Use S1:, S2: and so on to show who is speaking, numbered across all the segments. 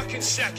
S1: Morgan,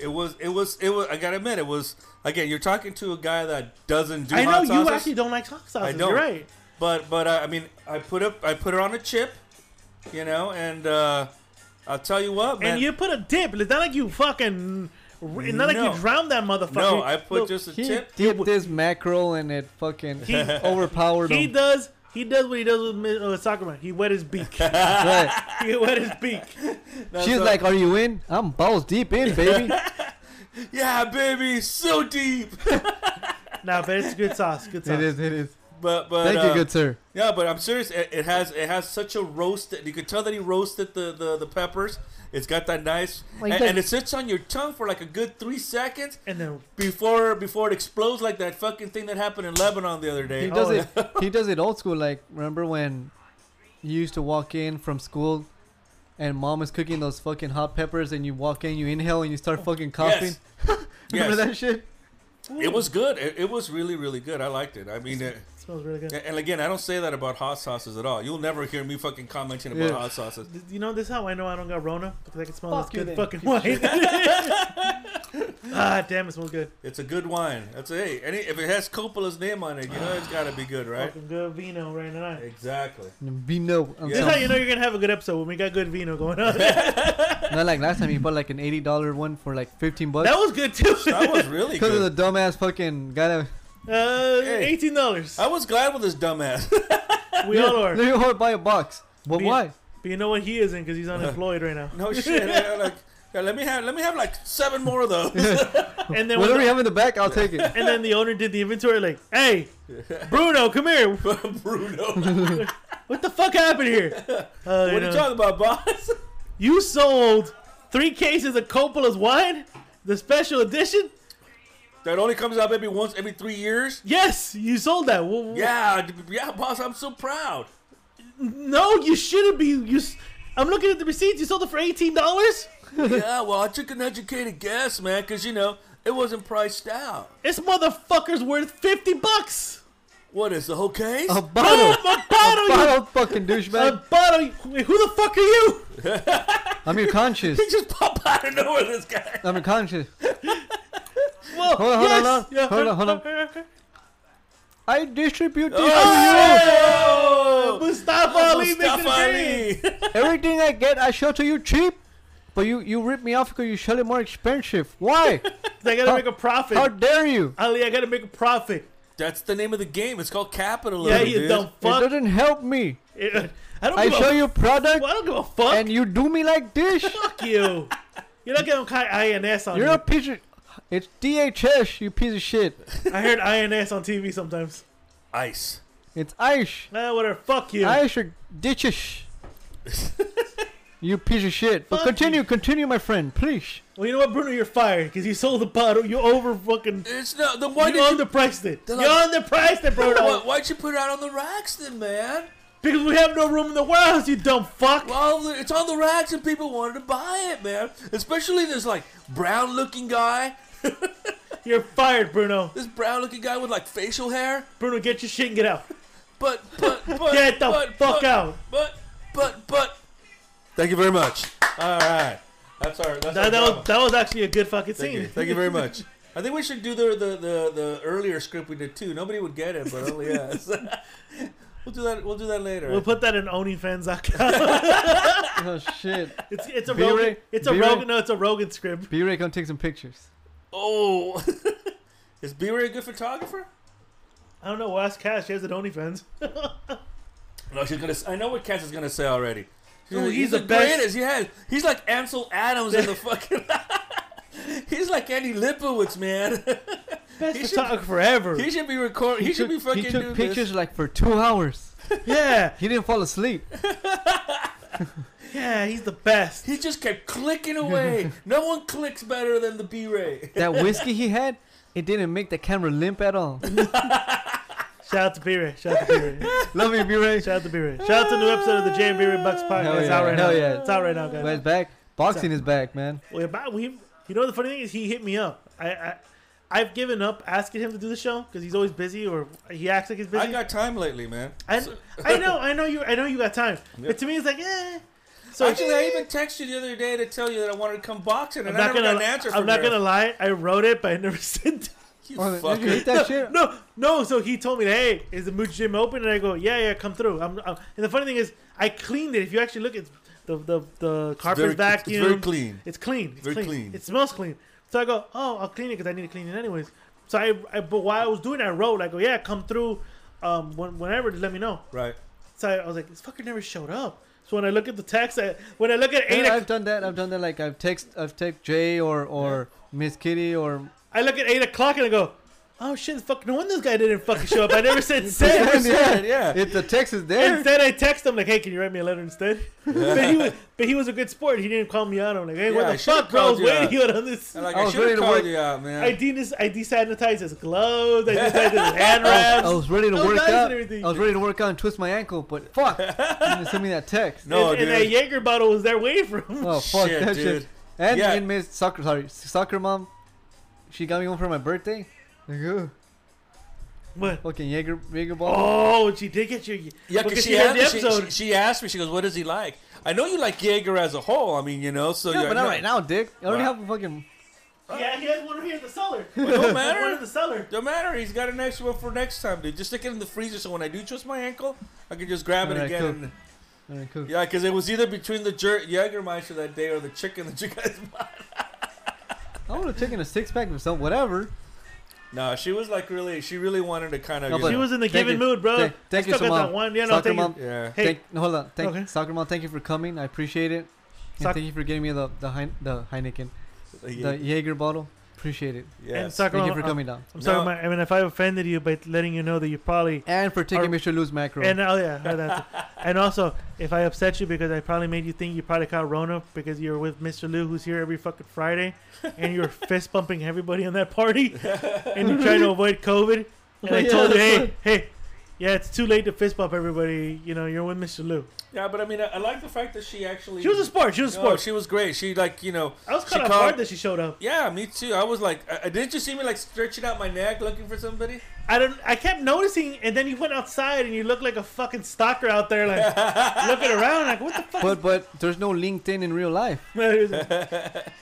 S2: It was, it was, it was. I gotta admit, it was. Again, you're talking to a guy that doesn't do.
S3: I know
S2: hot
S3: you
S2: sauces,
S3: actually don't like hot sauces.
S2: I don't.
S3: You're right.
S2: but but I, I mean, I put up, I put her on a chip, you know, and uh, I'll tell you what, man.
S3: And you put a dip. It's not like you fucking. It's not like
S2: No.
S3: you drowned that motherfucker.
S2: no, I put
S3: Look,
S2: just a
S4: He
S2: chip.
S4: dipped his mackerel and it fucking
S3: He-
S4: overpowered
S3: He
S4: him.
S3: does. He does what he does with Mi- uh, soccer man. He wet his beak. he
S4: Right.
S3: wet his beak.
S4: She's
S2: so-
S4: like, "Are you in? I'm balls deep in, baby."
S2: Yeah, baby, so deep.
S3: Nah, but it's good sauce. Good sauce.
S4: it is. It is.
S2: But but
S4: Thank
S2: uh,
S4: you, good sir.
S2: Yeah, but I'm serious. It, it has it has such a roast that you could tell that he roasted the the, the peppers. It's got that nice,
S3: Like
S2: and,
S3: the-
S2: and it sits on your tongue for like a good three seconds
S3: And then
S2: before before it explodes like that fucking thing that happened in Lebanon the other
S4: He
S2: day.
S4: does
S3: Oh,
S4: it. He does it old school. Like remember when you used to walk in from school, and mom is cooking those fucking hot peppers, and you walk in, you inhale, and you start fucking coughing.
S2: Yes.
S4: Remember
S2: Yes.
S4: that shit?
S2: it was good. It, it was really really good. I liked it. I mean, it,
S3: Smells really good.
S2: And again, I don't say that about hot sauces at all. You'll never hear me fucking commenting about
S4: Yeah.
S2: hot sauces.
S3: Th- You know, this is how I know I don't got Rona because I can smell
S4: Fuck you
S3: this good
S4: then,
S3: fucking
S4: piece of
S3: wine. ah, damn, it smells good.
S2: It's a good wine. That's hey, any if it has Coppola's name on it, you know it's got to be good, right?
S3: Fucking good vino right now.
S2: Exactly.
S4: Vino.
S2: Yeah.
S4: on
S3: This is
S4: top.
S3: how you know you're gonna have a good episode when we got good vino going on. that
S4: Not like last time he bought like an eighty dollar one for like fifteen bucks.
S3: was good too.
S2: That was really
S4: because
S2: good.
S4: of the dumbass fucking guy that
S3: Uh,
S2: Hey. Uh,
S3: eighteen dollars.
S2: I was glad with this dumbass.
S3: We all
S4: let
S3: are.
S4: me hold- buy a box. But
S3: Be-
S4: why?
S3: But you know what? He isn't because he's unemployed right now.
S2: no shit. yeah, like, yeah, let me have let me have like seven more of those.
S3: And then when
S4: Whatever
S3: the-
S4: you have in the back, I'll take it.
S3: and then the owner did the inventory like, "Hey, Bruno, come here.
S2: Bruno, what
S3: What the fuck happened here? Uh, you,
S2: are you
S3: know,
S2: talking about, boss?
S3: you sold three cases of Coppola's wine, the special edition.
S2: that only comes out maybe once every three years.
S3: Yes, you sold that. Well,
S2: Yeah, d- yeah, boss. I'm so proud.
S3: No, you shouldn't be. You. s- I'm looking at the receipts. You sold it for eighteen dollars.
S2: yeah, well, I took an educated guess, man, because you know it wasn't priced out.
S3: This motherfucker's worth fifty bucks.
S2: What is the whole case?
S4: A
S3: Boom,
S4: bottle.
S3: a bottle. you-
S4: bottle,
S3: A
S4: fucking douchebag.
S3: bottle. Wait, Who the fuck are you?
S4: I'm your conscience.
S2: he just pop out of nowhere, this guy.
S4: I'm your conscience.
S3: Whoa,
S4: Hold on, hold on,
S3: yes.
S4: hold on.
S3: Yeah,
S4: Hold on, hold I distribute this
S2: Oh,
S3: Mustafa Ali making a green.
S4: to you. Everything I get, I show to you cheap. But you, you rip me off because you sell it more expensive. Why?
S3: I gotta make a profit.
S4: How dare you?
S3: Ali, I gotta make a profit.
S2: That's the name of the game. It's called capitalism.
S3: Yeah, you
S2: dude.
S3: dumb
S4: It
S3: fuck.
S4: doesn't help me.
S3: I don't
S4: I
S3: give a
S4: show you product
S3: I don't give a fuck.
S4: and you do me like this.
S3: fuck you. You're not getting Kai INS on
S4: You're a
S3: you.
S4: piece of. It's DHS, you piece of shit.
S3: I heard INS on TV sometimes.
S2: Ice.
S4: It's Aish.
S3: Ah, whatever. Fuck you.
S4: Aish or ditchish. you piece of shit. But
S3: Fuck
S4: continue,
S3: you.
S4: continue, my friend, please.
S3: well, you know what, Bruno? You're fired because you sold the bottle. You over fucking.
S2: It's not. Then why
S3: you
S2: did you?
S3: underpriced it. You
S2: They're like-
S3: underpriced it, Bruno.
S2: why, would you put it out on the racks then, man?
S3: Because we have no room in the warehouse, you dumb fuck.
S2: Well, the- it's on the racks and people wanted to buy it, man. Especially this like brown-looking guy.
S3: You're fired, Bruno.
S2: This brown-looking guy with like facial hair.
S3: Bruno, get your shit and get out.
S2: But but but
S3: Get the
S2: but,
S3: fuck
S2: but,
S3: out.
S2: But but but. Thank you very much. All right. That's our. That's our
S3: That, that,
S2: drama.
S3: was, that was actually a good fucking
S2: Thank
S3: scene.
S2: you. Thank you very much. I think we should do the, the, the, the earlier script we did too. Nobody would get it, but only us. we'll do that. We'll do that later.
S3: We'll put that in OnlyFans account.
S4: Oh, shit.
S3: It's it's a
S4: B-Ray-
S3: Rogan. It's a
S4: B-Ray-
S3: Rogan. No, it's a Rogan script.
S4: B Ray, come take some pictures.
S2: oh, is B-Ray a good photographer?
S3: I don't know. Well, ask Cash. She has an OnlyFans.
S2: No, she's gonna. I know what Cass is gonna say already. She's
S3: Dude,
S2: like,
S3: he's
S2: he's
S3: the
S2: the
S3: best."
S2: greatest. He has. He's like Ansel Adams in the fucking. he's like Andy Lipowitz, man.
S3: Best
S2: He should-
S3: photographer ever.
S2: he should be recording. He, should be
S4: took,
S2: fucking.
S4: He
S2: doing
S4: took pictures
S2: This.
S4: like for two hours.
S3: Yeah,
S4: He didn't fall asleep.
S3: yeah. He's the best.
S2: He just kept clicking away. no one clicks better than the B-Ray.
S4: That whiskey he had, it didn't make the camera limp at all.
S3: Shout out to B-Ray. Shout out to B-Ray.
S4: Love you, B Ray.
S3: Shout out to B-Ray. Shout out to a new episode of the J and B-Ray Bucks podcast.
S4: Hell
S3: it's
S4: yeah,
S3: out right
S4: hell
S3: now.
S4: yeah.
S3: It's out right now, guys.
S4: But it's back. Boxing is back, man.
S3: Well, about we, you know, the funny thing is he hit me up. I, I I've given up asking him to do the show because he's always busy or he acts like he's busy.
S2: I got time lately, man.
S3: I, I know, I know you, I know you got time, but to me it's like, eh. So
S2: Actually, I even texted you the other day to tell you that I wanted to come boxing, and
S3: I'm
S2: I
S3: not
S2: never
S3: gonna,
S2: got an answer from
S3: I'm not
S2: her.
S3: gonna lie. I wrote it, but I never sent.
S2: You
S4: Oh, did you
S2: fucker.
S4: hate that shit?
S3: No, no. So he told me, "Hey, is the Mood Gym open?" And I go, "Yeah, yeah, come through." I'm, I'm, and the funny thing is, I cleaned it. If you actually look, it's the the the carpet's
S2: very- it's- it's
S3: vacuum.
S2: very clean.
S3: It's clean. It's
S2: Very
S3: clean.
S2: clean.
S3: It smells clean. So I go, "Oh, I'll clean it because I need to clean it anyways." So I, I, but while I was doing, it, I wrote, "I go, yeah, come through, um, when, whenever, just let me know."
S2: Right.
S3: So I, I was like, "This fucker never showed up." So when I look at the text, I, when I look at eight,
S4: Yeah,
S3: o'clock
S4: I've done that. I've done that. Like I've text, I've text Jay or or Miss Kitty or
S3: I look at eight o'clock and I go, "Oh shit, fuck! No wonder this guy didn't fucking show up. I never said send."
S4: yeah,
S2: yeah.
S4: If the text is there,
S3: Instead, I text him like, "Hey, can you write me a letter instead?" but he was, but he was a good sport. He didn't call me out. I'm like, "Hey,
S2: Yeah,
S3: what
S2: I
S3: the
S2: should've
S3: fuck, bro? I was
S2: called you
S3: waiting on this."
S2: And, like,
S4: I
S2: I,
S4: was
S2: should
S4: ready
S2: have
S4: to
S2: called
S4: work.
S2: you out, man.
S3: I de- I desanitized his gloves. I desanitized his hand
S2: Oh,
S4: I,
S3: wraps.
S4: was- I was ready to
S3: I was
S4: work
S3: nice and
S4: out.
S3: everything.
S4: I was ready to work out and twist my ankle, but fuck, you didn't send me that text.
S2: no,
S3: and,
S2: dude.
S3: and that Jaeger bottle was there waiting for him.
S4: Oh fuck
S2: Shit,
S4: that
S2: dude.
S4: shit. And
S2: Yeah.
S4: and Miss soccer, sorry, soccer mom, she got me one for my birthday. Like, ugh.
S3: What?
S4: Fucking Jaeger, Jaeger ball.
S3: Oh, she did get your.
S2: Yeah,
S3: because
S2: because she,
S3: heard
S2: asked
S3: the
S2: me- she,
S3: episode.
S2: she, she asked me. She goes, "What does he like?" I know you like Jaeger as a whole. I mean, you know, so
S4: yeah,
S2: you're
S4: but not
S2: no,
S4: right now, Dick. I already
S2: Wow.
S4: have a fucking.
S3: yeah, he has one here in the cellar.
S2: Don't
S3: One in
S2: matter.
S3: the cellar.
S2: Don't matter. He's got an extra one for next time, dude. Just stick it in the freezer, so when I do twist my ankle, I can just grab it
S4: Alright,
S2: again.
S4: cool.
S2: and-
S4: Alright, cool.
S2: yeah, because it was either between the jer- Jägermeister that day or the chicken that you guys bought.
S4: I would have taken a six pack or something, whatever.
S2: No, she was like really. She really wanted to kind of.
S4: No, but-
S3: She was in the
S4: Thank
S3: giving
S4: you.
S3: mood, bro.
S4: Thank- thank
S3: I
S4: you
S3: still
S4: so
S3: got
S4: much.
S3: that one. Yeah, no,
S4: Soccer
S3: thank
S4: mom.
S3: you.
S2: yeah.
S3: Hey,
S4: Thank, no, hold on. Thank,
S3: Okay.
S4: Soccer mom, thank you for coming. I appreciate it. And
S3: Soc-
S4: thank you for getting me the the, hein- the Heineken, the Jaeger bottle. Appreciate it.
S2: Yes.
S3: and soccer
S4: Thank
S3: mom,
S4: you
S3: uh,
S4: for
S3: I'm-
S4: coming down.
S3: I'm sorry,
S2: No.
S3: my, I mean, if I offended you by letting you know that you probably
S4: And for taking
S3: Are-
S4: Mr. Lou's macro.
S3: and oh yeah, oh, that's it. and also if I upset you because I probably made you think you probably caught Rona because you were with Mr. Lou who's here every fucking Friday, and you were fist bumping everybody in that party, and you trying to avoid COVID, and I
S4: Yeah,
S3: told you,
S4: that's
S3: hey, hey, yeah, it's too late to fist bump everybody. You know, you're with Mr. Lou.
S2: Yeah, but I mean, I, I like the fact that she actually.
S3: She was a sport. She was a
S2: No,
S3: sport.
S2: she was great. She like you know.
S3: I was
S2: she
S3: kind of
S2: called-
S3: hard that she showed up.
S2: Yeah, me too. I was like, uh, uh, didn't you see me like stretching out my neck looking for somebody?
S3: I don't. I kept noticing, and then you went outside and you looked like a fucking stalker out there, like looking around, like what the fuck.
S4: but but there's no LinkedIn in real life.
S3: is-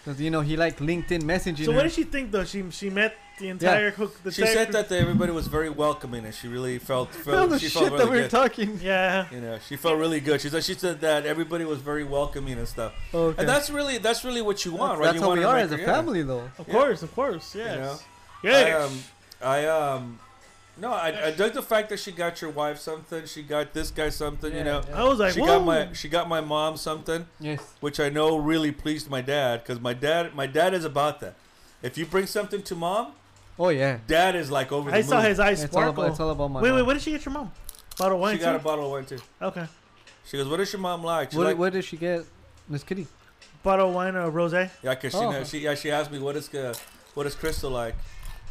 S4: 'Cause, you know he like LinkedIn messaging.
S3: so
S4: her.
S3: what did she think though? She she met the entire hook. The
S2: She
S3: entire
S2: said
S3: crew-
S2: that everybody was very welcoming, and she really felt.
S4: All
S2: felt
S4: the
S2: she
S4: shit
S2: felt really
S4: that we were
S2: good.
S4: talking.
S3: Yeah.
S2: you know, she felt really good. She said she said that everybody was very welcoming and stuff.
S4: Okay.
S2: And that's really that's really what you want, right?
S4: That's
S2: You
S4: how
S2: want
S4: we
S2: to
S4: are
S2: make
S4: as a
S2: her- yeah.
S4: family, though.
S3: Of
S2: Yeah.
S3: course, of course, yes.
S2: know? I
S3: Yes.
S2: um, I um, no, I, I dug the fact that she got your wife something. She got this guy something. you know,
S3: I was like,
S2: um, she
S3: whoa.
S2: got my she got my mom something.
S4: Yes.
S2: which I know really pleased my dad because my dad my dad is about that. If you bring something to mom,
S4: Oh yeah.
S2: dad is like over the
S3: I saw
S2: moon.
S3: his eyes
S4: It's all,
S3: sparkle.
S4: about, it's all about my.
S3: wait, wait,
S4: mom.
S3: what did she get your mom? Bottle of wine.
S2: She got a
S3: too?
S2: bottle of wine too.
S3: okay.
S2: She goes, "What is your mom like?" She's
S4: What,
S2: like,
S4: what did she get? Miss Kitty.
S3: Bottle of wine or rosé.
S2: Yeah, 'cause
S4: Oh.
S2: she, knows, she yeah she asked me what is uh, what is Crystal like.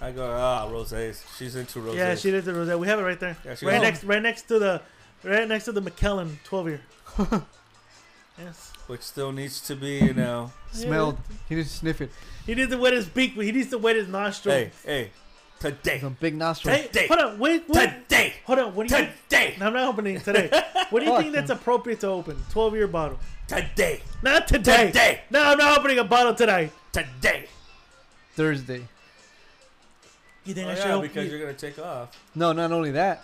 S2: I go, ah, rosés. She's into rosés.
S3: Yeah, she did the rosé. We have it right there.
S2: Yeah, she
S3: right
S2: got-
S3: next, right next to the, right next to the McKellen 12 year. yes.
S2: which still needs to be, you know.
S4: Smelled. He didn't sniff it.
S3: He needs to wet his beak, but he needs to wet his nostril.
S2: hey, hey, today,
S4: Some big nostrils.
S3: Hey,
S2: Today.
S3: hold on, wait, wait.
S2: today,
S3: Hold on, what do you?
S2: today,
S3: No, I'm not opening it today. What do you
S2: Oh,
S4: Fuck,
S3: think that's
S4: man.
S3: appropriate to open? 12 year bottle.
S2: today,
S3: Not today.
S2: Today.
S3: No, I'm not opening a bottle tonight.
S2: today.
S4: Thursday.
S3: You think
S2: Oh,
S3: I should
S2: yeah,
S3: open
S2: because
S3: it?
S2: you're gonna take off.
S4: No, not only that.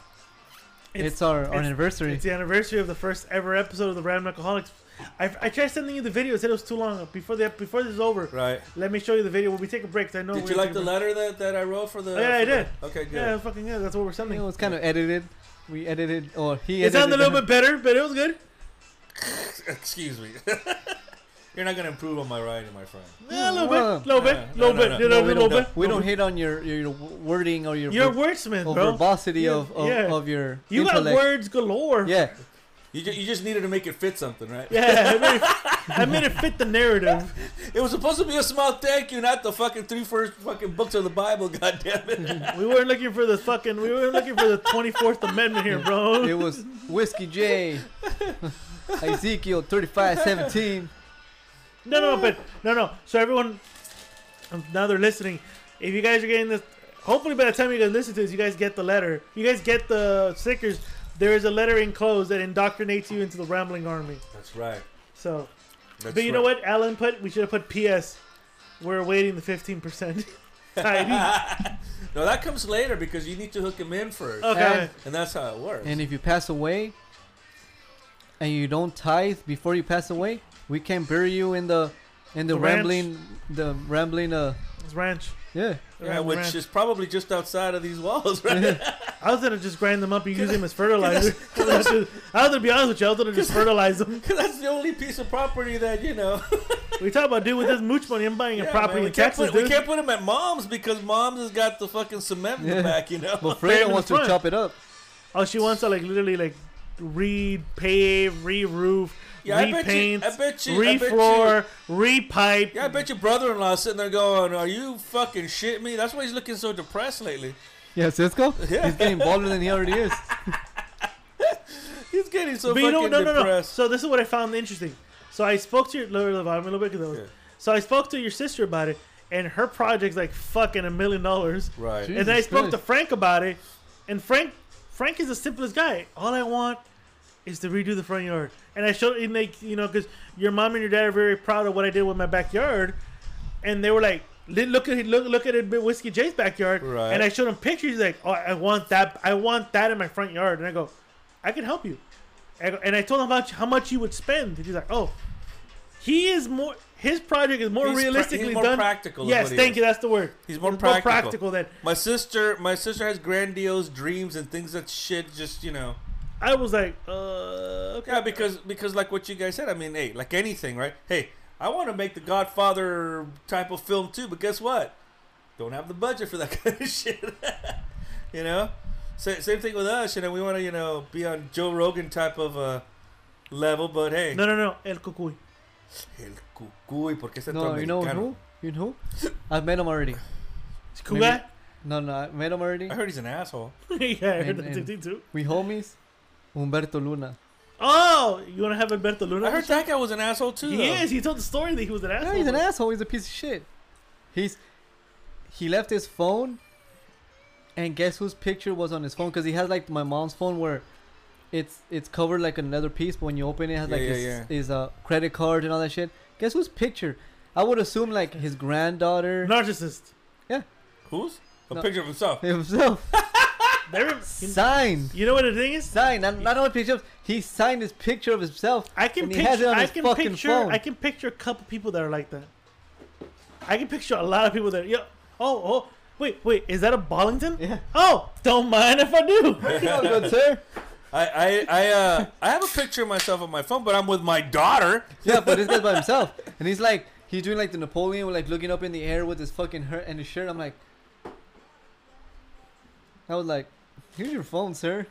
S4: It's,
S3: It's-
S4: our, our
S3: it's-
S4: anniversary.
S3: It's the anniversary of the first ever episode of the Random Alcoholics. I, I tried sending you the video. It said it was too long. Before the before this is over,
S2: Right.
S3: let me show you the video. When we take a break, 'cause I know.
S2: Did
S3: we're
S2: you
S3: gonna
S2: like the
S3: take a break.
S2: letter that, that I wrote for the?
S3: Oh, yeah, I
S2: for the-
S3: did.
S2: Okay, good.
S3: Yeah, fucking yeah. That's what we're sending.
S4: it was kind of edited. We edited, or he
S3: it
S4: edited.
S3: sounded a little bit better, but it was good.
S2: Excuse me. You're not gonna improve on my writing, my friend.
S3: Yeah, a little
S4: Well,
S3: bit, little
S2: yeah.
S3: bit, little
S2: No, no,
S3: bit,
S2: no.
S3: you know,
S4: No, we
S3: little
S4: don't,
S3: bit.
S4: we don't hit on your, your, your wording or your,
S3: You're a
S4: ver-
S3: wordsman,
S4: or
S3: bro.
S4: verbosity
S3: Yeah,
S4: of, of,
S3: yeah.
S4: of your
S3: You got
S4: intellect.
S3: words galore.
S4: Yeah.
S2: You, ju- you just needed to make it fit something, right?
S3: Yeah, I made, it, I made it fit the narrative.
S2: It was supposed to be a small thank you, not the fucking three first fucking books of the Bible. God damn it!
S3: We weren't looking for the fucking. We weren't looking for the Twenty Fourth Amendment here, bro.
S4: It was Whiskey J. Ezekiel 3517.
S3: No, no, but no, no. So everyone, um, now they're listening. If you guys are getting this, hopefully by the time you guys listen to this, you guys get the letter. You guys get the stickers. There is a letter enclosed that indoctrinates you into the rambling army.
S2: That's right.
S3: So,
S2: That's
S3: but you know
S2: right.
S3: what? Alan put. We should have put P.S. We're awaiting the fifteen percent. okay.
S2: No, that comes later because you need to hook him in first, and that's how it works.
S4: And if you pass away and you don't tithe before you pass away, we can bury you in the in the,
S3: The ranch.
S4: rambling the rambling uh
S3: It's ranch.
S4: yeah.
S2: yeah, which
S3: Ranch.
S2: is probably just outside of these walls, right?
S3: I was gonna just grind them up and use them as fertilizer. I was gonna be honest with you. I was gonna just fertilize them.
S2: 'Cause that's the only piece of property that you know.
S3: We talk about dude with this mooch money. I'm buying a
S2: Yeah,
S3: property
S2: man, we,
S3: in
S2: can't
S3: Texas.
S2: put, we
S3: dude.
S2: can't put him at mom's because mom's has got the fucking cement in
S4: Yeah.
S2: the back, you know.
S4: But
S3: Bury 'em
S4: Fredo
S3: in
S4: wants
S3: the
S4: to
S3: front.
S4: chop it up.
S3: Oh, she wants to like literally like repave, re-roof,
S2: Yeah, I bet you-
S3: repaint,
S2: I bet you- I bet
S3: refloor, repipe.
S2: Yeah, I bet your brother-in-law sitting there going, "Are you fucking shitting me?" That's why he's looking so depressed lately.
S4: Yeah, Cisco? He's getting bolder than he already is.
S2: He's getting so
S3: but you
S2: fucking
S3: know, no, no, no.
S2: depressed.
S3: So this is what I found interesting. So I spoke to your lower the volume a little bit 'cause that was-
S2: Yeah.
S3: So I spoke to your sister about it, and her project's like fucking a million dollars.
S2: Right.
S4: Gee.
S3: And then I
S4: Jesus
S3: spoke to
S4: Christ.
S3: Frank about it, And Frank, Frank is the simplest guy. All I want is to redo the front yard. And I showed, and they, you know, because your mom and your dad are very proud of what I did with my backyard, and they were like, "Li- "Look at look look at it, whiskey Jay's backyard."
S2: Right.
S3: And I showed him pictures. He's like, "Oh, I want that. I want that in my front yard." And I go, "I can help you." And I go- and I told him about how much you would spend. And he's like, "Oh, he is more. His project is more
S2: He's pra- he's
S3: realistically
S2: more
S3: done.
S2: practical is
S3: Yes,
S2: what he
S3: thank
S2: is.
S3: you. That's the word.
S2: He's more practical.
S3: than
S2: My sister, my sister has grandiose dreams and things that shit just you know.
S3: I was like, uh, okay.
S2: Yeah, because because like what you guys said, I mean, hey, like anything, right? Hey, I want to make the Godfather type of film too, but guess what? Don't have the budget for that kind of shit. you know, Sa- same thing with us. You know, we want to you know be on Joe Rogan type of uh, level, but hey,
S3: no, no, no, El Cucuy.
S2: el cucuy, porque es
S4: No, you know
S2: centroamericano.
S4: who? You know? who? I've met him already.
S3: It's cool guy.
S4: No, no, I met him already.
S2: I heard he's an asshole.
S3: yeah, I heard
S4: And-
S3: that
S4: and-
S3: too, too.
S4: We homies. Humberto Luna.
S3: Oh, you want to have Alberto Luna?
S2: I heard that guy was an asshole too.
S3: He
S2: though.
S3: is. He told the story that he was an asshole.
S4: No, he's an asshole. He's a piece of shit. He's he left his phone, and guess whose picture was on his phone? Because he has like my mom's phone where it's it's covered like another piece, but when you open it, it has
S2: Yeah,
S4: like
S2: yeah,
S4: his,
S2: yeah.
S4: his uh, credit card and all that shit. Guess whose picture? I would assume like his granddaughter
S3: narcissist.
S2: Who's? A
S4: No.
S2: picture of himself.
S4: himself
S3: There- you-
S4: signed.
S3: you know what the thing is?
S4: Signed. Not, not only picture. of- He signed his picture of himself.
S3: I can
S4: and he has it
S3: picture.
S4: on
S3: I
S4: his
S3: can
S4: fucking
S3: picture.
S4: phone.
S3: I can picture a couple people that are like that. I can picture a lot of people that. Yeah. Oh, oh. Wait, wait. Is that a Bollington?
S4: Yeah.
S3: Oh, don't mind if I do.
S4: Oh, good sir.
S2: I I I, uh, I have a picture of myself on my phone, but I'm with my daughter.
S4: Yeah, but this guy's by himself, and he's like, he's doing like the Napoleon, like looking up in the air with his fucking hurt and his shirt. I'm like, I was like, here's your phone, sir.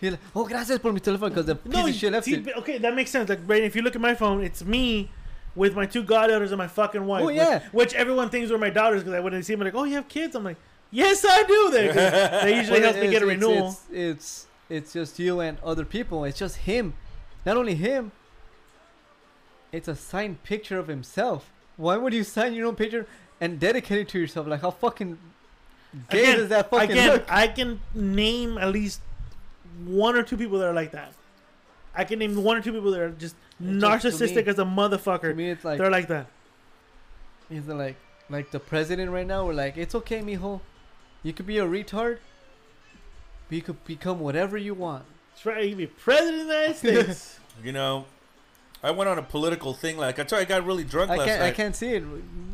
S4: He's like, oh, gracias por mi teléfono, because the piece of shit left
S3: see,
S4: it.
S3: but- Okay, that makes sense. Like, Brayden, if you look at my phone, it's me with my two goddaughters and my fucking wife.
S4: Oh,
S3: which-
S4: yeah.
S3: Which, everyone thinks are my daughters because I wouldn't see them. Like, oh, you have kids? I'm like, yes, I do. They, 'cause they usually help me
S4: It's-
S3: get a
S4: it's-
S3: renewal.
S4: It's, it's it's just you and other people. It's just him. Not only him. It's a signed picture of himself. Why would you sign your own picture and dedicate it to yourself? Like how fucking gay
S3: again,
S4: does that fucking
S3: again,
S4: look?
S3: I can name at least one or two people that are like that. I can name one or two people that are just
S4: just to
S3: narcissistic
S4: me-
S3: as a motherfucker.
S4: To me, it's like
S3: They're like that.
S4: Is it like like the president right now? We're like, it's okay, mijo. You could be a retard. But you could become whatever you want.
S3: That's right. You can be president of the United States.
S2: You know, I went on a political thing. Like I told you, I got really drunk
S4: I
S2: last
S4: can't.
S2: night.
S4: I can't see it.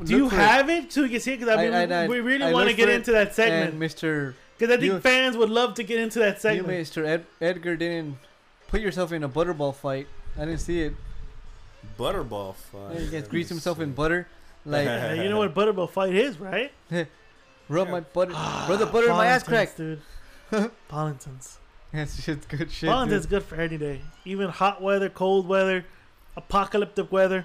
S3: Do you have it so we can see it? Because I
S4: I-
S3: mean,
S4: I- I-
S3: we
S4: I
S3: really want to
S4: looked
S3: get
S4: for it
S3: into that segment.
S4: And Mr.
S3: Because I think
S4: You-
S3: fans would love to get into that
S4: You,
S3: segment.
S4: Mr. Ed, Edgar didn't put yourself in a butterball fight. I didn't see it.
S2: Butterball. Fuck.
S4: He gets greased himself in butter. Like
S3: Yeah, you know what a butterball fight is, right?
S4: rub my butter, rub
S3: Ah,
S4: the butter in my ass
S3: Pollingtons,
S4: crack.
S3: dude. Pollingtons.
S4: That's shit, good shit.
S3: Pollingtons
S4: dude.
S3: good for any day, even hot weather, cold weather, apocalyptic weather,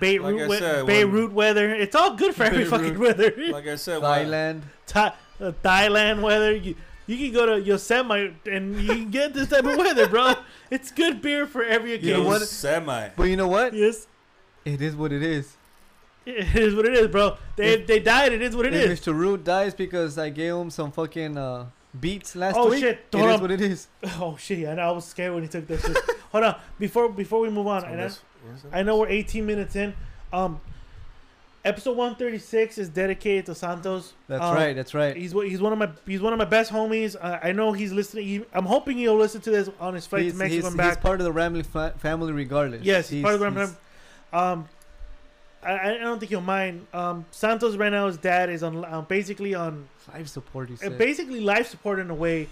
S3: Beirut,
S2: I
S3: we-
S2: said, when-
S3: Beirut weather. It's all good for every
S4: Beirut.
S3: fucking weather.
S2: Like I said, when,
S4: Thailand.
S3: Tha- uh, Thailand weather. You, you can go to Yosemite and you can get this type of weather, bro. It's good beer for every
S2: you
S3: occasion.
S2: know
S4: know
S2: what?
S4: what?
S2: Semi.
S4: But you know what?
S3: Yes,
S4: It is what it is.
S3: it is what it is, bro. They they died. It is what it
S4: If
S3: is.
S4: Mr. Root dies because I gave him some fucking uh, beats last
S3: Oh,
S4: week.
S3: shit.
S4: It
S3: Hold
S4: is
S3: up.
S4: what it is.
S3: Oh shit! Yeah, I know. I was scared when he took that shit. Hold on, before before we move
S2: Oh,
S3: on, and I, I know we're 18 minutes in. Um, episode 136 is dedicated to Santos.
S4: That's
S3: Um,
S4: right. That's right.
S3: He's one- he's one of my he's one of my best homies. Uh, I know he's listening. He, I'm hoping he'll listen to this on his flight
S4: He's,
S3: to
S4: he's,
S3: Mexico and
S4: he's
S3: back.
S4: part of the Ramley fa- family regardless.
S3: yes, he's
S4: he's,
S3: part of the Ram-
S4: he's-
S3: Um, I, I don't think he'll mind. Um, Santos right now, his dad is on um, basically on
S4: Life support, you
S3: uh,
S4: said.
S3: basically life support in a way.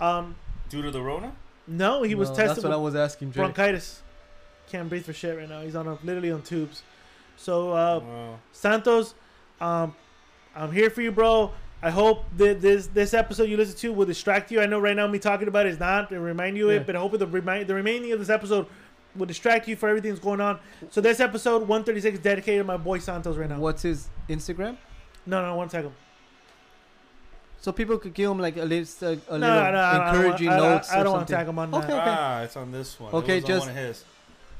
S3: Um,
S2: Due to the Rona.
S3: no, he was
S4: No,
S3: tested.
S4: That's what
S3: with-
S4: I was asking, Jay.
S3: bronchitis. Can't breathe for shit right now. He's on a, literally on tubes. So uh,
S2: Wow.
S3: Santos, um, I'm here for you, bro. I hope that this this episode you listen to will distract you. I know right now me talking about it is not to remind you
S4: Yeah.
S3: it, but I hope the remind the remaining of this episode will distract you for everything that's going on. So this episode 136 is dedicated to my boy Santos right now.
S4: What's his Instagram?
S3: No, no, one second.
S4: So people could give him like a list, a,
S3: No,
S4: a little
S3: no, no, I don't-
S4: encouraging
S3: I don't,
S4: notes
S3: I don't,
S4: or
S3: want to
S4: something.
S3: tag him on
S4: Okay.
S3: that.
S2: Ah, it's on this one.
S4: Okay,
S2: it was on
S4: just-
S2: one of his.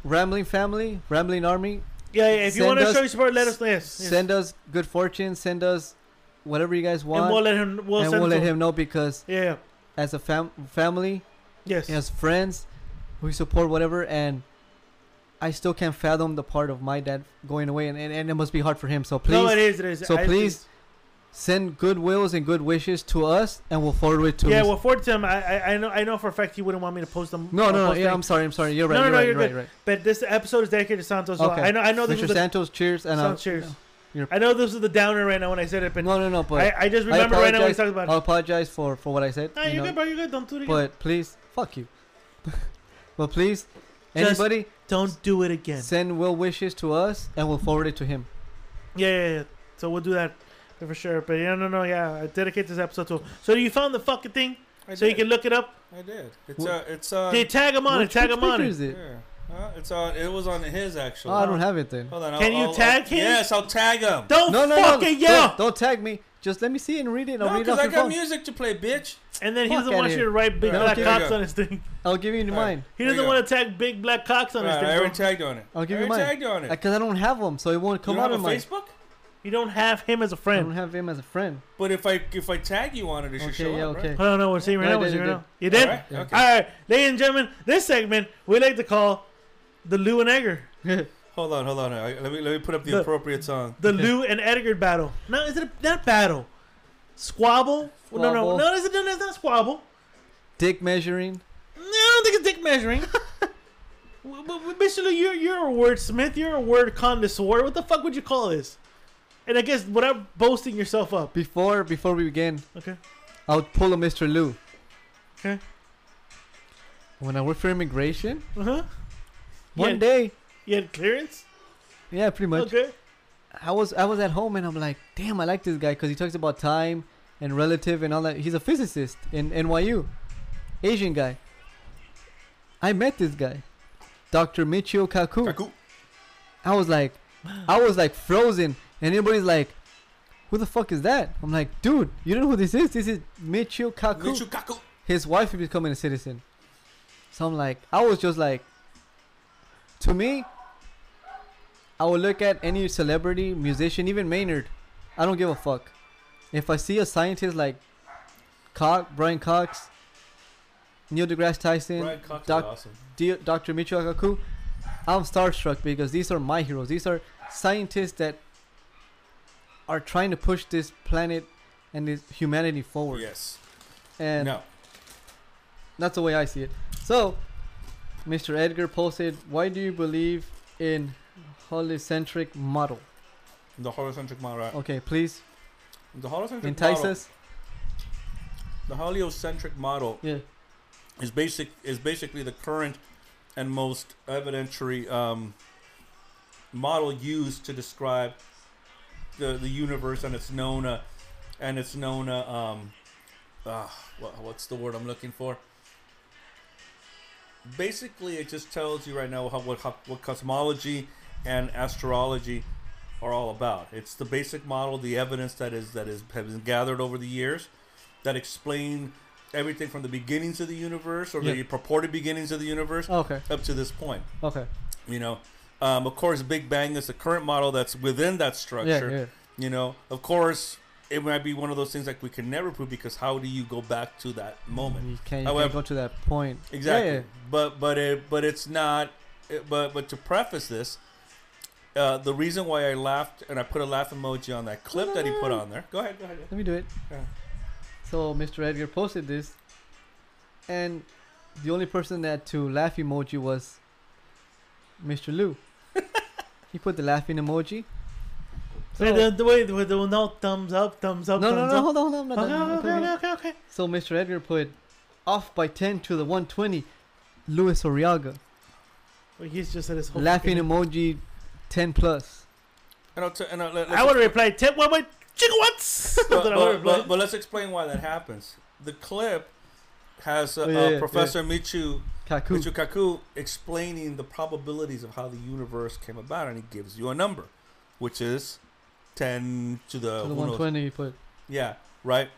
S4: Rambling family, rambling army.
S3: Yeah, yeah. If you
S4: Send
S3: want to
S4: us-
S3: show your support, let us know. Yes, yes.
S4: Send us good fortune. Send us whatever you guys want,
S3: and we'll let him. We'll
S4: and
S3: send
S4: we'll
S3: it
S4: let
S3: to
S4: him know because
S3: Yeah.
S4: as a fam- family,
S3: Yes.
S4: as friends, we support whatever, and I still can't fathom the part of my dad going away, and, and, and it must be hard for him. So please,
S3: no, it is. It is.
S4: so
S3: I-
S4: please send good wills and good wishes to us, and we'll forward it to.
S3: yeah.
S4: Mr.
S3: Well, for Tim, I, I I know I know for a fact he wouldn't want me to post them.
S4: no,
S3: I'll
S4: no, no.
S3: post
S4: Yeah,
S3: things.
S4: I'm sorry. I'm sorry. You're right.
S3: No, no,
S4: you're
S3: no,
S4: right.
S3: you're
S4: right.
S3: good.
S4: Right.
S3: But this episode is dedicated to Santos. So
S4: Okay.
S3: I know. I know this
S4: Mr.
S3: was. The,
S4: Santos, cheers, and
S3: San-
S4: uh,
S3: cheers.
S4: you're-
S3: I know this was the downer right now when I said it, but
S4: No, no, no. But
S3: I, I just remember right now when we talked about
S4: I
S3: it.
S4: apologize for for what I said.
S3: Nah,
S4: you
S3: you're
S4: know,
S3: good, bro. You're good. Don't do it again.
S4: But please, fuck you. but please,
S3: Just-
S4: anybody
S3: Don't do it again.
S4: send well wishes to us, and we'll forward it to him.
S3: Yeah, yeah, yeah. So we'll do that for sure. But yeah, no, no, yeah. I dedicate this episode to him. So you found the fucking thing,
S2: I
S3: so you
S2: did.
S3: can look it up.
S2: I did. It's
S4: Wh-
S2: uh, it's uh,
S3: They tag him on it.
S4: Which-
S3: Tag
S4: which
S3: him on
S4: picture
S3: it.
S4: is it?
S2: yeah, huh? it's on. It was on his actually.
S4: Oh, I don't have it then.
S2: Hold on,
S3: Can you tag him?
S2: Yes, I'll tag him.
S3: Don't
S4: No, no, no.
S3: fucking yell.
S4: Don't, don't tag me. Just let me see it and read it. I'll
S2: No,
S4: read it
S2: because I
S4: off your
S2: got
S4: phone.
S2: music to play, bitch.
S3: And then he
S4: Fuck
S3: doesn't
S4: outta
S3: want you
S4: here.
S3: to write big
S2: Alright,
S3: black
S2: here we
S3: cocks
S2: go.
S3: on his thing.
S4: I'll give you
S2: Alright.
S4: mine.
S3: He
S2: There you
S3: doesn't
S2: go.
S3: want to tag big black cocks on
S2: All right, I
S3: his
S2: already
S3: thing. So
S2: tagged on it.
S4: I'll give
S2: I
S4: you
S2: already
S4: mine.
S2: tagged on it.
S4: Because I don't have them, so it won't
S2: you
S4: come
S2: don't
S4: out
S2: have
S4: of
S2: a
S4: mine.
S2: Facebook?
S3: you don't have him as a
S4: I don't
S3: friend.
S4: have him as a friend.
S2: But if I if I tag you on it, it should
S4: Okay,
S2: show
S4: yeah,
S2: up,
S4: okay.
S3: I don't know what's he right
S4: No, I
S3: now. What's he
S4: did,
S3: right
S4: I
S3: now? You did.
S2: All right, okay.
S3: All right, ladies and gentlemen, this segment we like to call the Lou and Edgar,
S2: right? Hold on, hold on. I- Let me let me put up the,
S3: The-
S2: appropriate song.
S3: the Lou and Edgar battle. No, is it a, not battle? Squabble? No, no,
S4: Squabble.
S3: no. It's not, it's not squabble.
S4: Dick measuring.
S3: No, I don't think it's dick measuring. W- w- w- Mr. Lou, you're you're a wordsmith. You're a word connoisseur. What the fuck would you call this? And I guess without boasting yourself up.
S4: Before before we begin,
S3: Okay.
S4: I would pull a Mr. Lou.
S3: Okay.
S4: When I worked for immigration,
S3: Uh huh.
S4: one
S3: Yeah.
S4: day,
S3: You had clearance.
S4: yeah, pretty
S2: Oh,
S4: much.
S3: Okay.
S4: I was I was at home and I'm like, damn, I like this guy because he talks about time and relative and all that. He's a physicist in NYU, Asian guy. I met this guy, Dr. Michio Kaku.
S2: Kaku.
S4: I was like, I was like frozen, and everybody's like, who the fuck is that? I'm like, dude, you don't know who this is? This is Michio Kaku.
S2: Michu Kaku.
S4: His wife is becoming a citizen. So I'm like, I was just like, to me, I would look at any celebrity, musician, even Maynard. I don't give a fuck. If I see a scientist like Cox, Brian Cox, Neil deGrasse Tyson,
S2: Brian Cox is
S4: Doc-
S2: awesome.
S4: D- Dr. Michio Kaku, I'm starstruck because these are my heroes. These are scientists that are trying to push this planet and this humanity forward.
S2: Yes.
S4: And
S2: No.
S4: that's the way I see it. So, Mr. Edgar posted, "Why do you believe in holocentric model?"
S2: The holocentric model. right.
S4: Okay, please
S2: The holocentric
S4: entice
S2: model.
S4: us.
S2: The heliocentric model
S4: Yeah,
S2: is basic is basically the current and most evidentiary um, model used to describe the the universe and its known uh, and its known uh, um, ah, wha- what's the word I'm looking for? Basically, it just tells you right now how, what how, what cosmology and astrology are all about. It's the basic model, the evidence that is that is has been gathered over the years that explain everything from the beginnings of the universe or the
S4: Yeah. Oh,
S2: purported beginnings of the universe
S4: Okay.
S2: up to this point.
S4: okay,
S2: You know, um, of course, Big Bang is the current model that's within that structure.
S4: yeah.
S2: You know, of course, it might be one of those things like we can never prove because how do you go back to that moment?
S4: you can't, you can't
S2: However-
S4: go to that point. Yeah,
S2: Exactly.
S4: yeah.
S2: But but it but it's not. It, but but to preface this, uh, the reason why I laughed and I put a laugh emoji on that clip that he put on there. Go ahead. Go ahead.
S4: Let me do it.
S2: Yeah.
S4: So Mr. Edgar posted this, and the only person that to laugh emoji was Mr. Lou. he put the laughing emoji.
S3: Wait, the, the way the, the no thumbs up, thumbs up,
S4: No, no,
S3: thumbs
S4: no,
S3: up.
S4: hold on, hold on. I'm not done, I'm not
S3: Okay,
S4: done
S3: okay,
S4: yet.
S3: okay, okay.
S4: So Mr. Edgar put off by 10 to the 120. Luis Oriaga.
S3: Well, he's just at his whole
S4: Laughing
S3: fucking-
S4: emoji 10 plus.
S2: And I'll t- and I'll, let,
S3: I would have replied, "Tip what my chicken what's?" That's
S2: but,
S3: what I would've
S2: but, but,
S3: replied.
S2: but let's explain why that happens. The clip has uh,
S4: Oh, yeah,
S2: uh,
S4: yeah,
S2: Professor Michu
S4: Kaku.
S2: Michu Kaku explaining the probabilities of how the universe came about, and he gives you a number, which is ten to the,
S4: to the
S2: uh, who knows.
S4: 120 he put.
S2: Yeah, right.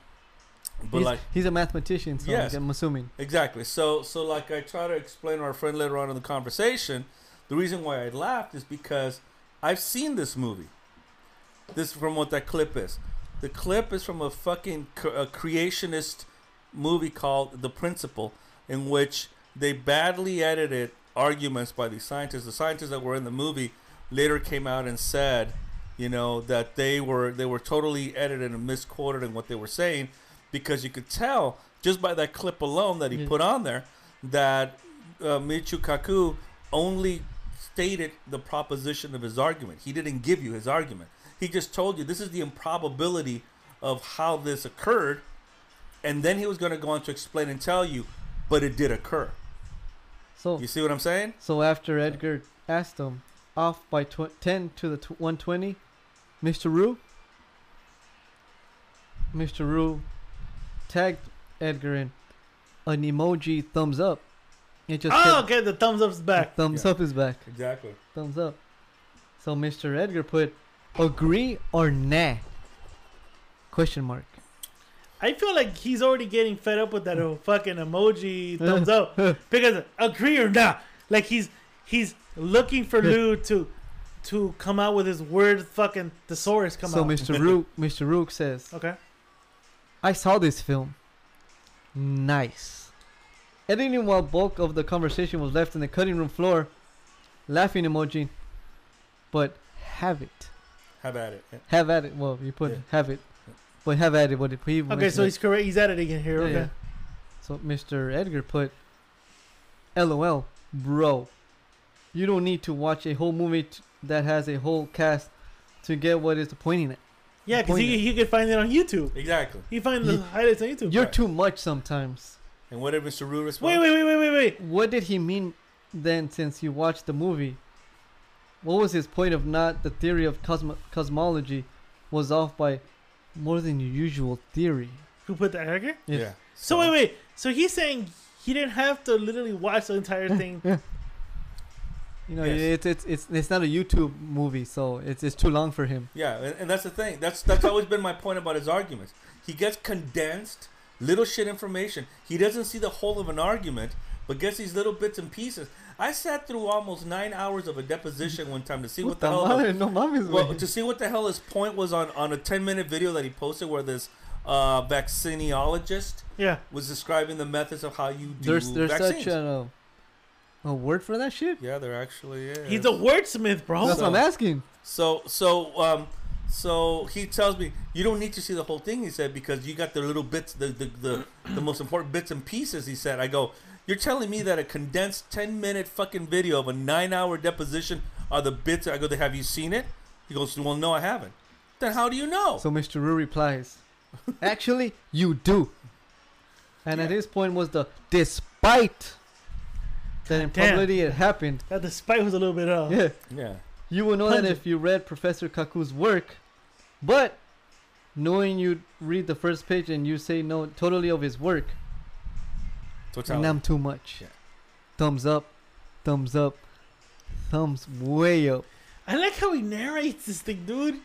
S2: But
S4: He's,
S2: like
S4: he's a mathematician, so
S2: Yes.
S4: I'm assuming.
S2: exactly. So so like I try to explain to our friend later on in the conversation, the reason why I laughed is because I've seen this movie. This from what that clip is. The clip is from a fucking cr- a creationist movie called The Principle, in which they badly edited arguments by these scientists. The scientists that were in the movie later came out and said, you know, that they were they were totally edited and misquoted in what they were saying, because you could tell just by that clip alone that he
S4: Yeah.
S2: put on there that uh, Michio Kaku only stated the proposition of his argument. He didn't give you his argument. He just told you this is the improbability of how this occurred, and then he was going to go on to explain and tell you, but it did occur.
S4: So
S2: You see what I'm saying?
S4: so after Edgar asked him off by tw- ten to the tw- one twenty, Mr. Rue. Mr. Rue tagged Edgar in an emoji thumbs up. It just
S3: Oh,
S4: said,
S3: okay. The thumbs up's back.
S4: thumbs
S2: Yeah.
S4: up is back.
S2: Exactly.
S4: Thumbs up. So Mr. Edgar put agree or nah? Question mark.
S3: I feel like he's already getting fed up with that uh, fucking emoji thumbs up because agree or not, like he's he's looking for Lou to to come out with his word fucking thesaurus come
S4: so
S3: out.
S4: Mr. Rook Mr. Rook says
S3: Okay.
S4: I saw this film. Nice. Editing while bulk of the conversation was left in the cutting room floor. Laughing emoji. But have it.
S2: How about it?
S4: Have at it. Well, you put
S2: Yeah.
S4: have it. But have at it. What if he
S3: Okay, so he's correct. He's editing it here.
S4: Yeah,
S3: Okay.
S4: yeah. So Mr. Edgar put, "LOL, bro, you don't need to watch a whole movie t- that has a whole cast to get what it's pointing at.
S3: Yeah, because
S4: Point
S3: he,
S4: it.
S3: he could find it on YouTube.
S2: Exactly.
S3: He find the
S4: Ye-
S3: highlights on YouTube.
S4: You're
S2: Right.
S4: too much sometimes.
S2: And whatever Mr. Rue
S3: Wait,
S2: responds,
S3: wait, wait, wait, wait, wait.
S4: What did he mean then? Since you watched the movie, what was his point of not the theory of cosmo- cosmology was off by more than your usual theory?
S3: Who put that here?
S2: Yeah.
S4: If-
S3: So wait, wait. So he's saying he didn't have to literally watch the entire thing.
S4: You know,
S2: Yes.
S4: it's it's it's it's not a YouTube movie, so it's it's too long for him.
S2: Yeah, and, and that's the thing. That's that's always been my point about his arguments. He gets condensed little shit information. He doesn't see the whole of an argument, but gets these little bits and pieces. I sat through almost nine hours of a deposition one time to see what the
S4: Puta
S2: hell.
S4: madre, no mames,
S2: Well,
S4: güey.
S2: to see what the hell his point was on, on a 10 minute video that he posted where this uh, vaccinologist
S3: yeah.
S2: was describing the methods of how you do
S4: there's there's
S2: vaccines.
S4: such a a word for that shit.
S2: yeah, there actually is.
S3: He's a wordsmith, bro.
S4: That's what I'm
S2: So-
S4: asking.
S2: So so um so he tells me you don't need to see the whole thing. He said because you got the little bits, the the the, the most important bits and pieces. He said. I go. You're telling me that a condensed ten minute fucking video of a nine hour deposition are the bits. I go. "Then Have you seen it? He goes. Well, no, I haven't. Then how do you know?
S4: So Mr. Rue replies, "Actually, you do." And at his point was the despite that
S3: damn.
S4: in probability it happened.
S3: That the spite was a little bit uh
S4: Yeah,
S2: yeah.
S4: you will know that
S3: Pungent.
S4: if you read Professor Kaku's work, but knowing you read the first page and you say no totally of his work, and
S2: Totality.
S4: I'm too much.
S2: Yeah.
S4: Thumbs up, thumbs up, thumbs way up.
S3: I like how he narrates this thing, dude.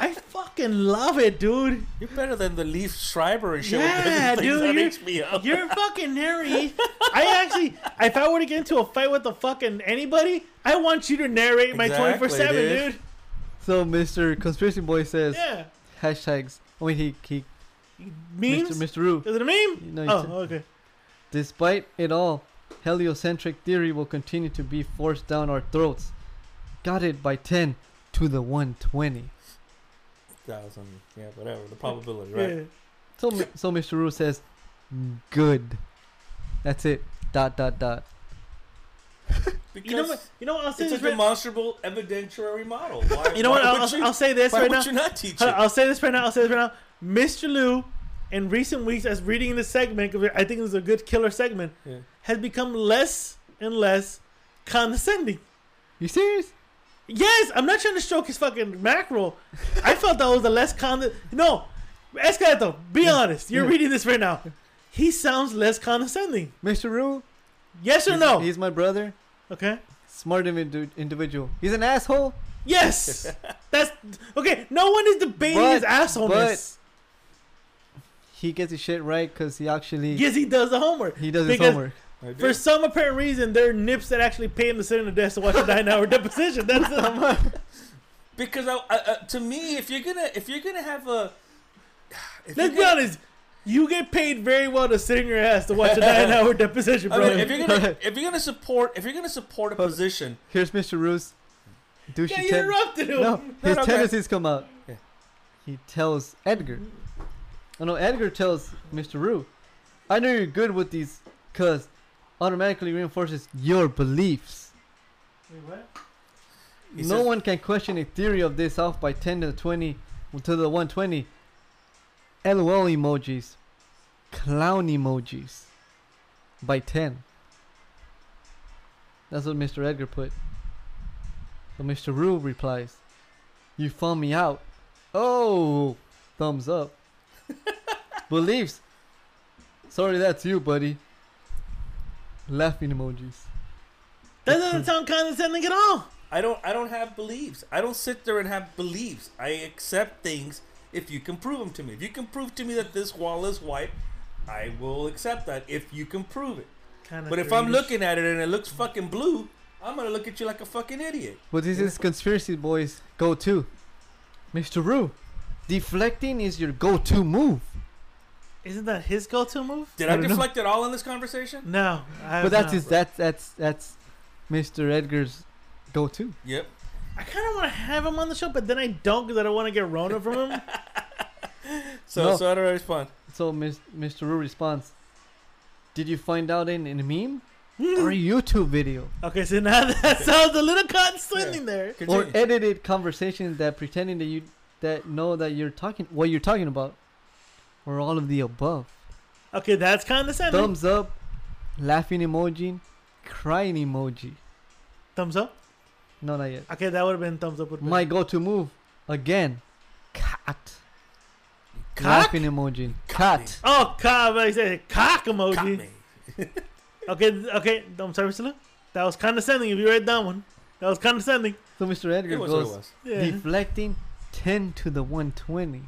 S3: I fucking love it, dude.
S2: You're better than the Leaf Schreiber and shit.
S3: Yeah,
S2: with
S3: dude,
S2: That
S3: you're-
S2: makes me up.
S3: You're fucking narrate. I actually, if I were to get into a fight with the fucking anybody, I want you to narrate my
S2: Exactly,
S3: twenty four seven,
S2: dude.
S3: dude.
S4: So Mr. Conspiracy Boy says
S3: Yeah.
S4: hashtags. I mean, he he
S3: Memes.
S4: Mr. Mr. Rue.
S3: Is it a meme?
S4: No, you
S3: oh,
S4: said-
S3: okay.
S4: Despite it all, heliocentric theory will continue to be forced down our throats. Got it by ten to the one twenty.
S2: Thousand. Yeah, whatever. The probability, right?
S3: Yeah.
S4: So m- so Mr. Rue says, good. That's it. Dot dot dot.
S2: Because
S3: You know what? You know what? I'll say
S2: It's a
S3: this right.
S2: demonstrable evidentiary model. Why,
S3: You know
S2: why
S3: what? I'll,
S2: would
S3: I'll,
S2: you-
S3: I'll say this
S2: Why
S3: right
S2: would
S3: now.
S2: you not teach
S3: Hold
S2: it?
S3: on, I'll say this right now. I'll say this right now. Mr. Liu, in recent weeks, as reading this segment, 'cause I think it was a good killer segment,
S2: Yeah.
S3: has become less and less condescending.
S4: You serious?
S3: Yes, I'm not trying to stroke his fucking mackerel. I felt that was the less condescending. No, Escalato, be honest. You're
S4: Yeah.
S3: reading this right now. He sounds less condescending.
S4: Mr. Rue?
S3: Yes or no?
S4: He's my brother.
S3: Okay.
S4: Smart indu- individual. He's an asshole.
S3: Yes. That's okay. No one is debating
S4: But-
S3: his assholeness.
S4: He gets his shit right because he actually
S3: yes, he does the homework.
S4: he does his
S3: Because-
S4: homework.
S2: I do.
S3: For some apparent reason, there are nips that actually pay him to sit in the desk to watch a nine-hour deposition. That's it.
S2: because I, I, uh, to me, if you're gonna if you're gonna have a
S3: Let's be honest. You get paid very well to sit in your ass to watch a nine-hour deposition,
S2: I
S3: bro.
S2: mean, if you're gonna if you're gonna support if you're gonna support a position,
S4: Here's Mr. Roos. Douchey
S3: yeah, you
S4: ten-
S3: interrupted him.
S4: No, his
S2: no, okay.
S4: tendencies come out.
S2: Yeah.
S4: He tells Edgar. Oh no, Edgar tells Mr. Rue, I know you're good with these because automatically reinforces your beliefs.
S2: He
S4: no
S2: says-
S4: one can question a theory of this off by 10 to the 20 to the 120. LOL emojis. Clown emojis. By 10. That's what Mr. Edgar put. So Mr. Rue replies, You found me out. Oh, thumbs up. Beliefs. Sorry, that's you, buddy. Laughing emojis.
S3: That doesn't sound condescending at all.
S2: I don't I don't have beliefs. I don't sit there and have beliefs. I accept things if you can prove them to me. If you can prove to me that this wall is white, I will accept that if you can prove it.
S3: Kinda
S2: But if I'm
S3: greenish.
S2: looking at it and it looks fucking blue, I'm gonna look at you like a fucking idiot.
S4: But this is conspiracy boys go to. Mr. Rue, deflecting is your go to move.
S3: isn't that his go-to move?
S2: Did
S4: I
S2: I,
S4: don't know.
S2: deflect at all in this conversation?
S3: No, I
S4: But
S3: have
S4: that's
S3: not.
S4: his that's that's that's Mr. Edgar's go to.
S2: Yep.
S3: I kind of want to have him on the show, but then I don't because I don't want to get Rona from him.
S2: So
S4: No.
S2: so how do I respond?
S4: So Mis- Mr. Rue responds Did you find out in, in a meme? or a YouTube video?
S3: okay, so now that sounds a little condescending there.
S4: Or
S2: Continue.
S4: edited conversations that pretending that you that know that you're talking what you're talking about. Or all of the above.
S3: Okay, that's condescending. Thumbs,
S4: Thumbs up, laughing emoji, crying emoji.
S3: thumbs up.
S4: No not yet.
S3: Okay, that would have been thumbs up. With
S4: My go-to move again, cat.
S2: Cock?
S4: Laughing emoji. Cat.
S3: Oh, cock! I said cock emoji.
S2: Caught me.
S3: Okay, th- okay. I'm sorry, Mr. Lu. That was condescending. If you read that one, that was condescending.
S4: So Mr. Edgar
S2: It was what it
S4: goes
S2: was.
S3: Yeah.
S4: deflecting ten to the one twenty.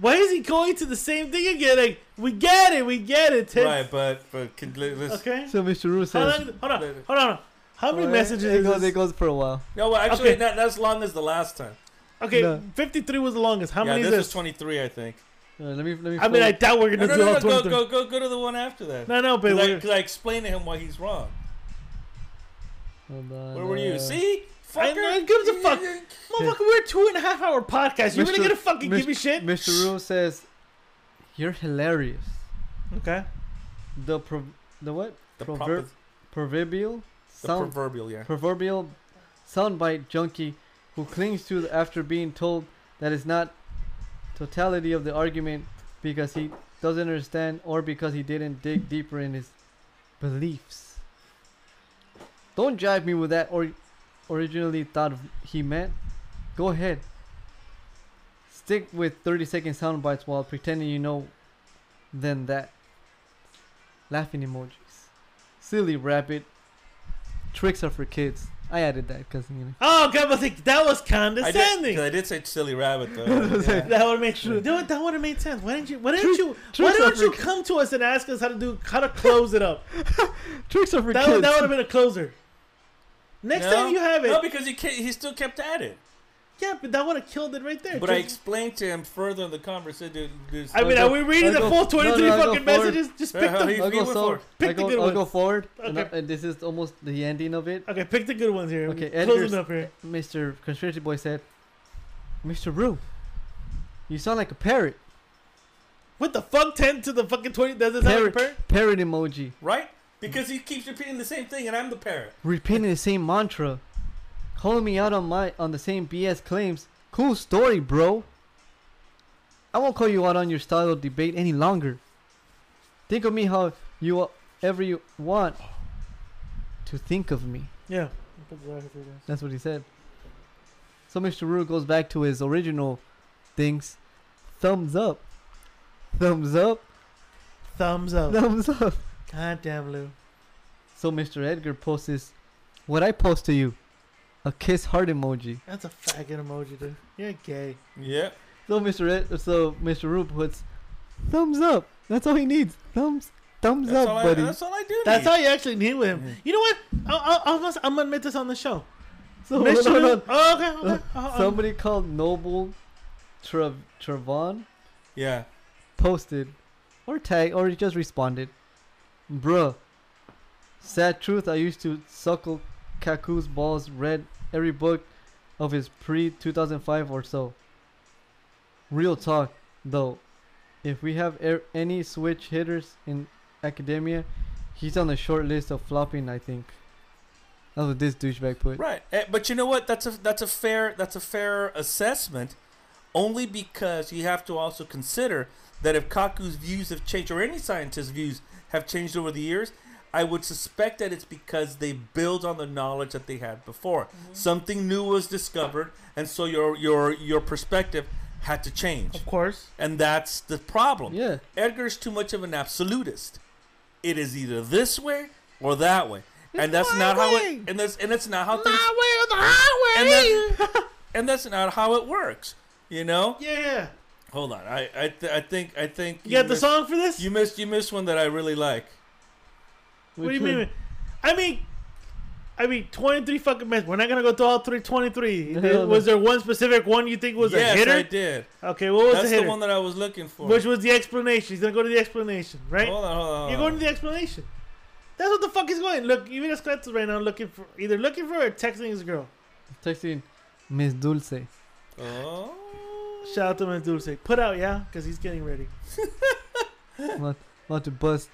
S3: Why is he going to the same thing again? Like, we get it, we get it. Ted.
S2: Right, but but can, let- let's,
S3: Okay.
S4: So Mr. Roo
S3: How
S4: says.
S3: long, hold on, hold on, hold on. How many
S4: Well,
S3: messages?
S4: It
S3: is
S4: goes,
S3: this?
S4: it goes for a while.
S2: no, well, actually,
S3: Okay.
S2: not, not as long as the last time.
S3: Okay,
S4: No.
S3: 53 was the longest. How
S2: yeah,
S3: many
S2: this,
S3: is
S2: was
S3: this?
S2: 23, I think.
S4: Uh, let me let me.
S3: I mean, I
S4: forward.
S3: doubt we're
S2: No,
S3: gonna
S2: no,
S3: do
S2: no,
S3: all
S2: no, go,
S3: 23.
S2: go, go, go to the one after that.
S3: No, no, but
S2: Because I,
S3: we're-
S2: 'cause I explained to him why he's wrong.
S4: Hold on,
S2: Where were
S4: uh,
S2: you? See?
S3: I know, it gives a fuck. Motherfucker, we're a two and a half hour podcast. You really
S4: Mr.
S3: gonna fucking give
S4: Mr.
S3: me shit?
S4: Mr. Roo says, "You're hilarious."
S3: Okay.
S4: The pro- the what?
S2: The,
S4: Prover-
S2: proper-
S4: proverbial
S2: the
S4: sound
S2: proverbial, yeah.
S4: proverbial soundbite junkie who clings to the, after being told that it's not totality of the argument because he doesn't understand or because he didn't dig deeper in his beliefs. Don't jive me with that or originally thought of he meant. Go ahead. Stick with 30 second sound bites while pretending you know then that. Laughing emojis. Silly rabbit. Tricks are for kids. I added that because you know.
S3: Oh god, but like, that was
S2: I did,
S3: condescending.
S2: 'cause I did say silly rabbit, though. Yeah.
S3: That would have made sense. That would- That would have made sense. Why didn't you? Why didn't
S4: Truth-
S3: you? Why
S4: truth
S3: didn't
S4: of
S3: you
S4: rec-
S3: come to us and ask us how to do how to close it up?
S4: Tricks are for
S3: That
S4: kids.
S3: would that would have been a closer. Next
S2: No?
S3: time you have it,
S2: No, because he, ca he still kept at it.
S3: yeah, but that would have killed it right there.
S2: But I
S3: Just-
S2: explained to him further in the conversation. Dude,
S3: I mean,
S4: I'll
S3: are
S4: go-
S3: we reading
S4: I'll
S3: the
S4: go-
S3: full
S4: no,
S3: twenty three
S4: no, I'll go
S3: fucking
S4: forward.
S3: messages? Just pick
S2: Uh,
S3: them.
S2: he-
S4: I'll
S2: We
S4: go,
S2: went
S4: so,
S2: forward.
S4: I'll
S3: Pick the
S4: go,
S3: good
S4: I'll go
S3: ones.
S4: forward, and,
S3: Okay.
S4: I- and this is almost the ending of it.
S3: Okay, pick the good ones here.
S4: Okay,
S3: We're closing
S4: Edgar's-
S3: up here.
S4: Mr. Conspiracy Boy said, Mr. Rue, you sound like a parrot.
S3: What the fuck? Ten to the fucking twenty. Does it sound like a
S4: Parrot,
S3: parrot?
S4: parrot emoji.
S2: right? Because he keeps repeating the same thing, and I'm the parrot.
S4: Repeating the same mantra. Calling me out on my on the same BS claims. Cool story, bro. I won't call you out on your style of debate any longer. Think of me how you ever you want to think of me.
S3: Yeah.
S4: That's what he said. So Mr. Rue goes back to his original things. Thumbs up. Thumbs up.
S3: Thumbs up.
S4: Thumbs up.
S3: God damn, Lou.
S4: So Mr. Edgar posts this. What I post to you. A kiss heart emoji.
S3: That's a faggot emoji, dude. You're gay.
S2: Yeah.
S4: So Mr. Ed, so Mr. Rue puts thumbs up. That's all he needs. Thumbs thumbs
S2: That's,
S4: up,
S2: all,
S4: buddy.
S2: I, that's all I do.
S3: That's
S2: need.
S3: all you actually need with him. You know what? I'll, I'll, I'll, I'm gonna admit this on the show.
S4: so hold
S3: Mr.
S4: on, hold on.
S3: Oh,
S2: uh, um,
S3: okay, okay. I'll- I'll-
S4: Somebody called Noble Trav Travon
S2: Yeah.
S4: posted or tagged or just responded, bruh. Sad truth, I used to suckle Kaku's balls, read every book of his pre 2005 or so. Real talk, though, if we have er- any switch hitters in academia, he's on the short list of flopping, I think. That's what this douchebag put.
S2: Right, Eh, but you know what? That's a that's a fair that's a fair assessment, only because you have to also consider that if Kaku's views have changed or any scientist's views have changed over the years, I would suspect that it's because they build on the knowledge that they had before.
S3: Mm-hmm.
S2: Something new was discovered, and so your your your perspective had to change,
S3: Of course.
S2: and that's the problem.
S4: Yeah.
S2: Edgar's too much of an absolutist. It is either this way or that way, and that's
S3: my
S2: not how
S3: way.
S2: it and that's and that's not how things
S3: way or the highway.
S2: and that's, and that's not how it works. You know.
S3: yeah, yeah.
S2: Hold on. I I, th- I think I think
S3: You got the
S2: missed,
S3: song for this?
S2: You missed you missed one that I really like.
S3: what do you mean? I mean, I mean, 23 fucking minutes. We're not gonna go through all three 23.
S4: No,
S3: Did-
S4: no.
S3: Was there one specific one you think was
S2: yes,
S3: a hitter?
S2: I did.
S3: Okay, what was
S2: that's
S3: the hitter?
S2: the one that I was looking for.
S3: Which was the explanation? He's gonna go to the explanation, right?
S2: Hold on, hold on.
S3: You're
S2: hold
S3: going to the
S2: on.
S3: explanation. That's what the fuck is going. Look, even Escletus right now looking for either looking for or texting his girl.
S4: Texting Miss Dulce.
S2: Oh.
S3: Shout out to Miss Dulce. Put out, yeah, because he's getting ready.
S4: I'm about, about to bust.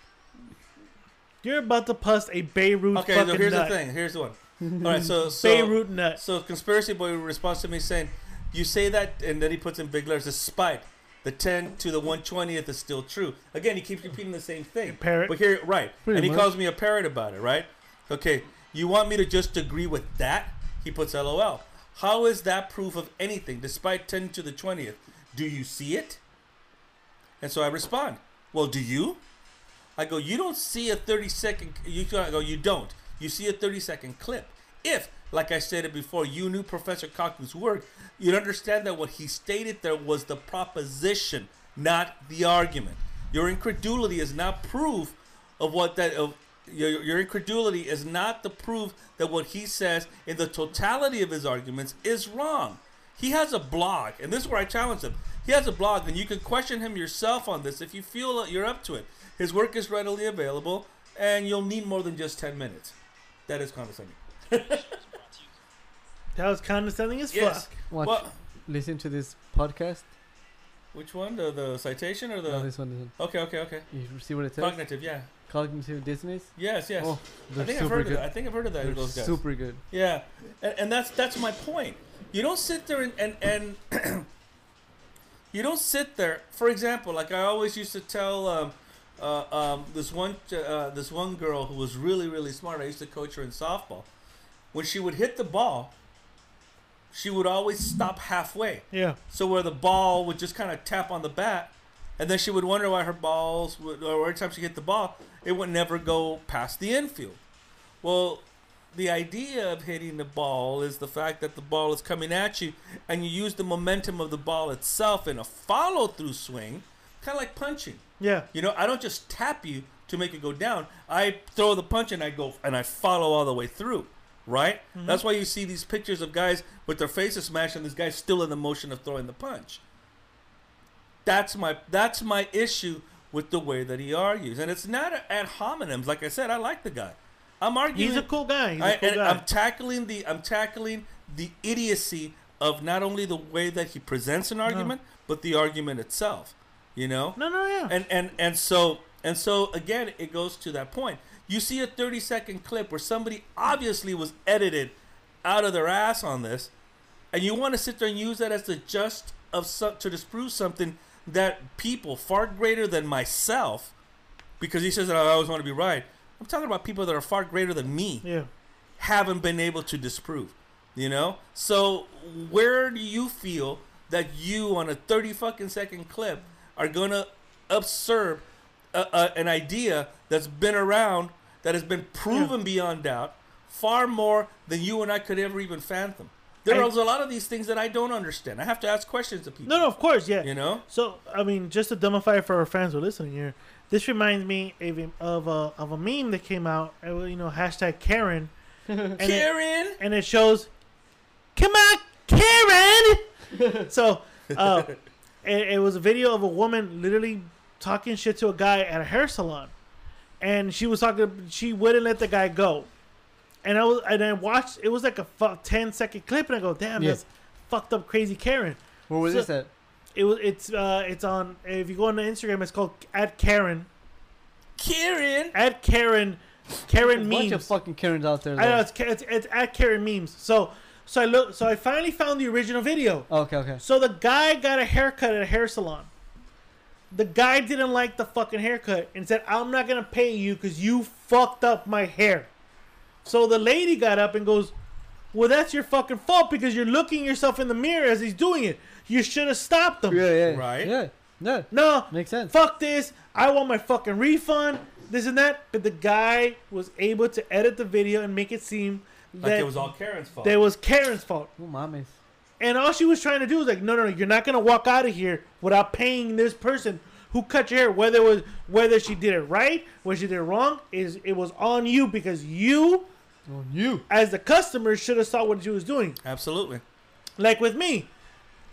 S3: You're about to bust a Beirut
S2: Okay,
S3: fucking
S2: so here's
S3: nut.
S2: the thing. Here's the one. All right, so so
S3: Beirut nut.
S2: so conspiracy boy responds to me saying, "You say that," and then he puts in big letters, "Despite the ten to the one twentieth is still true." Again, he keeps repeating the same thing.
S3: parrot.
S2: But here, right,
S4: Pretty
S2: and he
S4: much.
S2: calls me a parrot about it, right? Okay, you want me to just agree with that? He puts LOL. How is that proof of anything? Despite ten to the twentieth, do you see it? And so I respond, "Well, do you?" I go, you don't see a 30 second. You I go, you don't. You see a 30 second clip. If, like I stated before, you knew Professor Kaku's work, you'd understand that what he stated there was the proposition, not the argument. Your incredulity is not proof of what that of your, your incredulity is not the proof that what he says in the totality of his arguments is wrong. He has a blog, and this is where I challenge him. He has a blog, and you can question him yourself on this if you feel that you're up to it. His work is readily available, and you'll need more than just 10 minutes. That is condescending.
S3: That was condescending as
S2: Yes.
S3: fuck.
S4: Watch.
S2: Well,
S4: Listen to this podcast.
S2: which one? The, the citation or
S4: No,
S2: the.
S4: this one, this one.
S2: Okay, okay, okay.
S4: You see what it says?
S2: Cognitive, yeah.
S4: Cognitive dissonance.
S2: Yes, yes.
S4: Oh,
S2: I
S4: they're
S2: think I've
S4: super
S2: heard of
S4: good.
S2: that. I think I've heard of that.
S4: They're
S2: those guys.
S4: super good.
S2: Yeah, and, and that's that's my point. You don't sit there and and, and you don't sit there. For example, like I always used to tell um, uh, um, this one uh, this one girl who was really really smart. I used to coach her in softball. When she would hit the ball, she would always stop halfway.
S3: Yeah.
S2: So where the ball would just kind of tap on the bat, and then she would wonder why her balls would, or every time she hit the ball, it would never go past the infield. Well, the idea of hitting the ball is the fact that the ball is coming at you, and you use the momentum of the ball itself in a follow-through swing, kind of like punching.
S3: Yeah.
S2: You know, I don't just tap you to make it go down. I throw the punch and I go and I follow all the way through. Right?
S3: Mm-hmm.
S2: That's why you see these pictures of guys with their faces smashed and this guy's still in the motion of throwing the punch. That's my that's my issue with the way that he argues. And it's not ad hominems. Like I said, I like the guy. I'm arguing
S3: He's a cool guy. He's
S2: I,
S3: a cool
S2: and
S3: guy.
S2: I'm tackling the I'm tackling the idiocy of not only the way that he presents an argument, but the argument itself. You know?
S3: no, no, yeah.
S2: and and and so and so again it goes to that point you see a 30 second clip where somebody obviously was edited out of their ass on this and you want to sit there and use that as the just of some, to disprove something that people far greater than myself because he says that i always want to be right i'm talking about people that are far greater than me
S3: yeah.
S2: haven't been able to disprove. You know? So where do you feel that you on a 30 fucking second clip are gonna absurb a, a, an idea that's been around, that has been proven beyond doubt, far more than you and I could ever even fathom? There
S3: I-
S2: are a lot of these things that I don't understand. I have to ask questions of people.
S3: No, no, of course, yeah.
S2: You know?
S3: So, I mean, just to dumbify it for our fans who are listening here, this reminds me of a, of a, of a meme that came out, uh, you know, hashtag Karen. and it-
S2: Karen!
S3: and it shows, come on, Karen. so uh, it, it was a video of a woman literally talking shit to a guy at a hair salon, and she was talking. She wouldn't let the guy go, and I was and I watched. It was like a fu- 10 second clip, and I go, "Damn,
S4: Yeah.
S3: that's fucked up, crazy Karen."
S4: Where was
S3: So-
S4: this at?
S3: It was. It's uh. It's on. If you go on Instagram, it's called at Karen
S2: Karen.
S3: at Karen Karen
S4: Bunch of
S3: memes.
S4: fucking Karens out there.
S3: I know
S4: though.
S3: it's, it's it's at Karen memes. So so I look. So I finally found the original video.
S4: Oh, okay, okay.
S3: So the guy got a haircut at a hair salon. The guy didn't like the fucking haircut and said, "I'm not gonna pay you because you fucked up my hair." So the lady got up and goes, "Well, that's your fucking fault because you're looking yourself in the mirror as he's doing it. You should have stopped him."
S4: Yeah, yeah.
S2: Right.
S4: Yeah. Yeah.
S3: No,
S4: Makes sense.
S3: Fuck this. I want my fucking refund. This and that. But the guy was able to edit the video and make it seem that
S2: Like it was all Karen's fault.
S3: that it was Karen's fault.
S4: Oh, mames.
S3: And all she was trying to do was like, no, no, no, you're not gonna walk out of here without paying this person who cut your hair. Whether it was whether she did it right, whether she did it wrong, is it was on you because you,
S4: On you.
S3: as the customer, should have saw what she was doing.
S2: Absolutely.
S3: Like with me,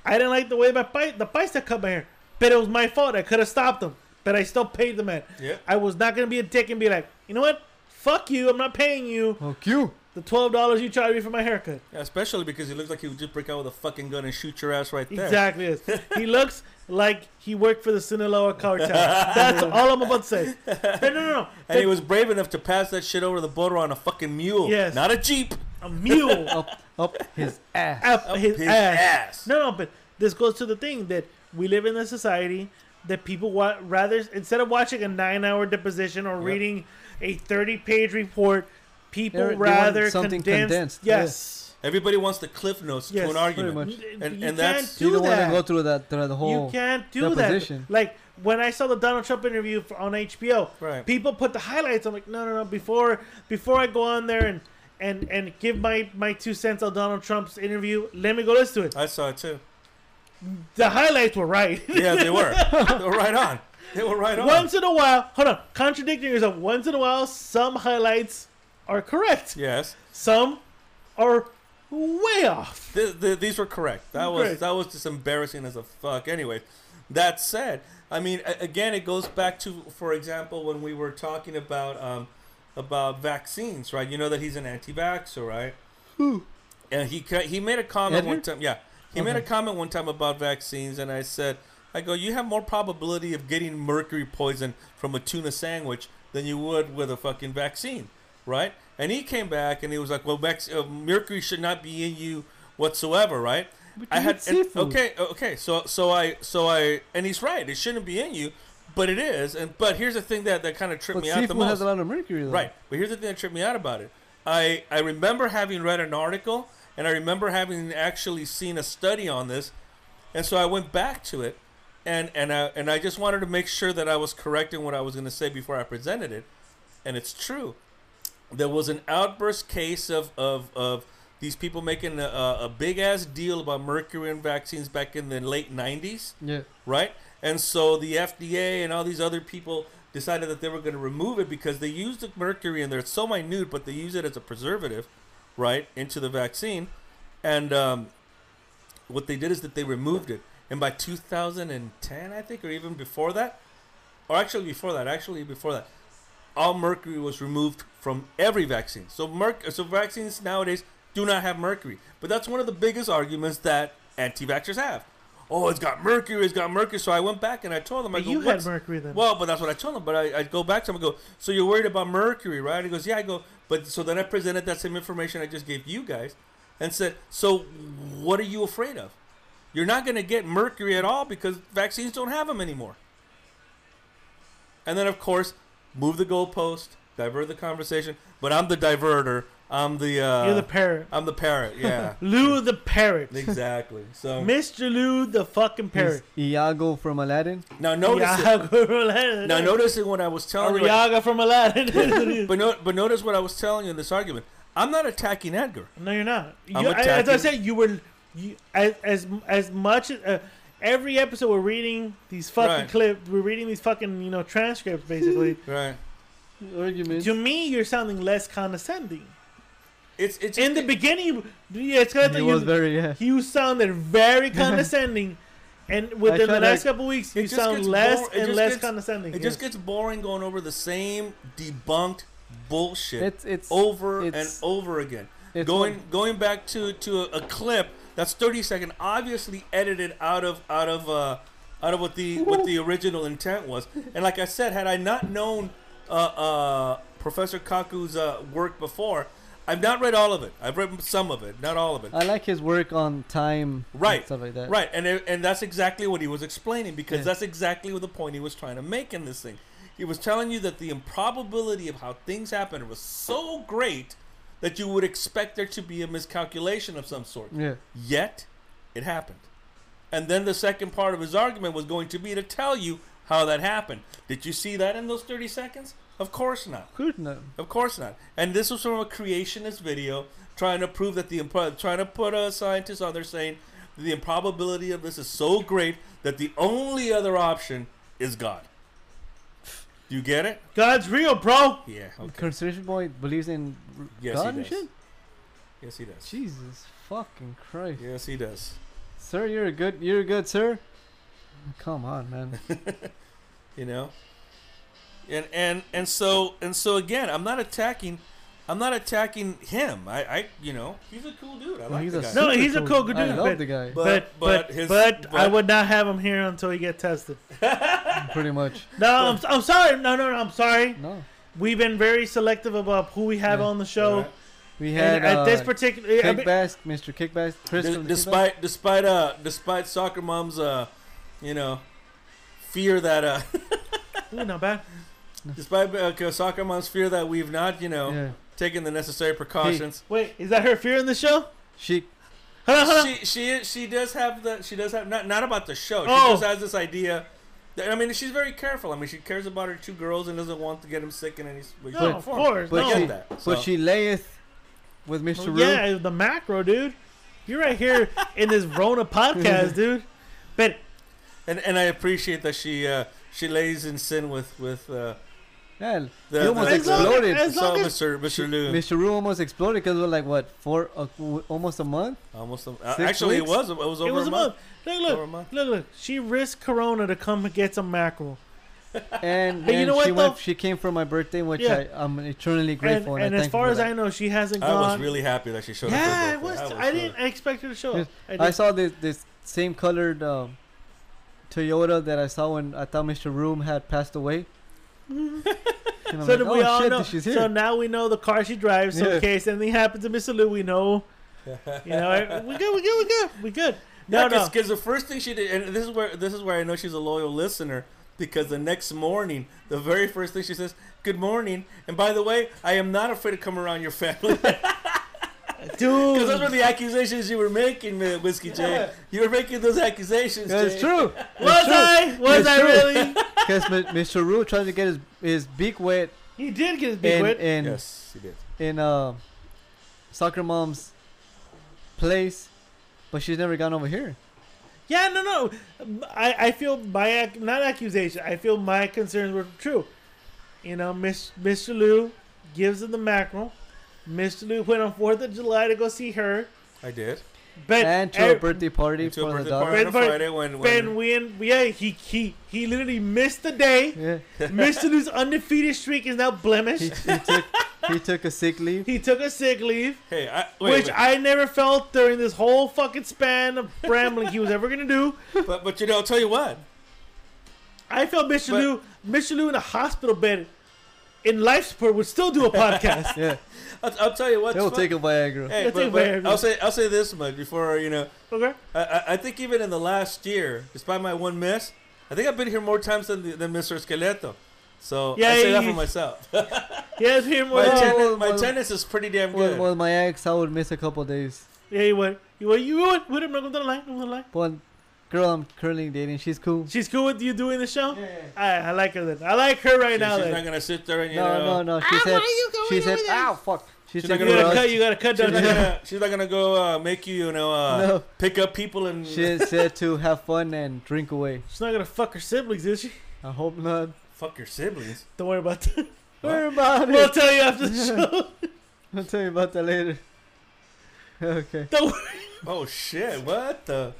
S3: I didn't like the way my pi- the paisa cut my hair, but it was my fault. I could have stopped them, but I still paid the man.
S2: Yeah.
S3: I was not gonna be a dick and be like, you know what? Fuck you! I'm not paying you
S4: Fuck you.
S3: the twelve dollars you charged me for my haircut.
S2: Yeah, especially because he looks like he would just break out with a fucking gun and shoot your ass right there.
S3: Exactly. Is. He looks like he worked for the Sinaloa cartel. That's all I'm about to say. But no, no, no.
S2: And he was brave enough to pass that shit over the border on a fucking mule.
S3: Yes.
S2: Not a jeep.
S3: a mule
S4: Up, up his ass.
S3: up, his,
S2: his
S3: ass.
S2: ass.
S3: No, no, but this goes to the thing that we live in a society that people wa- rather instead of watching a nine-hour deposition or reading a thirty-page report, people
S4: They- they want
S3: rather
S4: something
S3: condense-
S4: condensed,
S3: Yes,
S2: Everybody wants the cliff notes
S3: Yes,
S2: to an
S3: pretty
S2: argument.
S4: much.
S3: N-
S2: And-
S3: you
S2: and
S3: can't
S2: that's-
S4: you
S3: do
S4: don't
S3: that.
S4: want to go through that through the whole.
S3: you can't do that.
S4: deposition.
S3: Like when I saw the Donald Trump interview for, on HBO,
S2: Right.
S3: people put the highlights. I'm like, no, no, no. Before before I go on there and and and give my my two cents on Donald Trump's interview, let me go listen to it.
S2: I saw it too.
S3: The highlights were right.
S2: Yeah, they were. they were right on. They were right on.
S3: once in a while, hold on, contradicting yourself. Once in a while, some highlights are correct.
S2: Yes.
S3: Some are way off.
S2: Th th these were correct. That was
S3: Great.
S2: that was just embarrassing as a fuck. Anyway, that said, I mean, a- again, it goes back to, for example, when we were talking about um, about vaccines, right? You know that he's an anti-vaxxer, right? And he ca- he made a comment one
S4: Edward?
S2: time. Yeah, he made a comment one time about vaccines, and I said, I go, you have more probability of getting mercury poison from a tuna sandwich than you would with a fucking vaccine, right? And he came back and he was like, well, vac- uh, mercury should not be in you whatsoever, right? I
S4: you
S2: had
S4: eat
S2: and-
S4: seafood.
S2: okay, okay. So so I so I and he's right. It shouldn't be in you, but it is. And but here's the thing that that kind of tripped
S4: But
S2: me out the
S4: seafood
S2: most.
S4: has a lot of mercury. Though.
S2: Right. But here's the thing that tripped me out about it. I, I remember having read an article and I remember having actually seen a study on this. And so I went back to it and, and I and I just wanted to make sure that I was correct in what I was gonna say before I presented it. And it's true. There was an outburst case of, of, of these people making a, a big ass deal about mercury and vaccines back in the late 90s
S4: Yeah.
S2: right? And so the FDA and all these other people decided that they were going to remove it because they used the mercury and they're so minute, but they use it as a preservative, right, into the vaccine. And um, what they did is that they removed it. And by 2010, I think, or even before that, or actually before that, actually before that, all mercury was removed from every vaccine. So merc- so vaccines nowadays do not have mercury. But that's one of the biggest arguments that anti-vaxxers have. Oh, it's got mercury, it's got mercury. So I went back and I told them, I
S3: But
S2: go,
S3: you had
S2: "What's-"
S3: mercury then.
S2: Well, but that's what I told him. But I, I go back to him and go, so you're worried about mercury, right? He goes, yeah. I go, but so then I presented that same information I just gave you guys, and said, so what are you afraid of? You're not going to get mercury at all because vaccines don't have them anymore. And then, of course, move the goalpost, divert the conversation. But I'm the diverter. I'm the. Uh,
S3: You're the parrot,
S2: I'm the parrot. Yeah,
S3: Lou the parrot,
S2: exactly. So
S3: Mr. Lou the fucking parrot.
S4: Is Iago from Aladdin.
S2: now notice. It.
S3: Iago from Aladdin.
S2: Now notice it when I was telling you.
S3: Ariaga from Aladdin.
S2: But no, but notice what I was telling you in this argument. I'm not attacking Edgar.
S3: no, you're not. You,
S2: I'm
S3: I, as I
S2: attacking-
S3: said, you were you, as as as much uh, every episode we're reading these fucking
S2: Right.
S3: clips. We're reading these fucking you know transcripts basically.
S2: Right.
S4: Argument.
S3: to me, you're sounding less condescending.
S2: It's it's
S3: In the beginning, you- yeah, it's kind of
S4: He
S3: thing.
S4: was
S3: you-
S4: very yeah.
S3: you sounded very condescending, And within
S4: try
S3: the
S4: to-
S3: last couple weeks, you
S2: just
S3: sound
S2: gets
S3: less
S2: bor- it
S3: and
S2: just
S3: less
S2: gets-
S3: condescending.
S2: It just gets boring going over the same debunked bullshit
S4: It's- it's-
S2: over
S4: it's-
S2: and over again.
S4: it's
S2: Going
S4: one-
S2: going back to to a, a clip that's 30 second, obviously edited out of out of uh, out of what the what the original intent was. And like I said, had I not known uh, uh, Professor Kaku's uh, work before, I've not read all of it. I've read some of it, not all of it.
S4: I like his work on time,
S2: Right,
S4: And stuff like that.
S2: Right, and it- and that's exactly what he was explaining because
S4: Yeah.
S2: that's exactly what the point he was trying to make in this thing. He was telling you that the improbability of how things happen was so great that you would expect there to be a miscalculation of some sort.
S4: Yeah.
S2: Yet, it happened. And then the second part of his argument was going to be to tell you how that happened. Did you see that in those thirty seconds? Of course not.
S4: Good. No.
S2: Of course not. And this was from a creationist video trying to prove that the imp- trying to put a scientist on there saying the improbability of this is so great that the only other option is God. You get it?
S3: God's real, bro.
S2: Yeah. Okay.
S4: Conservation boy believes in r-
S2: Yes,
S4: God
S2: he
S4: and
S2: does.
S4: shit.
S2: Yes, he does.
S4: Jesus fucking Christ,
S2: Yes, he does.
S4: sir, you're a good, you're a good sir. Come on, man.
S2: you know and and and so and so again i'm not attacking i'm not attacking him i i you know he's a cool dude i like
S4: he's
S2: the
S4: a
S2: guy
S3: No,
S4: super
S3: he's a cool dude,
S4: I love
S3: but-
S4: the guy,
S2: but-
S3: But but but,
S2: his-
S3: I
S2: but-
S3: would not have him here until he get tested.
S4: pretty much.
S3: No, I'm, I'm sorry. No, no, no, I'm sorry.
S4: No,
S3: We've been very selective about who we have
S4: Yeah.
S3: on the show.
S2: Alright.
S4: we
S3: And
S4: had
S3: at
S4: uh,
S3: this particular, I mean,
S4: Kickbass, Mr. Kickbass, Chris
S2: D-
S4: from the Kickbass.
S2: despite despite uh despite soccer mom's uh you know fear that uh
S3: ooh, not bad.
S2: despite uh, soccer mom's fear that we've not you know
S4: Yeah,
S2: taken the necessary precautions
S3: Wait, is that her fear in the show?
S4: she
S3: Hold on, hold on.
S2: she she is- she does have the she does have not not about the show. She
S3: Oh.
S2: just has this idea. That, I mean, she's very careful. I mean, she cares about her two girls and doesn't want to get them sick in any way. shape,
S3: no,
S2: or
S3: of
S2: form.
S3: course,
S2: I
S4: But
S3: no.
S2: get
S4: she-
S2: that. so.
S4: But she layeth with Mr.
S3: Well,
S4: Roo.
S3: Yeah, the macro, dude. You're right here in this Rona podcast, dude. But
S2: and and I appreciate that she uh, she lays in sin with with uh,
S4: Yeah,
S2: The-
S4: he almost
S2: the-
S3: as long
S4: exploded.
S3: as, as
S2: so
S3: long as
S2: Mr. Mr. Lou.
S4: Mr. Roo almost exploded because we're like what for a, almost a month.
S2: Almost a- uh,
S4: Six
S2: actually
S4: weeks?
S2: it was it was over
S3: it was
S2: a month.
S3: Look, look,
S2: Over a month.
S3: look, look. She risked Corona to come and get some mackerel.
S4: And,
S3: But you
S4: and
S3: know what,
S4: she went,
S3: though?
S4: she came for my birthday, which
S3: Yeah.
S4: I, I'm eternally
S3: And,
S4: grateful. And,
S3: and as far as I
S4: I,
S3: know, she hasn't
S2: I
S3: gone.
S2: was really happy that she showed
S3: yeah, I
S2: up. for her
S3: was.
S2: birthday.
S3: I didn't expect her to show up. I,
S4: I
S3: did.
S4: saw this this same colored um, Toyota that I saw when I thought Mr. Room had passed away. and
S3: So
S4: I'm like,
S3: that
S4: oh
S3: we all
S4: shit,
S3: know.
S4: she's here.
S3: So now we know the car she drives. So
S4: Yeah.
S3: in case anything happens to Mr. Lou, we know. You know, we good, we good, we good, we good. No,
S2: No,
S3: no.
S2: because the first thing she did, and this is where this is where I know she's a loyal listener, because the next morning, the very first thing she says, "Good morning," and by the way, I am not afraid to come around your family, because
S3: dude.
S2: those were the accusations you were making, man, Whiskey Jay. You were making those accusations.
S4: Yeah, it's
S2: Jay.
S4: true.
S3: Was I? Was
S4: It's
S3: I
S4: true.
S3: really?
S4: Because Mr. Roo tried to get his, his beak wet
S3: He did get his beak
S4: in,
S3: wet.
S4: in
S2: Yes, she did.
S4: in uh, soccer mom's place, but she's never gone over here.
S3: Yeah, no, no. I, I feel my ac- not accusation. I feel my concerns were true. You know, Miss, Mr. Lou gives him the mackerel. Mr. Lou went on Fourth of July to go see her,
S2: I did.
S3: but
S4: And to a
S3: every-
S4: birthday party
S2: To a
S4: for
S2: birthday
S4: the daughter.
S2: party on a
S3: Friday-
S2: Friday when
S3: Ben
S2: when
S3: Wien, yeah, he he he literally missed the day.
S4: Yeah,
S3: Mr. Lou's undefeated streak is now
S4: he,
S3: blemished.
S4: he took he took a sick leave.
S3: He took a sick leave,
S2: hey, I,
S3: which
S2: wait, wait.
S3: I never felt during this whole fucking span of rambling he was ever gonna do.
S2: but but you know, I'll tell you what.
S3: I felt Mr.
S2: But-
S3: Lou, Mr. Lou in a hospital bed in life support would still do a podcast.
S4: Yeah,
S2: I'll, I'll tell you what.
S4: he'll take a Viagra.
S2: Hey,
S3: He'll
S2: but,
S3: take
S2: but
S3: Viagra.
S2: I'll say I'll say this much before you know.
S3: Okay.
S2: I- I, I think even in the last year, despite my one miss, I think I've been here more times than, the, than Mr. Esqueleto. So
S3: Yeah,
S2: I say
S3: you-
S2: that for myself. my
S3: Yeah, it's him. Well,
S2: tennis,
S4: well,
S2: my
S4: well,
S2: tennis is pretty damn good.
S4: Well, well, my ex, I would miss a couple days.
S3: yeah, you would. You would. You would. Would him come to the line? Come to the line.
S4: One girl I'm currently dating, she's cool.
S3: She's cool with you doing the show. I, I like her then. I like her right
S2: She-
S3: now.
S2: she's
S3: Then.
S2: not gonna sit there and you
S4: No, no,
S2: know.
S4: no. She said. She said. Ow, fuck. She
S2: She's not
S4: said.
S3: you
S2: gonna
S3: gotta
S4: "Girl,
S3: cut. You gotta cut down.
S2: She's not gonna, she's not gonna go uh, make you, you know, uh,
S4: No.
S2: pick up people and.
S4: She said to have fun and drink away.
S3: She's not gonna fuck her siblings, is she?
S4: I hope not.
S2: Fuck your siblings.
S3: Don't worry about that.
S4: Worry about
S3: We'll
S4: it.
S3: tell you after the show.
S4: I'll tell you about that later. Okay.
S3: Don't worry.
S2: Oh shit! What the?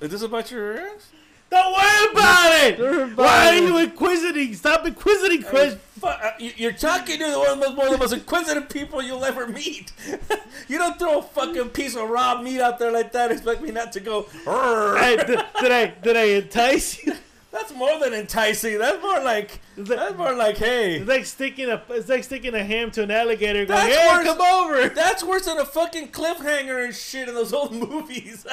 S2: Is this about your ass?
S3: Don't worry about it.
S4: Don't worry about
S3: Why are
S4: it.
S3: you inquisiting? Stop inquisiting, Chris.
S2: Fu- uh, you- You're talking to one of, the most, one of the most inquisitive people you'll ever meet. you don't throw a fucking piece of raw meat out there like that and expect me not to go. "Rrr."
S3: Hey, did, did I did I entice you?
S2: That's more than enticing. That's more like.
S3: Is that-
S2: That's more like, hey.
S3: It's like sticking a it's like sticking a ham to an alligator. Going,
S2: That's
S3: hey,
S2: worse-
S3: come over.
S2: That's worse than a fucking cliffhanger and shit in those old movies.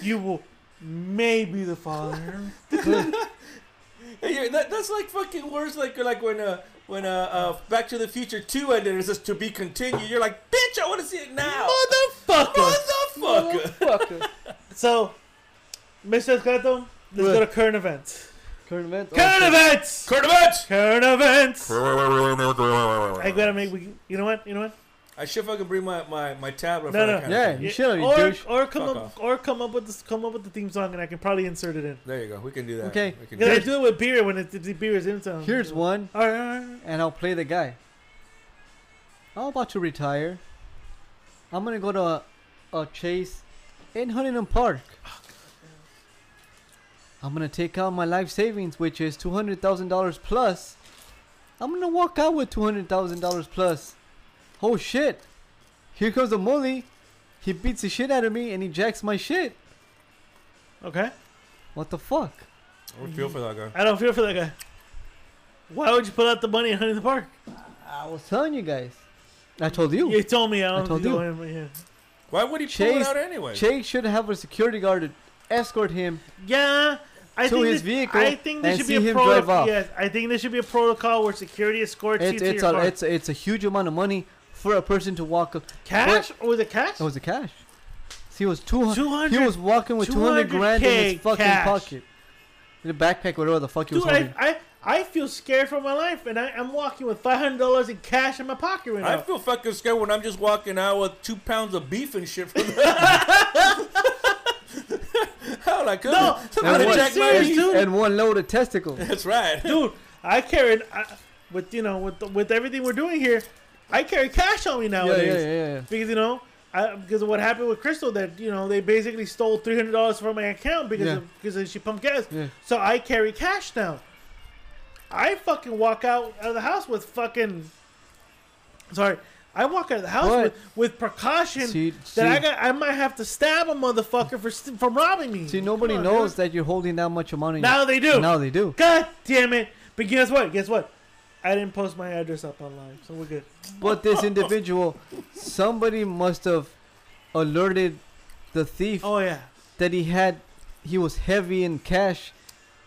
S3: You will maybe the father.
S2: Hey, you're- that, that's like fucking words like like when uh when uh, uh Back to the Future Two ended. It says to be continued. You're like, bitch, I want to see it now.
S3: Motherfucker.
S2: Motherfucker.
S4: Fucker.
S3: So, Mr. Escreto, let's
S4: What?
S3: go to current events.
S4: Current events.
S3: Current
S4: Okay.
S3: events.
S2: Current events.
S3: Current events. I
S5: I
S3: gotta make. We, you know what? You know what?
S2: I should fucking bring my my my tablet.
S3: No,
S2: for
S3: no.
S2: that kind
S4: Yeah,
S2: Of thing.
S4: you
S3: Yeah,
S4: should. You
S3: or,
S4: douche.
S3: or come
S2: Fuck
S3: up
S2: off.
S3: or come up with this come up with the theme song and I can probably insert it in.
S2: There you go. We can do that.
S4: Okay.
S2: We can do
S3: Because I
S2: that.
S3: do it with beer when it, the beer is in town.
S4: Here's one,
S3: All right, all right, all right.
S4: and I'll play the guy. I'm about to retire. I'm gonna go to a, a chase in Huntington Park. I'm gonna take out my life savings, which is two hundred thousand dollars plus. I'm gonna walk out with two hundred thousand dollars plus. Oh shit! Here comes the mully. He beats the shit out of me and he jacks my shit.
S3: Okay.
S4: What the fuck?
S2: I feel for that guy.
S3: I don't feel for that guy. Why would you put out the money in Honey the Park?
S4: I was telling you guys. I told you.
S3: You told me I don't
S4: told
S3: do
S4: you.
S3: him. Yeah.
S2: Why would he pull it
S4: Chase-
S2: out anyway?
S4: Jake should have a security guard to escort him.
S3: Yeah, I
S4: To
S3: think
S4: his
S3: that-
S4: vehicle
S3: I think there
S4: and
S3: should be
S4: see
S3: a
S4: him drive
S3: protocol.
S4: off.
S3: Yes, I think there should be a protocol where security escorts you
S4: It's
S3: to
S4: it's
S3: your
S4: a
S3: car.
S4: it's a, it's a huge amount of money for a person to walk. up.
S3: cash or was it cash?
S4: It was a cash. See, it was two hundred.
S3: 200
S4: He was walking with two hundred grand in
S3: 200K
S4: his fucking
S3: cash.
S4: pocket, in a backpack, whatever the fuck he
S3: Dude,
S4: was holding.
S3: I, I I feel scared for my life, and I, I'm walking with five hundred dollars in cash in my pocket right
S2: I
S3: now.
S2: feel fucking scared when I'm just walking out with two pounds of beef and shit. From How like come?
S3: No,
S2: somebody
S3: I'm
S4: what?
S2: check my
S3: serious,
S2: beef.
S3: dude.
S4: and one load of testicles.
S2: That's right.
S3: Dude, I carry I, with you know with the, with everything we're doing here, I carry cash on me
S4: yeah,
S3: nowadays
S4: yeah, yeah, yeah.
S3: because you know. I, because of what happened with Crystal, that you know they basically stole three hundred dollars from my account because
S4: Yeah.
S3: of, because she pumped gas.
S4: Yeah.
S3: So I carry cash now. I fucking walk out of the house with fucking. Sorry, I walk out of the house
S4: What?
S3: with, with precaution
S4: See-
S3: that
S4: see-
S3: I got. I might have to stab a motherfucker for st- for robbing me.
S4: See, nobody
S3: Come on,
S4: knows
S3: dude.
S4: that you're holding that much amount. in
S3: Now
S4: your-
S3: they do.
S4: Now they do.
S3: God damn it! But guess what? Guess what? I didn't post my address up online, so we're good.
S4: But this individual, somebody must have alerted the thief
S3: Oh yeah.
S4: that he had he was heavy in cash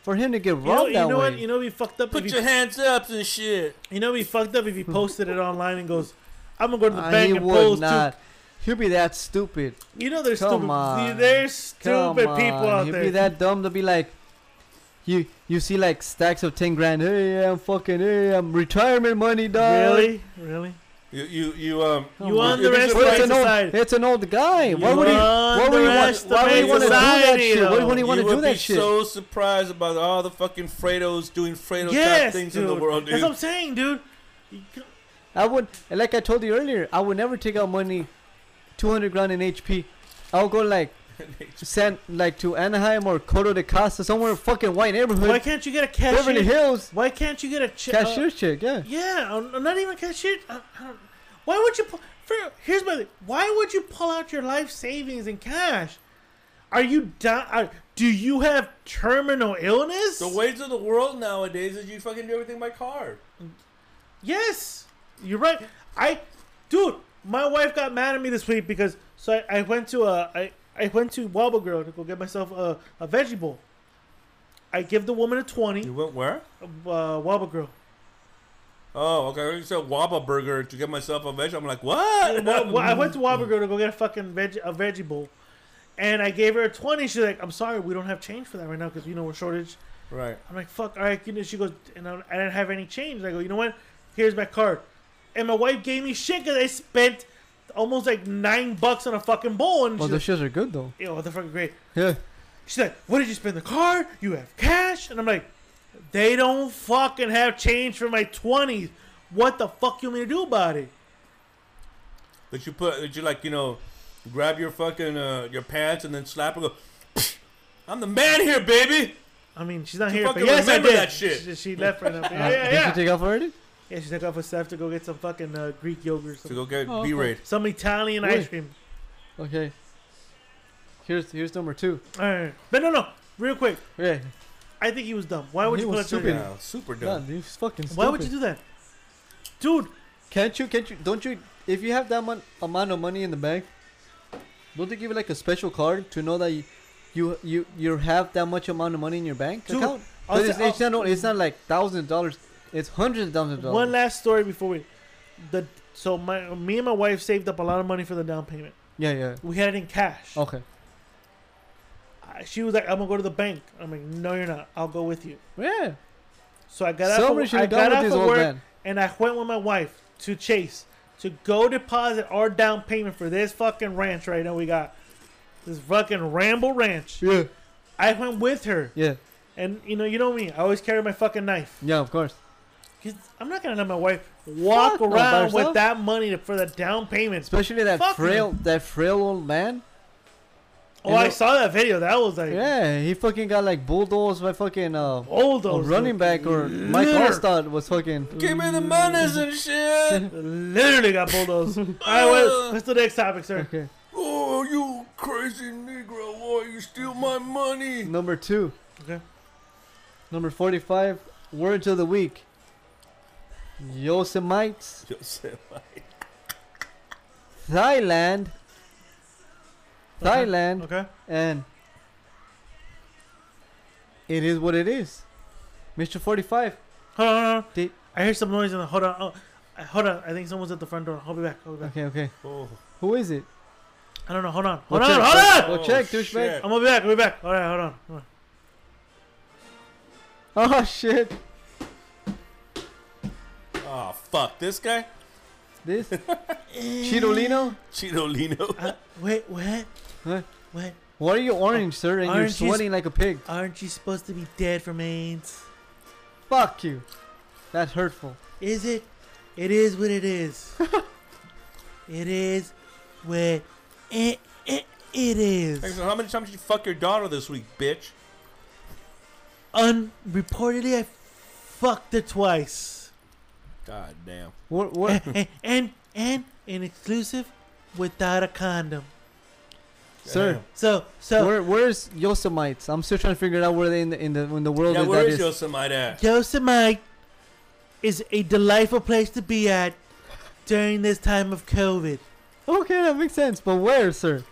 S4: for him to get
S3: You know,
S4: robbed
S3: you
S4: that
S3: know
S4: way.
S3: what? You know we fucked up.
S2: Put
S3: if
S2: your
S3: he,
S2: hands up and shit.
S3: you know we fucked up if he posted it online and goes, "I'm gonna go to the
S4: Uh,
S3: bank
S4: he
S3: and
S4: would
S3: post two
S4: not. He'll be that stupid.
S3: You know there's
S4: Come
S3: stupid.
S4: on.
S3: There's
S4: Come
S3: stupid
S4: on.
S3: people out
S4: He'll
S3: there.
S4: be that dumb to be like, you you see like stacks of ten grand. Hey, I'm fucking. Hey, I'm retirement money, dog.
S3: really, really.
S2: You you you um.
S4: Come
S3: You
S4: on.
S2: Well,
S3: underestimate
S4: it's an old,
S3: society.
S4: it's an old guy. Why
S3: You
S4: would he? Why would he want? Why would he
S3: underestimate
S4: want to do that
S3: society,
S4: shit? Why
S3: though.
S4: would he want to
S2: would
S4: do that
S2: be
S4: shit?
S2: so surprised about all the fucking Fredos doing Fredo type
S3: Yes,
S2: things
S3: dude.
S2: in the world, dude.
S3: That's what I'm saying, dude. You c-
S4: I would, and like I told you earlier, I would never take out money, two hundred grand in HP. I'll go like, send like to Anaheim or Coro de Casa, somewhere fucking white
S3: Why
S4: neighborhood,
S3: can't you get a
S4: Beverly
S3: cashier?
S4: Hills,
S3: Why can't you get a ch-
S4: cashier
S3: Uh,
S4: chick, yeah.
S3: yeah, uh, not even cashier. I, I don't, why would you? Pu- for, here's my thing. Why would you pull out your life savings in cash? Are you di- are, Do you have terminal illness?
S2: The ways of the world nowadays is you fucking do everything by card.
S3: Yes, you're right. I, dude, my wife got mad at me this week because so I, I went to a I I went to Wobble Grill to go get myself a, a veggie bowl. I give the woman a twenty.
S2: You went where?
S3: Uh, Wobble Grill.
S2: Oh, okay. You said Waba Burger to get myself a veg. I'm like, what?
S3: Well, well, I went to Wobble Grill to go get a fucking veg a veggie bowl, and I gave her a twenty. She's like, "I'm sorry, we don't have change for that right now because you know we're shortage."
S2: Right.
S3: I'm like, "Fuck, all right." You know, she goes, and I, I didn't have any change. And I go, "You know what? Here's my card." And my wife gave me shit because I spent almost like nine bucks on a fucking bowl. And
S4: Well,
S3: she's
S4: those shows are good though.
S3: you know, fucking great.
S4: Yeah,
S3: She's like, what did you spend the card? You have cash? And I'm like, they don't fucking have change for my 20s. What the fuck you mean to do about it?
S2: That you put, that you like, you know, grab your fucking uh, your pants and then slap and go. I'm the man here, baby.
S3: I mean, she's not
S2: You
S3: here, but
S2: fucking
S3: yes, I
S2: remember
S3: did.
S2: that shit.
S3: She, she left for enough. Yeah, yeah,
S4: Uh, did
S3: yeah.
S4: she take off already?
S3: yeah, she took off her stuff to go get some fucking uh, Greek yogurt,
S2: To
S3: some,
S2: go get
S4: Oh, okay.
S2: B-raid.
S3: some Italian
S4: Really?
S3: ice cream.
S4: Okay. Here's here's number two.
S3: All right. But no, no. Real quick,
S4: Yeah,
S3: I think he was dumb. Why would
S4: He
S3: you
S4: was
S3: put that?
S4: stupid.
S3: Why
S2: Yeah, super
S4: God,
S2: dumb.
S4: he's fucking stupid.
S3: would you do that, dude?
S4: Can't you? Can't you? Don't you? If you have that mon- amount of money in the bank, don't they give you like a special card to know that you, you, you, you have that much amount of money in your bank
S3: Dude,
S4: account?
S3: I'll
S4: But it's,
S3: say-
S4: it's not. It's not like thousand dollars. It's hundreds of thousand dollars.
S3: oh. One last story before we, the so my me and my wife saved up a lot of money for the down payment.
S4: yeah, yeah.
S3: We had it in cash.
S4: Okay.
S3: I- She was like, "I'm gonna go to the bank." I'm like, "No, you're not. I'll go with you."
S4: Yeah.
S3: So I got out.
S4: Somebody
S3: Of,
S4: should
S3: I
S4: have done
S3: got
S4: with
S3: out
S4: this
S3: of
S4: old
S3: work
S4: man.
S3: and I went with my wife to Chase to go deposit our down payment for this fucking ranch right now. We got this fucking Ramble Ranch.
S4: Yeah.
S3: I went with her,
S4: Yeah.
S3: and you know, you know me. I always carry my fucking knife.
S4: Yeah. Of course.
S3: 'Cause I'm not gonna let my wife walk
S4: Fuck no, by
S3: around
S4: herself.
S3: with that money to, for the down payment.
S4: Especially that
S3: Fuck
S4: frail, that frail old man.
S3: Oh,
S4: you
S3: I
S4: know-
S3: saw that video. That was like,
S4: Yeah, he fucking got like bulldozed by fucking uh,
S3: old
S4: a
S3: those
S4: running back or Mike
S3: Litter.
S4: Allstott was fucking.
S2: Give me the monies and shit.
S3: Literally got bulldozed. All right, well, let's do the next topic, sir.
S4: Okay.
S2: oh, you crazy Negro! Why you steal my money?
S4: Number two.
S3: Okay.
S4: Number 45, words of the week. Yosemites,
S2: Yosemite.
S4: Thailand, Thailand,
S3: Okay.
S4: and it is what it is. Mr. 45,
S3: Hold on, hold on.
S4: did,
S3: I hear some noise in the. Hold on. Oh, I- hold on. I think someone's at the front door. I'll be back. I'll be back.
S4: okay, okay.
S2: Oh,
S4: Who is it?
S3: I don't know. Hold on.
S4: Go
S3: Hold on.
S4: check,
S3: Hold
S4: go-
S3: on.
S4: Go
S2: Oh,
S4: check, douchebag.
S2: shit.
S3: I'm gonna be back. I'll be back. All right. Hold on. Hold on.
S4: Oh, shit.
S2: oh, fuck this guy,
S4: This? Chirolino?
S2: Chidolino.
S3: Uh, wait. What?
S4: Huh?
S3: What?
S4: Why are you orange, sir? And
S3: Orange is-
S4: you're sweating like a pig.
S3: Aren't you supposed to be dead from AIDS?
S4: Fuck you. That's hurtful.
S3: Is it? It is what it is. it is what it, it, it
S2: Hey,
S3: is.
S2: so How many times did you fuck your daughter this week, bitch?
S3: Unreportedly, I fucked her twice.
S2: God damn.
S4: What, what?
S3: and, and and an exclusive without a condom.
S4: sir,
S2: Damn.
S3: So so
S4: Where where's Yosemites? I'm still trying to figure out where they in the in the in the world
S2: Yeah,
S4: is
S2: where
S4: that
S2: is
S4: is.
S2: Yosemite at?
S3: Yosemite is a delightful place to be at during this time of COVID.
S4: okay, that makes sense. But where, sir?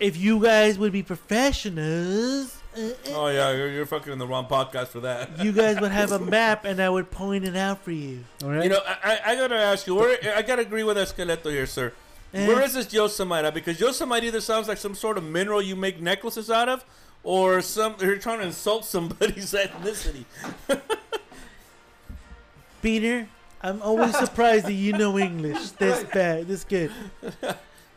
S3: If you guys would be professionals, uh, uh,
S2: Oh yeah, you're, you're fucking in the wrong podcast for that.
S3: you guys would have a map and I would point it out for you.
S4: All right.
S2: You know, I, I, I gotta ask you. Where I gotta agree with Esqueleto here, sir.
S3: Eh.
S2: Where is this Yosemite? at? Because Yosemite either sounds like some sort of mineral you make necklaces out of, or some you're trying to insult somebody's ethnicity.
S3: Beaner, I'm always surprised that you know English this bad, this good.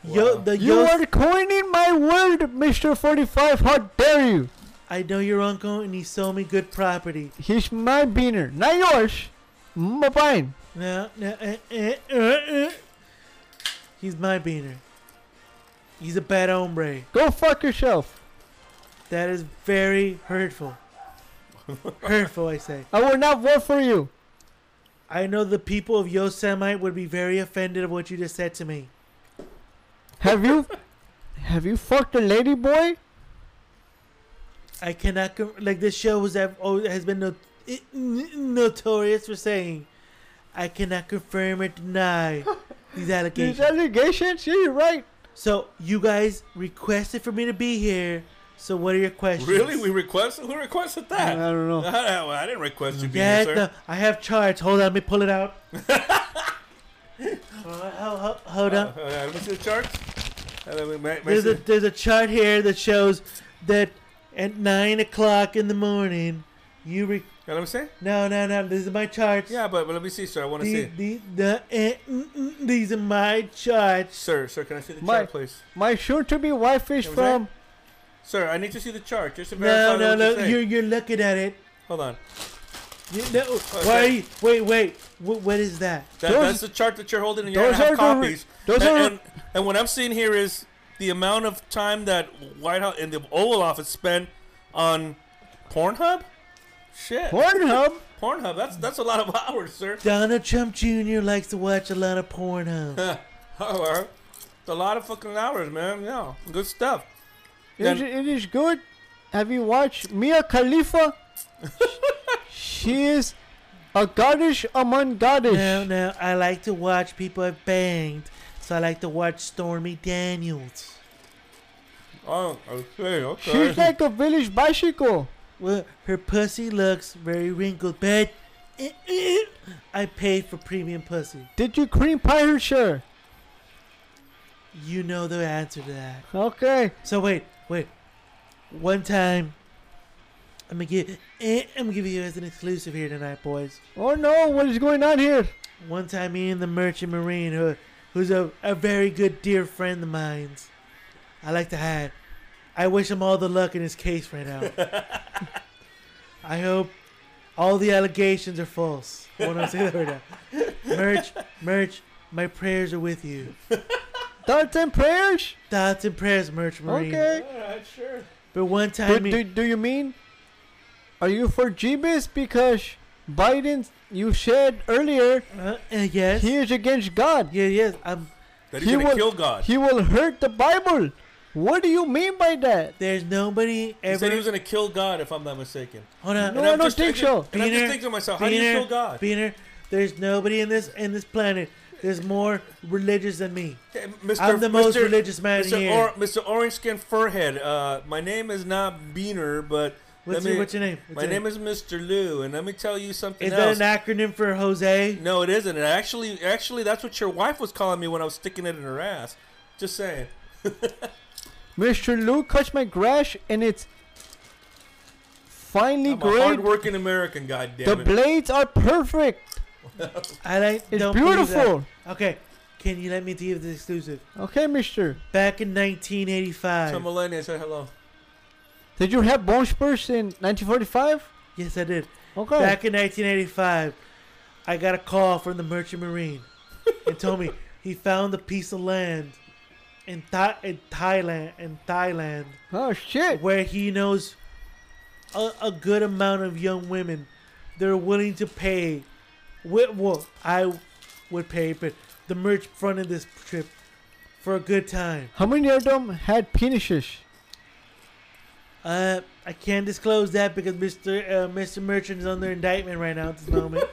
S3: Yo,
S2: Wow.
S3: the
S4: you
S3: Yos-
S4: are coining my word, Mister Forty Five. How dare you?
S3: I know your uncle and he sold me good property.
S4: He's my beaner, not yours. My bine.
S3: No, no, uh, uh, uh, uh. He's my beaner. He's a bad hombre.
S4: Go fuck yourself.
S3: That is very hurtful. hurtful, I say.
S4: I will not vote for you.
S3: I know the people of Yosemite would be very offended of what you just said to me.
S4: Have you? have you fucked a lady boy?
S3: I cannot com- like this show was ev- oh, has been no- it- n- notorious for saying I cannot confirm or deny these
S4: These
S3: allegations.
S4: allegations. Yeah, you're right.
S3: so you guys requested for me to be here. So what are your questions?
S2: really? We requested? Who requested
S4: I
S2: that?
S4: don't know.
S2: I, I didn't request you being
S3: Yeah,
S2: here, sir.
S3: no, I have charts. Hold on, let me pull it out. hold, hold, hold on.
S2: Uh, let me see the chart. Uh, let me- may- may
S3: There's a
S2: see-
S3: there's a chart here that shows that at nine o'clock in the morning, you re-
S2: Yeah, let me see.
S3: no no no. This is my charts.
S2: Yeah, but, but let me see, sir. I want to
S3: The,
S2: see.
S3: the, the, eh, mm, mm, these are my charts.
S2: Sir, sir, can I see the
S4: My-
S2: chart, please?
S4: My soon-to-be wife is
S2: Yeah, was
S4: from.
S2: Sir, I need to see the chart. Just to verify
S3: No, no,
S2: what
S3: no.
S2: you're saying.
S3: You're, you're looking at it.
S2: Hold on.
S3: You, no, why? Are you, wait, wait. What, what is that?
S2: That,
S4: Those-
S2: that's the chart that you're holding, and you
S4: those
S2: have
S4: are the-
S2: copies.
S4: those
S2: and,
S4: are-
S2: and And what I'm seeing here is the amount of time that White House and the Oval Office spent on Pornhub. Shit,
S4: Pornhub.
S2: Pornhub. That's that's a lot of hours, sir.
S3: Donald Trump Jr. likes to watch a lot of Pornhub.
S2: However, it's a lot of fucking hours, man. Yeah, good stuff.
S4: It is,
S2: Then-
S4: it is good. Have you watched Mia Khalifa? she is a goddess among goddess.
S3: No, no, I like to watch people I've banged, so I like to watch Stormy Daniels.
S2: Oh, okay, okay.
S4: She's like a village bicycle.
S3: Well, her pussy looks very wrinkled, but I paid for premium pussy.
S4: Did you cream pie her, sir?
S3: You know the answer to that.
S4: Okay.
S3: So wait, wait. One time, I'm gonna give, eh, I'm gonna give you guys an exclusive here tonight, boys.
S4: Oh no, what is going on here?
S3: One time, me and the merchant marine, who, who's a, a very good dear friend of mine's, I like to have. I wish him all the luck in his case right now. I hope all the allegations are false. I want to say that right now. Merch, merch, my prayers are with you.
S4: Thoughts and prayers?
S3: Thoughts and prayers, merch marine.
S4: Okay.
S2: All right, sure.
S3: But one time,
S4: Do,
S3: me-
S4: do, do you mean? Are you for Jeebus? Because Biden, you said earlier,
S3: uh, uh, yes.
S4: he is against God.
S3: Yeah, Um, yes. I'm,
S2: That he's gonna kill God. He,
S4: He will hurt the Bible. What do you mean by that?
S3: there's nobody ever.
S2: said he was gonna kill God, if I'm not mistaken.
S3: hold on.
S2: And
S4: No,
S2: I'm
S4: I don't
S2: just
S4: think
S2: thinking-
S4: so.
S2: And I'm
S3: Beaner,
S2: just thinking to myself, how do you
S3: Beaner,
S2: kill God?
S3: Beaner, there's nobody in this in this planet that's more religious than me.
S2: Hey, mister
S3: I'm the most
S2: Mister-
S3: religious man
S2: Mr.
S3: here.
S2: Or, Mr. Orange Skin Furhead. Uh, my name is not Beaner, but
S3: What's
S2: let
S3: your-
S2: me-
S3: what's your name? What's
S2: my
S3: your
S2: name is Mr. Lou, and let me tell you something
S3: Is
S2: else.
S3: that an acronym for Jose?
S2: no, it isn't. It actually, actually, that's what your wife was calling me when I was sticking it in her ass. Just saying.
S4: Mr. Lou cuts my grass and it's finely
S2: I'm a
S4: great.
S2: hardworking American. God
S4: The
S2: damn it.
S4: blades are perfect.
S3: I like.
S4: It's
S3: don't believe that.
S4: beautiful.
S3: Okay, can you let me give this exclusive?
S4: Okay, mister.
S3: Back in
S2: Some
S3: 1985.
S2: millennials say hello.
S4: Did you have bone spurs in 1945?
S3: yes, I did.
S4: Okay.
S3: Back in 1985, I got a call from the merchant marine and told me he found a piece of land in, Tha- in Thailand. In Thailand.
S4: oh, shit.
S3: where he knows a, a good amount of young women they're willing to pay wi- well i would pay but the merch fronted this trip for a good time
S4: How many of them had penises?
S3: uh, i can't disclose that because mr uh, mr merchant is under indictment right now at this moment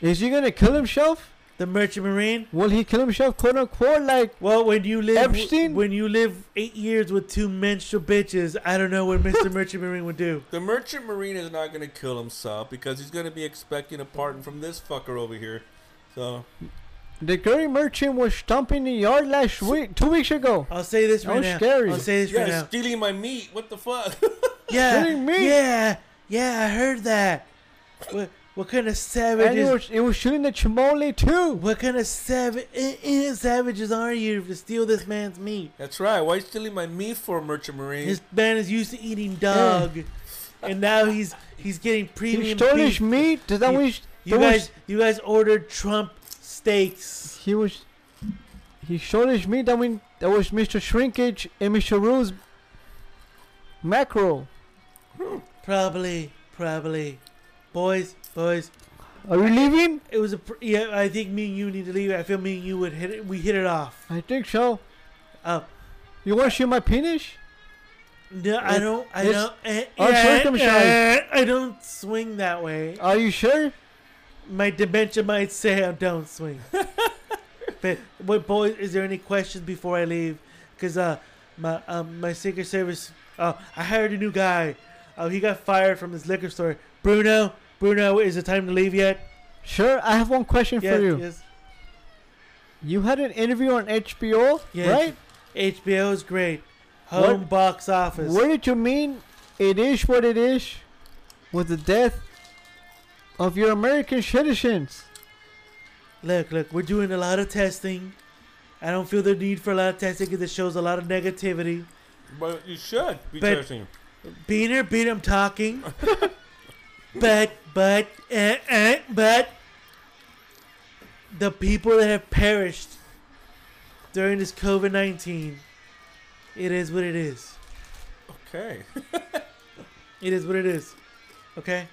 S4: Is he gonna kill himself?
S3: the merchant marine
S4: Will he kill himself, quote unquote? Like,
S3: well, when you live
S4: Epstein?
S3: when you live eight years with two menstrual bitches, I don't know what Mr. Merchant Marine would do.
S2: The merchant marine is not gonna kill himself because he's gonna be expecting a pardon from this fucker over here. So
S4: the Gary Merchant was stomping the yard last week, two weeks ago.
S3: I'll say this
S4: That
S3: right
S4: was
S3: now.
S4: scary.
S3: I'll say this
S2: yeah,
S3: right now.
S2: stealing my meat. What the fuck?
S3: Yeah.
S4: Kidding me?
S3: Yeah. Yeah, I heard that. What, what kind of
S4: And it
S3: savages?
S4: was, it was shooting the chimole too.
S3: What kind of sav- eh, eh, savages are you to steal this man's meat?
S2: That's right. Why you stealing my meat for, merchant marine?
S3: This man is used to eating dog, and now he's he's getting
S4: He
S3: premium
S4: stole
S3: beef.
S4: his meat. Does that
S3: You-
S4: wish?
S3: You guys, you guys ordered Trump steaks.
S4: He was. He showed us me that when that was Mr. Shrinkage and Mr. Rue's macro.
S3: Probably, probably, boys, boys.
S4: Are you leaving?
S3: It was a pr- yeah. I think me and you need to leave. I feel me and you would hit it. We hit it off.
S4: I think so.
S3: Uh,
S4: You want to see my penis?
S3: No, I
S4: It-
S3: don't. I
S4: it's
S3: don't. eh,
S4: uncircumcised.
S3: eh, eh, I don't swing that way.
S4: Are you sure?
S3: My dementia might say I don't swing. but what, boys? Is there any questions before I leave? Because uh, my um, my secret service. Uh, I hired a new guy. Oh, he got fired from his liquor store. Bruno, Bruno, is it time to leave yet?
S4: Sure. I have one question
S3: Yes,
S4: for you.
S3: yes.
S4: You had an interview on HBO,
S3: Yes.
S4: right?
S3: HBO is great. Home
S4: What-
S3: box office.
S4: What did you mean? It is what it is. With the death of your American citizens.
S3: Look, look, we're doing a lot of testing. I don't feel the need for a lot of testing because it shows a lot of negativity.
S2: But you should be
S3: But-
S2: testing.
S3: Beaner, beat him talking. but, but, eh, eh, but, the people that have perished during this COVID 19, it is what it is.
S2: Okay.
S3: It is what it is. Okay?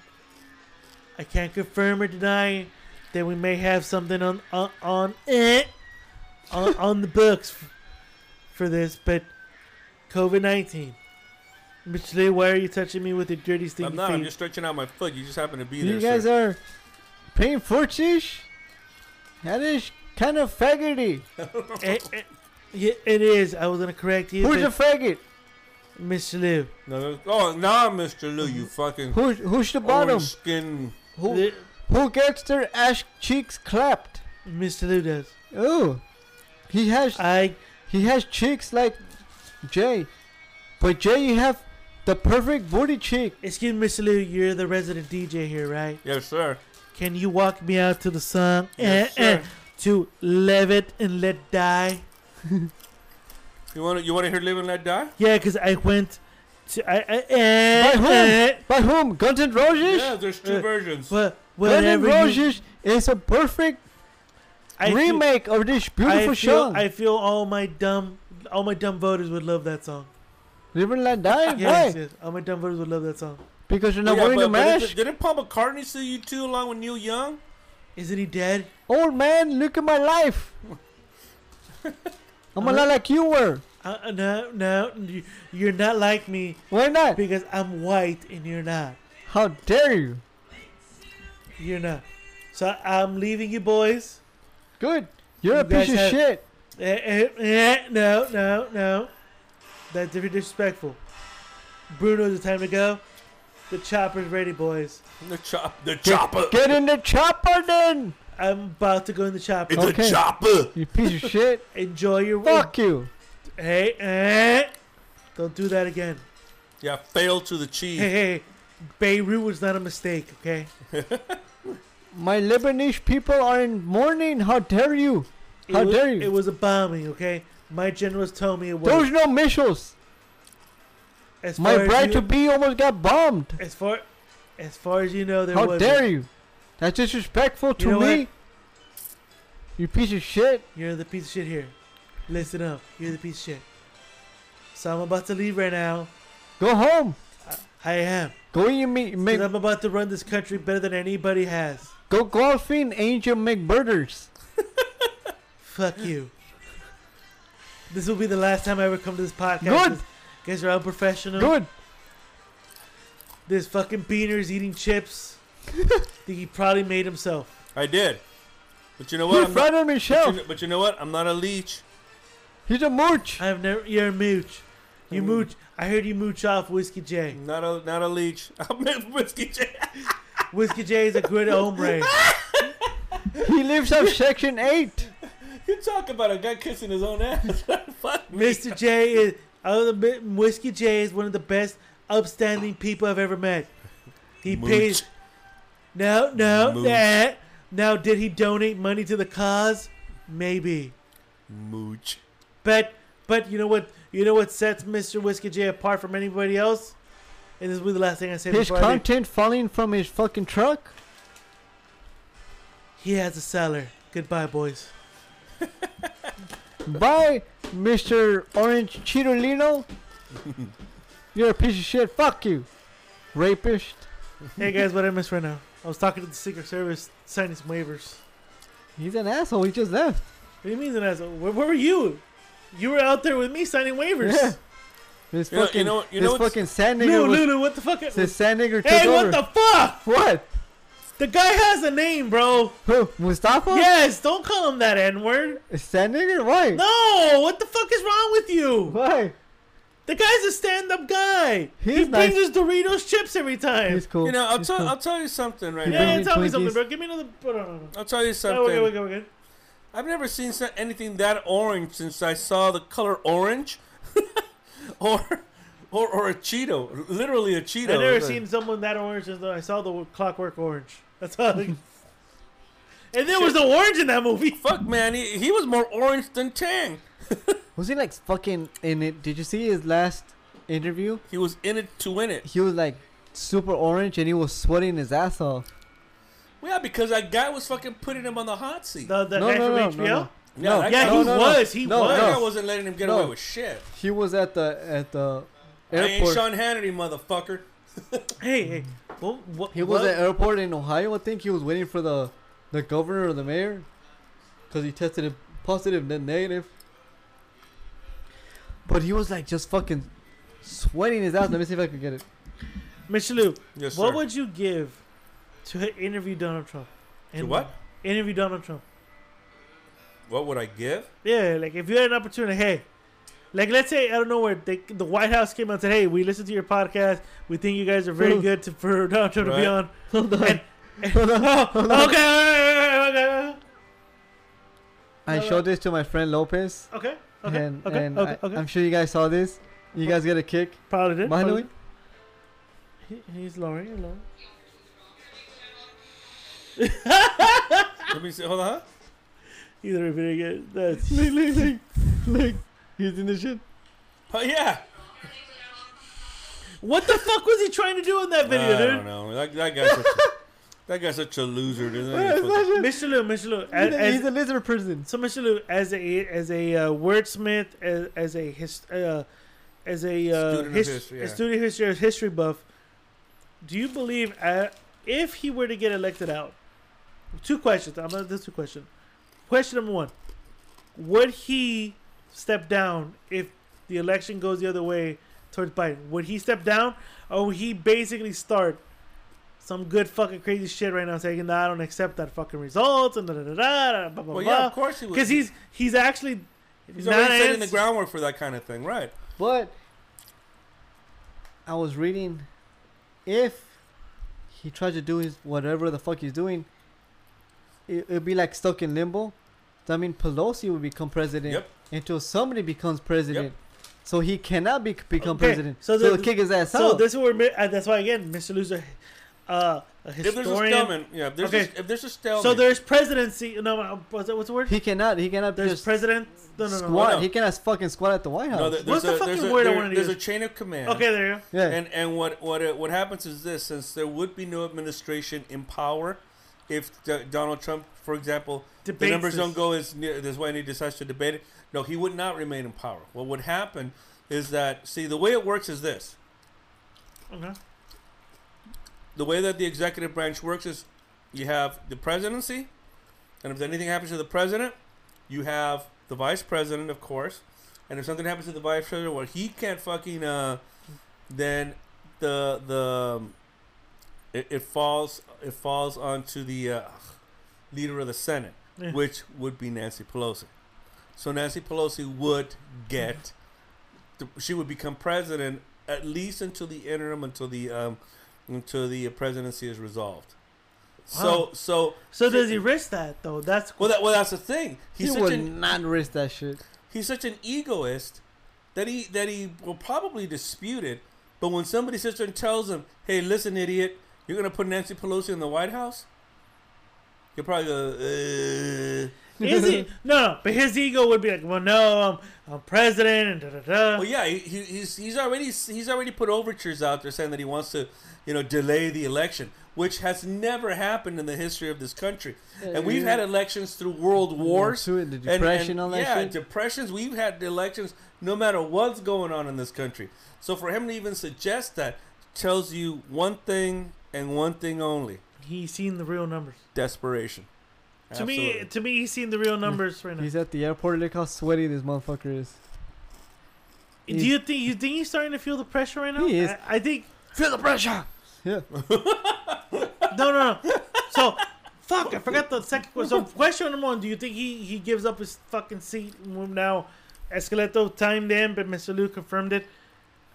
S3: I can't confirm or deny that we may have something on on on, eh, on, on the books f- for this, but COVID 19. Mitch Lee, why are you touching me with your dirty, stinky
S2: I'm not.
S3: feet?
S2: I'm just stretching out my foot. You just happen to be
S4: You
S2: there.
S4: guys
S2: sir.
S4: are playing Fortish? That is kind of faggoty.
S3: Eh, eh, yeah, it is. I was going to correct you.
S4: Who's
S3: Who's
S4: the faggot?
S3: Mitch Lee.
S2: No, oh, nah, Mr. Lou, you fucking
S4: Who's, who's the bottom?
S2: orange skin.
S4: Who, who gets their ass cheeks clapped?
S3: Mr. Lou does.
S4: Oh, he has
S3: I
S4: he has cheeks like Jay, but Jay you have the perfect booty cheek.
S3: excuse me, Mr. Lou, you're the resident DJ here, right?
S2: Yes, sir.
S3: Can you walk me out to the song
S2: Yes,
S3: eh, eh,
S2: sir.
S3: to "Live It and Let Die"?
S2: You want to you want to hear "Live and Let Die"?
S3: Yeah, cause I went to I, I eh,
S4: By whom?
S3: eh,
S4: By whom? Guns N' Roses.
S2: Yeah, there's two
S3: Uh,
S2: versions.
S3: but
S4: Guns N'
S3: whatever you,
S4: Roses is a perfect
S3: I
S4: remake of this
S3: Feel, I
S4: beautiful
S3: feel,
S4: song.
S3: I feel all my dumb, all my dumb voters would love that song.
S4: Live and Let Die.
S3: Yes,
S4: Why?
S3: yes, Oh, all my dumb voters would love that song.
S4: Because you're not
S2: Yeah,
S4: wearing a
S2: but- but
S4: mask.
S2: didn't- Didn't Paul McCartney sue you too, along with Neil Young?
S3: Isn't he dead?
S4: Old man, look at my life. I'm a lot like you were.
S3: Uh, uh, no, no, you, you're not like me
S4: Why not?
S3: because I'm white and you're not.
S4: How dare you?
S3: You're not. So I'm leaving you, boys.
S4: Good. You're a
S3: You guys
S4: piece of
S3: have-
S4: shit.
S3: Eh, eh, eh, no, no, no. That's very disrespectful. Bruno's the time to go. The chopper's ready, boys.
S2: The chop, the chopper.
S4: Get in the chopper then.
S3: I'm about to go in the chopper.
S2: It's
S4: Okay.
S2: a chopper.
S4: You piece of shit.
S3: Enjoy your
S4: Fuck you.
S3: Hey, eh. Don't do that again.
S2: Yeah, fail to the cheese.
S3: Hey, hey, hey. Beirut was not a mistake, okay?
S4: My Lebanese people are in mourning. How dare you?
S3: It
S4: How
S3: was,
S4: dare you?
S3: It was a bombing, okay? My generals told me it was.
S4: There was no missiles.
S3: as
S4: My
S3: far as
S4: bride
S3: you-
S4: to be almost got bombed.
S3: As far, as far as you know, there
S4: How
S3: was.
S4: dare you? That's disrespectful to
S3: You know
S4: me.
S3: what?
S4: You piece of shit.
S3: You're the piece of shit here. Listen up. You're the piece of shit. So I'm about to leave right now.
S4: Go home.
S3: I am.
S4: Go in your meet.
S3: Because I'm about to run this country better than anybody has.
S4: Go golfing, Angel McBurders.
S3: Fuck you. This will be the last time I ever come to this podcast.
S4: Good.
S3: Guys are unprofessional.
S4: Good.
S3: This fucking beaner is eating chips that he probably made himself.
S2: I did, but you know what? I'm
S4: You
S2: not,
S4: flatter
S2: but, you
S4: Michelle.
S2: know, but you know what? I'm not a leech.
S4: He's a mooch.
S3: I've never. You're a mooch. You mooch. I heard you mooch off Whiskey J.
S2: Not a not a leech. I'm a whiskey. J-
S3: Whiskey J is a good hombre.
S4: He lives up Section 8.
S2: you talk about a guy kissing his own ass. Fuck me.
S3: Mr. J is other than Whiskey J is one of the best upstanding people I've ever met. He
S2: Mooch.
S3: pays. No, no,
S2: Mooch.
S3: that. Now, did he donate money to the cause? Maybe,
S2: Mooch.
S3: but but you know what? You know what sets Mr. Whiskey J apart from anybody else? And this will be the last thing I say
S4: His
S3: before I leave.
S4: content falling from his fucking truck.
S3: He has a cellar. Goodbye, boys.
S4: Bye, Mr. Orange Chitolino. You're a piece of shit. Fuck you. Rapist.
S3: Hey guys, what I miss right now? I was talking to the Secret Service, signing some waivers.
S4: He's an asshole. He just left.
S3: What do you mean, an asshole? Where, where were you? You were out there with me signing waivers.
S4: Yeah. This
S2: You know- you
S4: fucking,
S2: know- you
S4: this
S2: know what's-
S4: fucking sand nigger.
S3: Lulu,
S4: was-
S3: Lulu, what the fuck?
S4: This sand nigger
S3: Hey,
S4: took
S3: what
S4: over.
S3: the fuck?
S4: what?
S3: The guy has a name, bro.
S4: Who? Mustafa?
S3: Yes, don't call him that N word.
S4: Sand nigger? Why?
S3: No, what the fuck is wrong with you?
S4: Why?
S3: The guy's a stand up guy. he
S4: He's
S3: brings
S4: nice.
S3: us Doritos chips every time.
S4: He's cool.
S2: You know, I'll
S4: He's
S2: tell
S4: cool.
S2: I'll tell you something right
S4: Yeah,
S2: now.
S3: yeah, yeah,
S4: Brownie
S3: tell me something,
S4: Twinkies.
S3: bro. Give me another. Oh, no, no, no.
S2: I'll tell you
S3: No, we're
S2: something.
S3: good, we're good, we're good.
S2: I've never seen so- anything that orange since I saw the color orange, or, or or a Cheeto. Literally a Cheeto.
S3: I've never
S2: It's like-
S3: seen someone that orange as though I saw the Clockwork Orange. That's all. I- and there was the orange in that movie.
S2: Fuck man, he, he was more orange than Tang.
S4: Was he like fucking in it? Did you see his last interview?
S2: He was in it to win it.
S4: He was like super orange and he was sweating his ass off.
S2: Well, yeah, because that guy was fucking putting him on the hot seat.
S3: The, the
S4: No,
S3: guy
S4: no,
S3: from
S4: no,
S3: HBO.
S4: no, no.
S2: No, that
S3: Yeah,
S2: guy
S4: No,
S3: he
S2: was-
S4: no, no.
S3: was. He
S4: No,
S2: that
S3: was.
S4: no.
S2: guy wasn't letting him get
S4: No.
S2: away with shit.
S4: He was at the at the
S2: I ain't
S4: airport.
S2: Sean Hannity, motherfucker.
S3: Hey, hey. Well, what,
S4: He was
S3: what?
S4: at airport in Ohio. I think he was waiting for the the governor or the mayor because he tested it positive then negative. But he was like just fucking sweating his ass. Let me see if I can get it.
S3: Michelu,
S2: Yes,
S3: what
S2: sir.
S3: would you give to interview Donald Trump?
S2: To what?
S3: Interview Donald Trump.
S2: What would I give?
S3: Yeah, like if you had an opportunity, hey, like let's say I don't know where they, the White House came out and said, "Hey, we listened to your podcast. We think you guys are very good to, for Donald Trump to be
S2: Right.
S3: on."
S4: Hold on.
S3: And, oh, okay, all right, all right, all right,
S4: I showed this to my friend Lopez,
S3: okay, okay, okay,
S4: and,
S3: okay,
S4: and
S3: okay,
S4: I,
S3: okay.
S4: am sure you guys saw this. You guys get a kick.
S3: probably did.
S4: By the
S3: probably
S4: way,
S3: did. He- he's Laurie. Laurie.
S2: Let me see. Hold on. huh?
S3: He's a video game. That's
S4: look, look, look, look. He's in the shit.
S2: Oh yeah.
S3: what the fuck was he trying to do in that video,
S2: I
S3: dude?
S2: don't know. eh? That, that guy's such a, that guy's such a loser, dude.
S3: Mr. Lou, Mr. Lou, as,
S4: He's a,
S3: as,
S4: he's a lizard person.
S3: so Mr. Lou, as a as a uh, wordsmith, as, as a his, uh, as a uh,
S2: Student of
S3: his,
S2: history,
S3: a
S2: yeah.
S3: student history history buff, do you believe uh, if he were to get elected out? Two questions. I'm gonna do two questions. Question number one: Would he step down if the election goes the other way towards Biden? Would he step down, or would he basically start some good fucking crazy shit right now, saying, "No, I don't accept that fucking results," and da da da da, blah blah
S2: Well,
S3: blah.
S2: yeah, of course he would.
S3: Because he's he's actually
S2: he's
S3: not
S2: already setting the
S3: ans-
S2: groundwork for that kind of thing, right?
S4: But I was reading if he tried to do his whatever the fuck he's doing, it, it'd be like stuck in limbo. I mean, Pelosi would become president
S2: Yep.
S4: until somebody becomes president. So he cannot be, become
S3: Okay,
S4: president.
S3: so
S4: So,
S3: the-
S4: they'll kick his ass
S3: So
S4: out.
S3: this is where mi- uh, that's why again, Mr. Loser, uh, a
S2: If there's a
S3: historian.
S2: stalemate, yeah. If there's
S3: Okay.
S2: a, if there's a stalemate,
S3: so there's presidency. No, uh, what's the, what's the word?
S4: he cannot. He cannot
S3: there's
S4: just
S3: president. No, no, no.
S4: squat.
S2: Oh, no.
S4: He cannot fucking squat at the White House.
S2: no, there, there's
S3: What's
S2: a,
S3: the fucking
S2: there's a,
S3: word I
S2: there-
S3: wanted to
S2: There's
S3: use?
S2: a chain of command.
S3: Okay, there you go.
S4: yeah.
S2: And and what what what happens is this: since there would be no administration in power, if D- Donald Trump, for example, the
S3: Debates
S2: numbers
S3: this.
S2: don't go as near, that's why he decides to debate it. No, he would not remain in power. What would happen is that see the way it works is this:
S3: Okay.
S2: the way that the executive branch works is you have the presidency, and if anything happens to the president, you have the vice president, of course. And if something happens to the vice president where he can't fucking, uh, then the the um, it, it falls it falls onto the uh, leader of the Senate,
S3: Yeah.
S2: which would be Nancy Pelosi. So Nancy Pelosi would get, the, she would become president at least until the interim, until the um, until the presidency is resolved.
S3: Wow.
S2: So so
S3: So does he risk that though? That's
S2: Well, that well that's the thing.
S4: he
S2: He's such
S4: would
S2: an
S4: not risk that shit.
S2: he's such an egoist that he that he will probably dispute it. But when somebody sits there and tells him, "Hey, listen, idiot, you're gonna put Nancy Pelosi in the White House," you'll probably go. Uh.
S3: is he? e, No, no, but his ego would be like, well, no, I'm, I'm president, and da da da.
S2: Well, yeah, he, he, he's he's already he's already put overtures out there saying that he wants to, you know, delay the election, which has never happened in the history of this country. and we've
S4: yeah.
S2: had elections through world wars,
S4: too, and the depression, all that
S2: yeah,
S4: shit.
S2: depressions. We've had elections no matter what's going on in this country. So for him to even suggest that tells you one thing and one thing only:
S3: He's seen the real numbers.
S2: desperation.
S3: To me,
S2: Absolutely.
S3: to me, he's seen the real numbers right now.
S4: He's at the airport. Look how sweaty this motherfucker is.
S3: Do you think you think he's starting to feel the pressure right now?
S4: He is.
S3: I, I think
S4: Feel the pressure. Yeah.
S3: no, no, no. So, fuck, I forgot the second question. So, question number one: Do you think he he gives up his fucking seat now? Esqueleto timed in, but Mr. Lou confirmed it.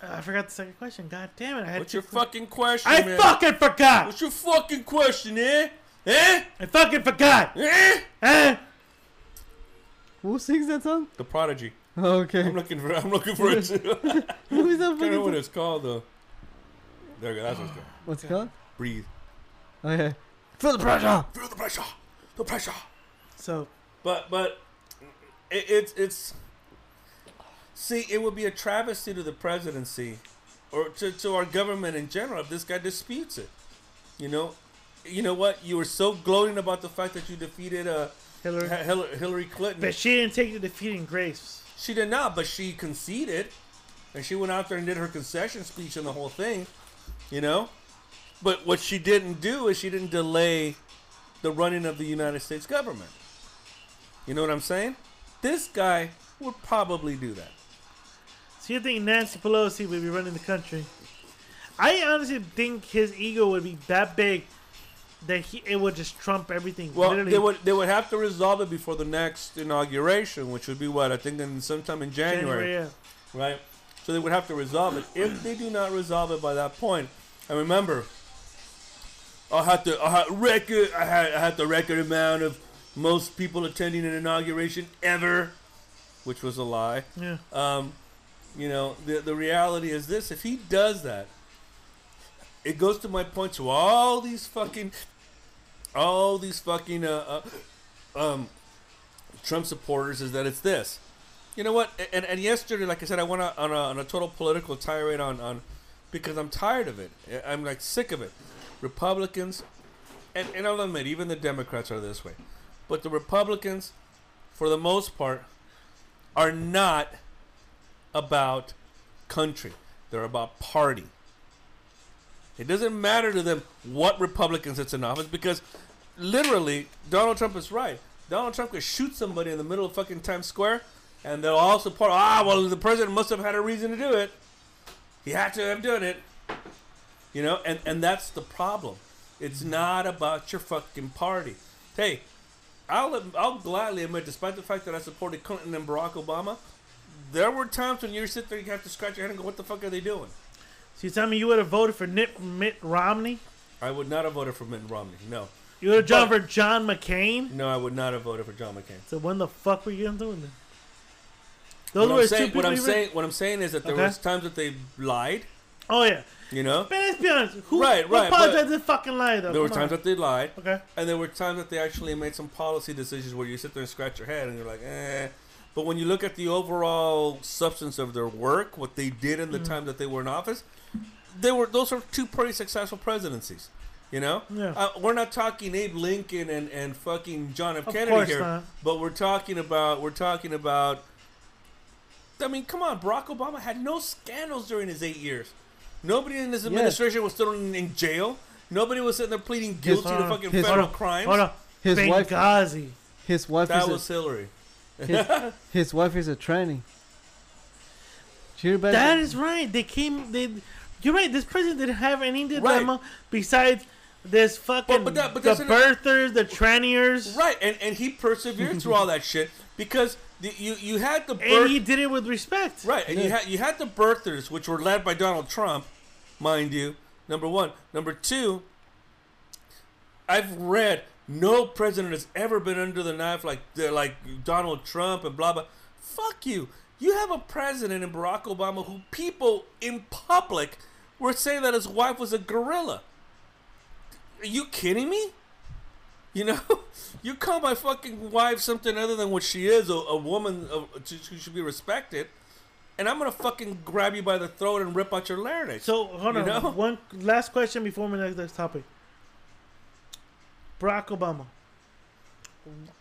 S3: Uh, I forgot the second question. God damn it! I had
S2: What's
S3: two
S2: your
S3: que-
S2: fucking question,
S3: I
S2: man?
S3: fucking forgot.
S2: What's your fucking question, eh? Eh?
S3: I fucking forgot.
S2: Eh?
S3: Eh?
S4: Who sings that song?
S2: The prodigy.
S4: Okay.
S2: I'm looking for. I'm looking for it. Too. I
S4: Who is that
S2: don't know what
S4: fucking
S2: it's called though. There we go. That's what's good.
S4: What's it called?
S2: Breathe.
S4: Okay. Feel the pressure.
S2: Feel the pressure. The pressure.
S3: So,
S2: But but it, it's it's. See, it would be a travesty to the presidency, or to, to our government in general if this guy disputes it. You know, you know what? You were so gloating about the fact that you defeated uh,
S3: Hillary.
S2: Hillary, Hillary Clinton.
S3: But she didn't take the defeating grace.
S2: She did not, but she conceded, and she went out there and did her concession speech and the whole thing, you know. But what she didn't do is she didn't delay the running of the United States government. You know what I'm saying? This guy would probably do that.
S3: So you think Nancy Pelosi would be running the country? I honestly think his ego would be that big that he it would just trump everything.
S2: Well,
S3: Literally,
S2: they would they would have to resolve it before the next inauguration, which would be what I think in sometime in
S3: January. yeah.
S2: right? So they would have to resolve it. If they do not resolve it by that point, and remember, I had the I had record I had, I had the record amount of most people attending an inauguration ever, which was a lie.
S3: Yeah.
S2: Um, you know, the the reality is this: if he does that, it goes to my point to all these fucking, all these fucking uh, uh, um, Trump supporters is that it's this. You know what? And, and yesterday, like I said, I went on on a, on a total political tirade on, on because I'm tired of it. I'm like sick of it. Republicans, and, and I'll admit, even the Democrats are this way. But the Republicans, for the most part, are not about country. They're about party. It doesn't matter to them what Republicans it's in office because literally Donald Trump is right. Donald Trump could shoot somebody in the middle of fucking Times Square and they'll all support ah well the president must have had a reason to do it. He had to have done it. You know, and, and that's the problem. It's not about your fucking party. Hey, I'll I'll gladly admit, despite the fact that I supported Clinton and Barack Obama, there were times when you sit there, you have to scratch your head and go, "What the fuck are they doing?"
S3: So you tell me you would have voted for Nip, Mitt Romney?
S2: I would not have voted for Mitt Romney. No,
S3: You would have voted for
S2: But-
S3: John McCain?
S2: no, I would not have voted for John McCain.
S3: So when the fuck were you doing then? Those
S2: What
S3: were
S2: I'm,
S3: his two
S2: saying,
S3: people.
S2: what, I'm
S3: you re-
S2: saying, what I'm saying is that there
S3: Okay.
S2: was times that they lied.
S3: Oh yeah,
S2: You know,
S3: man. Let's be honest. Who,
S2: Right,
S3: who
S2: right, but-
S3: apologized to fucking lie though?
S2: there were
S3: Come on.
S2: times that they lied.
S3: Okay.
S2: And there were times that they actually made some policy decisions where you sit there and scratch your head and you're like, eh. But when you look at the overall substance of their work, what they did
S3: Mm.
S2: in the time that they were in office, they were those are two pretty successful presidencies. You know,
S3: Yeah.
S2: uh, we're not talking Abe Lincoln and, and fucking John F.
S3: Of
S2: Kennedy
S3: course
S2: here,
S3: not.
S2: but we're talking about we're talking about. I mean, come on, Barack Obama had no scandals during his eight years. Nobody in his administration was thrown in jail. Nobody was sitting there pleading guilty
S3: Hold
S2: to
S3: on.
S2: fucking
S4: His-
S2: federal
S3: Hold on,
S2: crimes.
S3: Hold on.
S4: His wife-
S3: Benghazi.
S4: His wife
S2: That
S4: is
S2: was Hillary.
S4: a, his, his wife is a tranny. She about
S3: That is right. They came. They. You're right. This president didn't have any dilemma besides this fucking
S2: but that- but
S3: the
S2: that's an-
S3: birthers, the tranniers,
S2: Right, and, and he persevered through all that shit because the, you you had the
S3: and
S2: birth
S3: he did it with respect.
S2: right, and you had you had the birthers, which were led by Donald Trump, mind you. Number one, number two. I've read no president has ever been under the knife like the- like Donald Trump and blah blah. Fuck you. You have a president in Barack Obama who people in public were saying that his wife was a gorilla. Are you kidding me? You know, you call my fucking wife something other than what she is—a a woman of- who should be respected—and I'm gonna fucking grab you by the throat and rip out your larynx.
S3: So hold
S2: You
S3: on.
S2: know?
S3: One last question before my next, next topic. Barack Obama.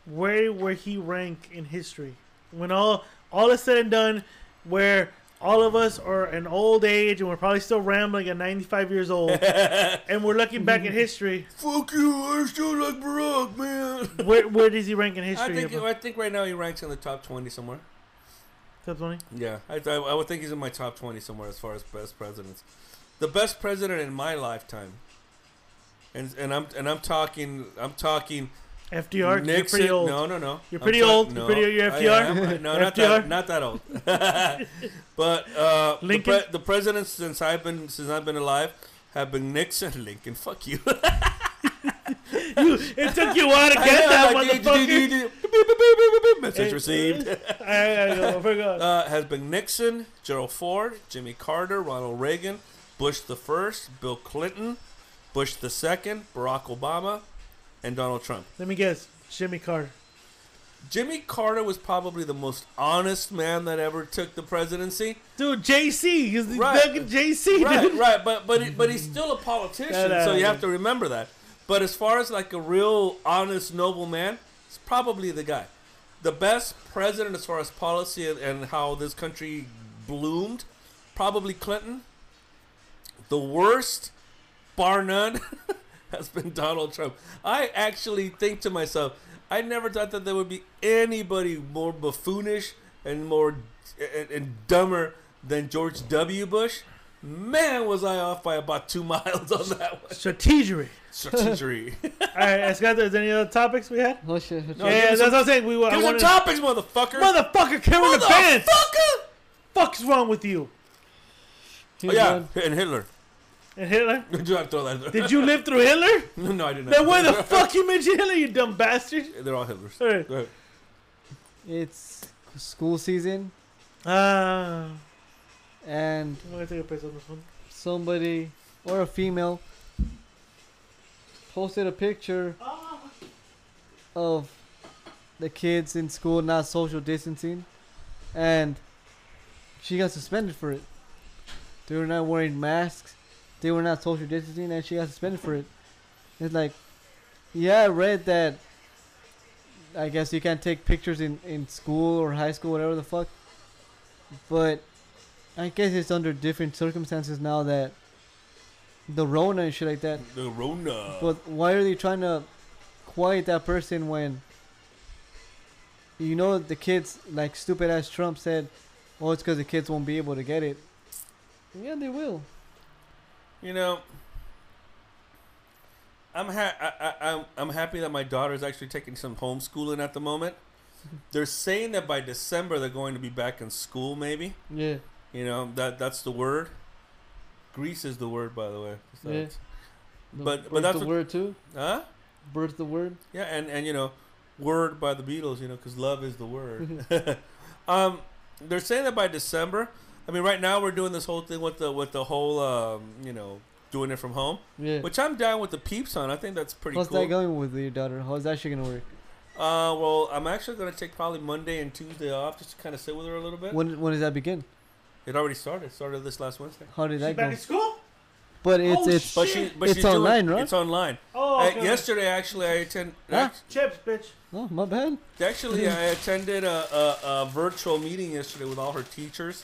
S3: Where will he rank in history when all all is said and done? Where all of us are in old age and we're probably still rambling at 95 years old, and we're looking back at history.
S2: fuck you, I still like Barack, man.
S3: Where where does he rank in
S2: I
S3: history?
S2: think I think right now he ranks in the top twenty somewhere.
S3: Top 20?
S2: Yeah, I, I, I would think he's in my top twenty somewhere as far as best presidents. The best president in my lifetime, and and I'm and I'm talking I'm talking
S3: FDR. you're
S2: Nixon.
S3: pretty old.
S2: No, no, no.
S3: You're
S2: I'm
S3: pretty
S2: talk-
S3: old. You're pretty old. You're
S2: I
S3: FDR?
S2: am. No, not
S3: FDR?
S2: that. Not that old. but uh, the,
S3: Lincoln?
S2: pre- the presidents since I've been since I've been alive have been Nixon, Lincoln. Fuck you.
S3: You, it took you a while to
S2: I
S3: get
S2: know,
S3: that
S2: like,
S3: motherfucker.
S2: do- do- do- do- do- beep, beep, beep, beep, beep, beep. Message received.
S3: I, I, know, I forgot.
S2: Uh, has been Nixon, Gerald Ford, Jimmy Carter, Ronald Reagan, Bush the first, Bill Clinton, Bush the second, Barack Obama, and Donald Trump.
S3: Let me guess. Jimmy Carter.
S2: Jimmy Carter was probably the most honest man that ever took the presidency.
S3: Dude, JC. He's the
S2: Right.
S3: fucking JC.
S2: Right,
S3: dude.
S2: right, but but he, but he's still a politician,
S3: That, uh,
S2: so you have to remember that. But as far as like a real honest noble man, It's probably the guy. The best president as far as policy and, and how this country bloomed, probably Clinton. The worst, bar none, has been Donald Trump. I actually think to myself, I never thought that there would be anybody more buffoonish and more and, and dumber than George W. Bush. Man, was I off by about two miles on that one.
S3: Strategery.
S2: Strategery.
S3: All right, Escada, is there any other topics we had?
S4: No shit.
S2: No,
S3: yeah, that's
S2: give us some-
S3: what I'm saying. We were.
S2: Give
S3: I
S2: us some
S3: wanted,
S2: topics, motherfucker.
S3: motherfucker, Karen the pants.
S2: Motherfucker!
S3: Fuck's wrong with you?
S4: He's
S2: Oh, yeah,
S4: done.
S2: and Hitler.
S3: And Hitler?
S2: Did you have to throw that? in there?
S3: Did you live through Hitler?
S2: no, I didn't.
S3: Then why the fuck you mention Hitler, you dumb bastard?
S2: They're all Hitlers.
S3: All right.
S2: Go ahead.
S4: It's school season,
S3: Ah,
S4: and
S3: I'm gonna take a piss on this one.
S4: somebody or a female posted a picture of the kids in school not social distancing and she got suspended for it. They were not wearing masks, they were not social distancing, and she got suspended for it. It's like, yeah, I read that. I guess you can't take pictures in, in school or high school, whatever the fuck. But I guess it's under different circumstances now that the Rona and shit like that.
S2: The Rona.
S4: But why are they trying to quiet that person when you know the kids, like stupid ass Trump said, "Oh, it's because the kids won't be able to get it." Yeah, they will.
S2: You know, I'm ha- I, I, I'm I'm happy that my daughter's actually taking some homeschooling at the moment. They're saying that by December they're going to be back in school, maybe.
S4: Yeah,
S2: You know that that's the word. Greece is the word, by the way. So
S4: Yeah.
S2: it's- But- but that's
S4: the
S2: what-
S4: word too.
S2: Huh?
S4: Birth the word.
S2: Yeah, and and you know, word by the Beatles, you know, because love is the word. um, they're saying that by December. I mean, right now we're doing this whole thing with the with the whole, um, you know, doing it from home,
S4: Yeah.
S2: which I'm down with the peeps on. I think that's pretty
S4: How's
S2: cool.
S4: that going with your daughter? How's that shit gonna work?
S2: Uh, well, I'm actually gonna take probably Monday and Tuesday off just to kind of sit with her a little bit.
S4: When when does that begin?
S2: It already started. It Started this last Wednesday.
S4: How did
S3: She's
S4: that
S3: back
S4: go?
S3: in school?
S4: But it's
S3: Oh,
S4: it's
S2: But she, but
S4: It's
S2: she's doing-
S4: online, right?
S2: It's online.
S3: Oh,
S2: Uh,
S3: okay.
S2: yesterday, actually, I attend.
S4: Huh? Mm-hmm.
S3: Chips, bitch.
S4: oh my bad.
S2: Actually, I attended a, a, a virtual meeting yesterday with all her teachers.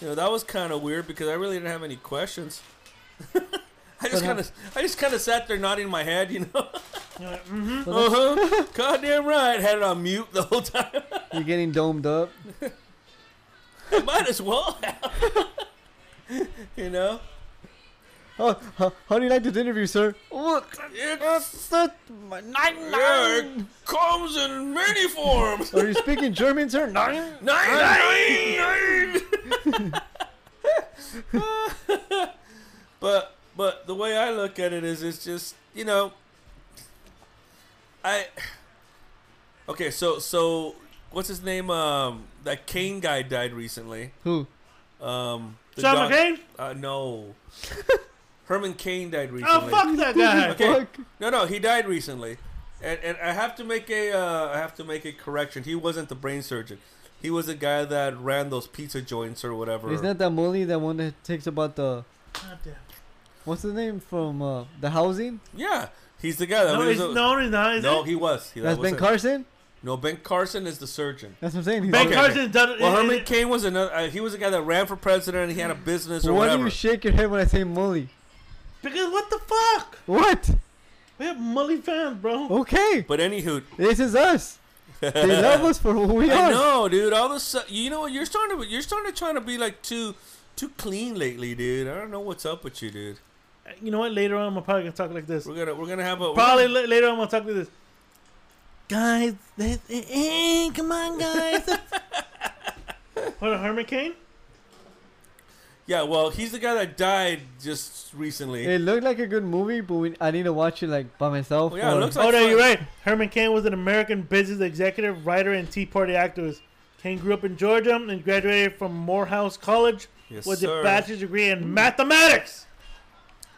S2: You know, that was kind of weird because I really didn't have any questions. I just
S4: But uh, how-
S2: kind of, I just kind of sat there nodding my head, you know.
S3: You're like, mm-hmm.
S4: Well,
S2: uh-huh. Goddamn right, had it on mute the whole time.
S4: You're getting domed up.
S2: Might as well. have. you know,
S4: Oh, how, how do you like this interview, sir? Oh,
S2: it's
S4: that-
S2: yeah, it comes in many forms.
S4: Are you speaking German, sir? Nine.
S2: Nine, nine, nine. but but the way I look at it is, it's just you know, I. Okay, so so what's his name? Um, that Kane guy died recently.
S4: Who?
S2: Um, the
S3: John
S2: doc-
S3: McCain?
S2: Uh, no. Herman Kane died
S3: Oh,
S2: recently.
S3: fuck that guy.
S2: Okay.
S4: Fuck.
S2: No, no, he died recently, and and I have to make a uh, I have to make a correction. He wasn't the brain surgeon. He was the guy that ran those pizza joints or whatever.
S4: Is that that Molly that one that takes about the
S3: God damn.
S4: what's the name from uh, the housing?
S2: Yeah, he's the guy that
S3: No,
S2: was.
S3: he's, no, he's not. Is
S2: no,
S3: it?
S2: he was. He, that
S4: That's
S2: was it.
S4: Ben Carson.
S2: No, Ben Carson is the surgeon.
S4: That's what I'm saying. He's
S3: Ben
S4: like,
S3: Carson's done.
S2: Well,
S3: is-
S2: Herman
S3: is-
S2: Cain was another. Uh, he was the guy that ran for president. and He had a business or
S4: Why do
S2: whatever.
S4: you shake your head when I say Molly?
S3: Because what the fuck?
S4: What?
S3: We have Mully fans,
S4: Oh,
S3: bro.
S4: Okay,
S2: but anywho,
S4: this is us. They love us for who we
S2: I
S4: are.
S2: know, dude. All this, su- you know what? You're starting to. You're starting to trying to be like too, too clean lately, dude. I don't know what's up with you, dude.
S3: You know what? Later on, I'm probably gonna talk like this.
S2: We're gonna we're gonna have a we're
S3: Probably la- later on, I'm gonna talk like this. Guys, this, hey, come on, guys. what a Herman Cain?
S2: Yeah, well, he's the guy that died just recently.
S4: It looked like a good movie, but we, I need to watch it like by myself.
S2: Well, yeah, it
S4: or-
S2: looks like
S3: Oh no,
S2: fun.
S3: you're right. Herman Cain was an American business executive, writer, and Tea Party activist. Cain grew up in Georgia and graduated from Morehouse College
S2: Yes,
S3: with
S2: sir.
S3: a bachelor's degree in mathematics.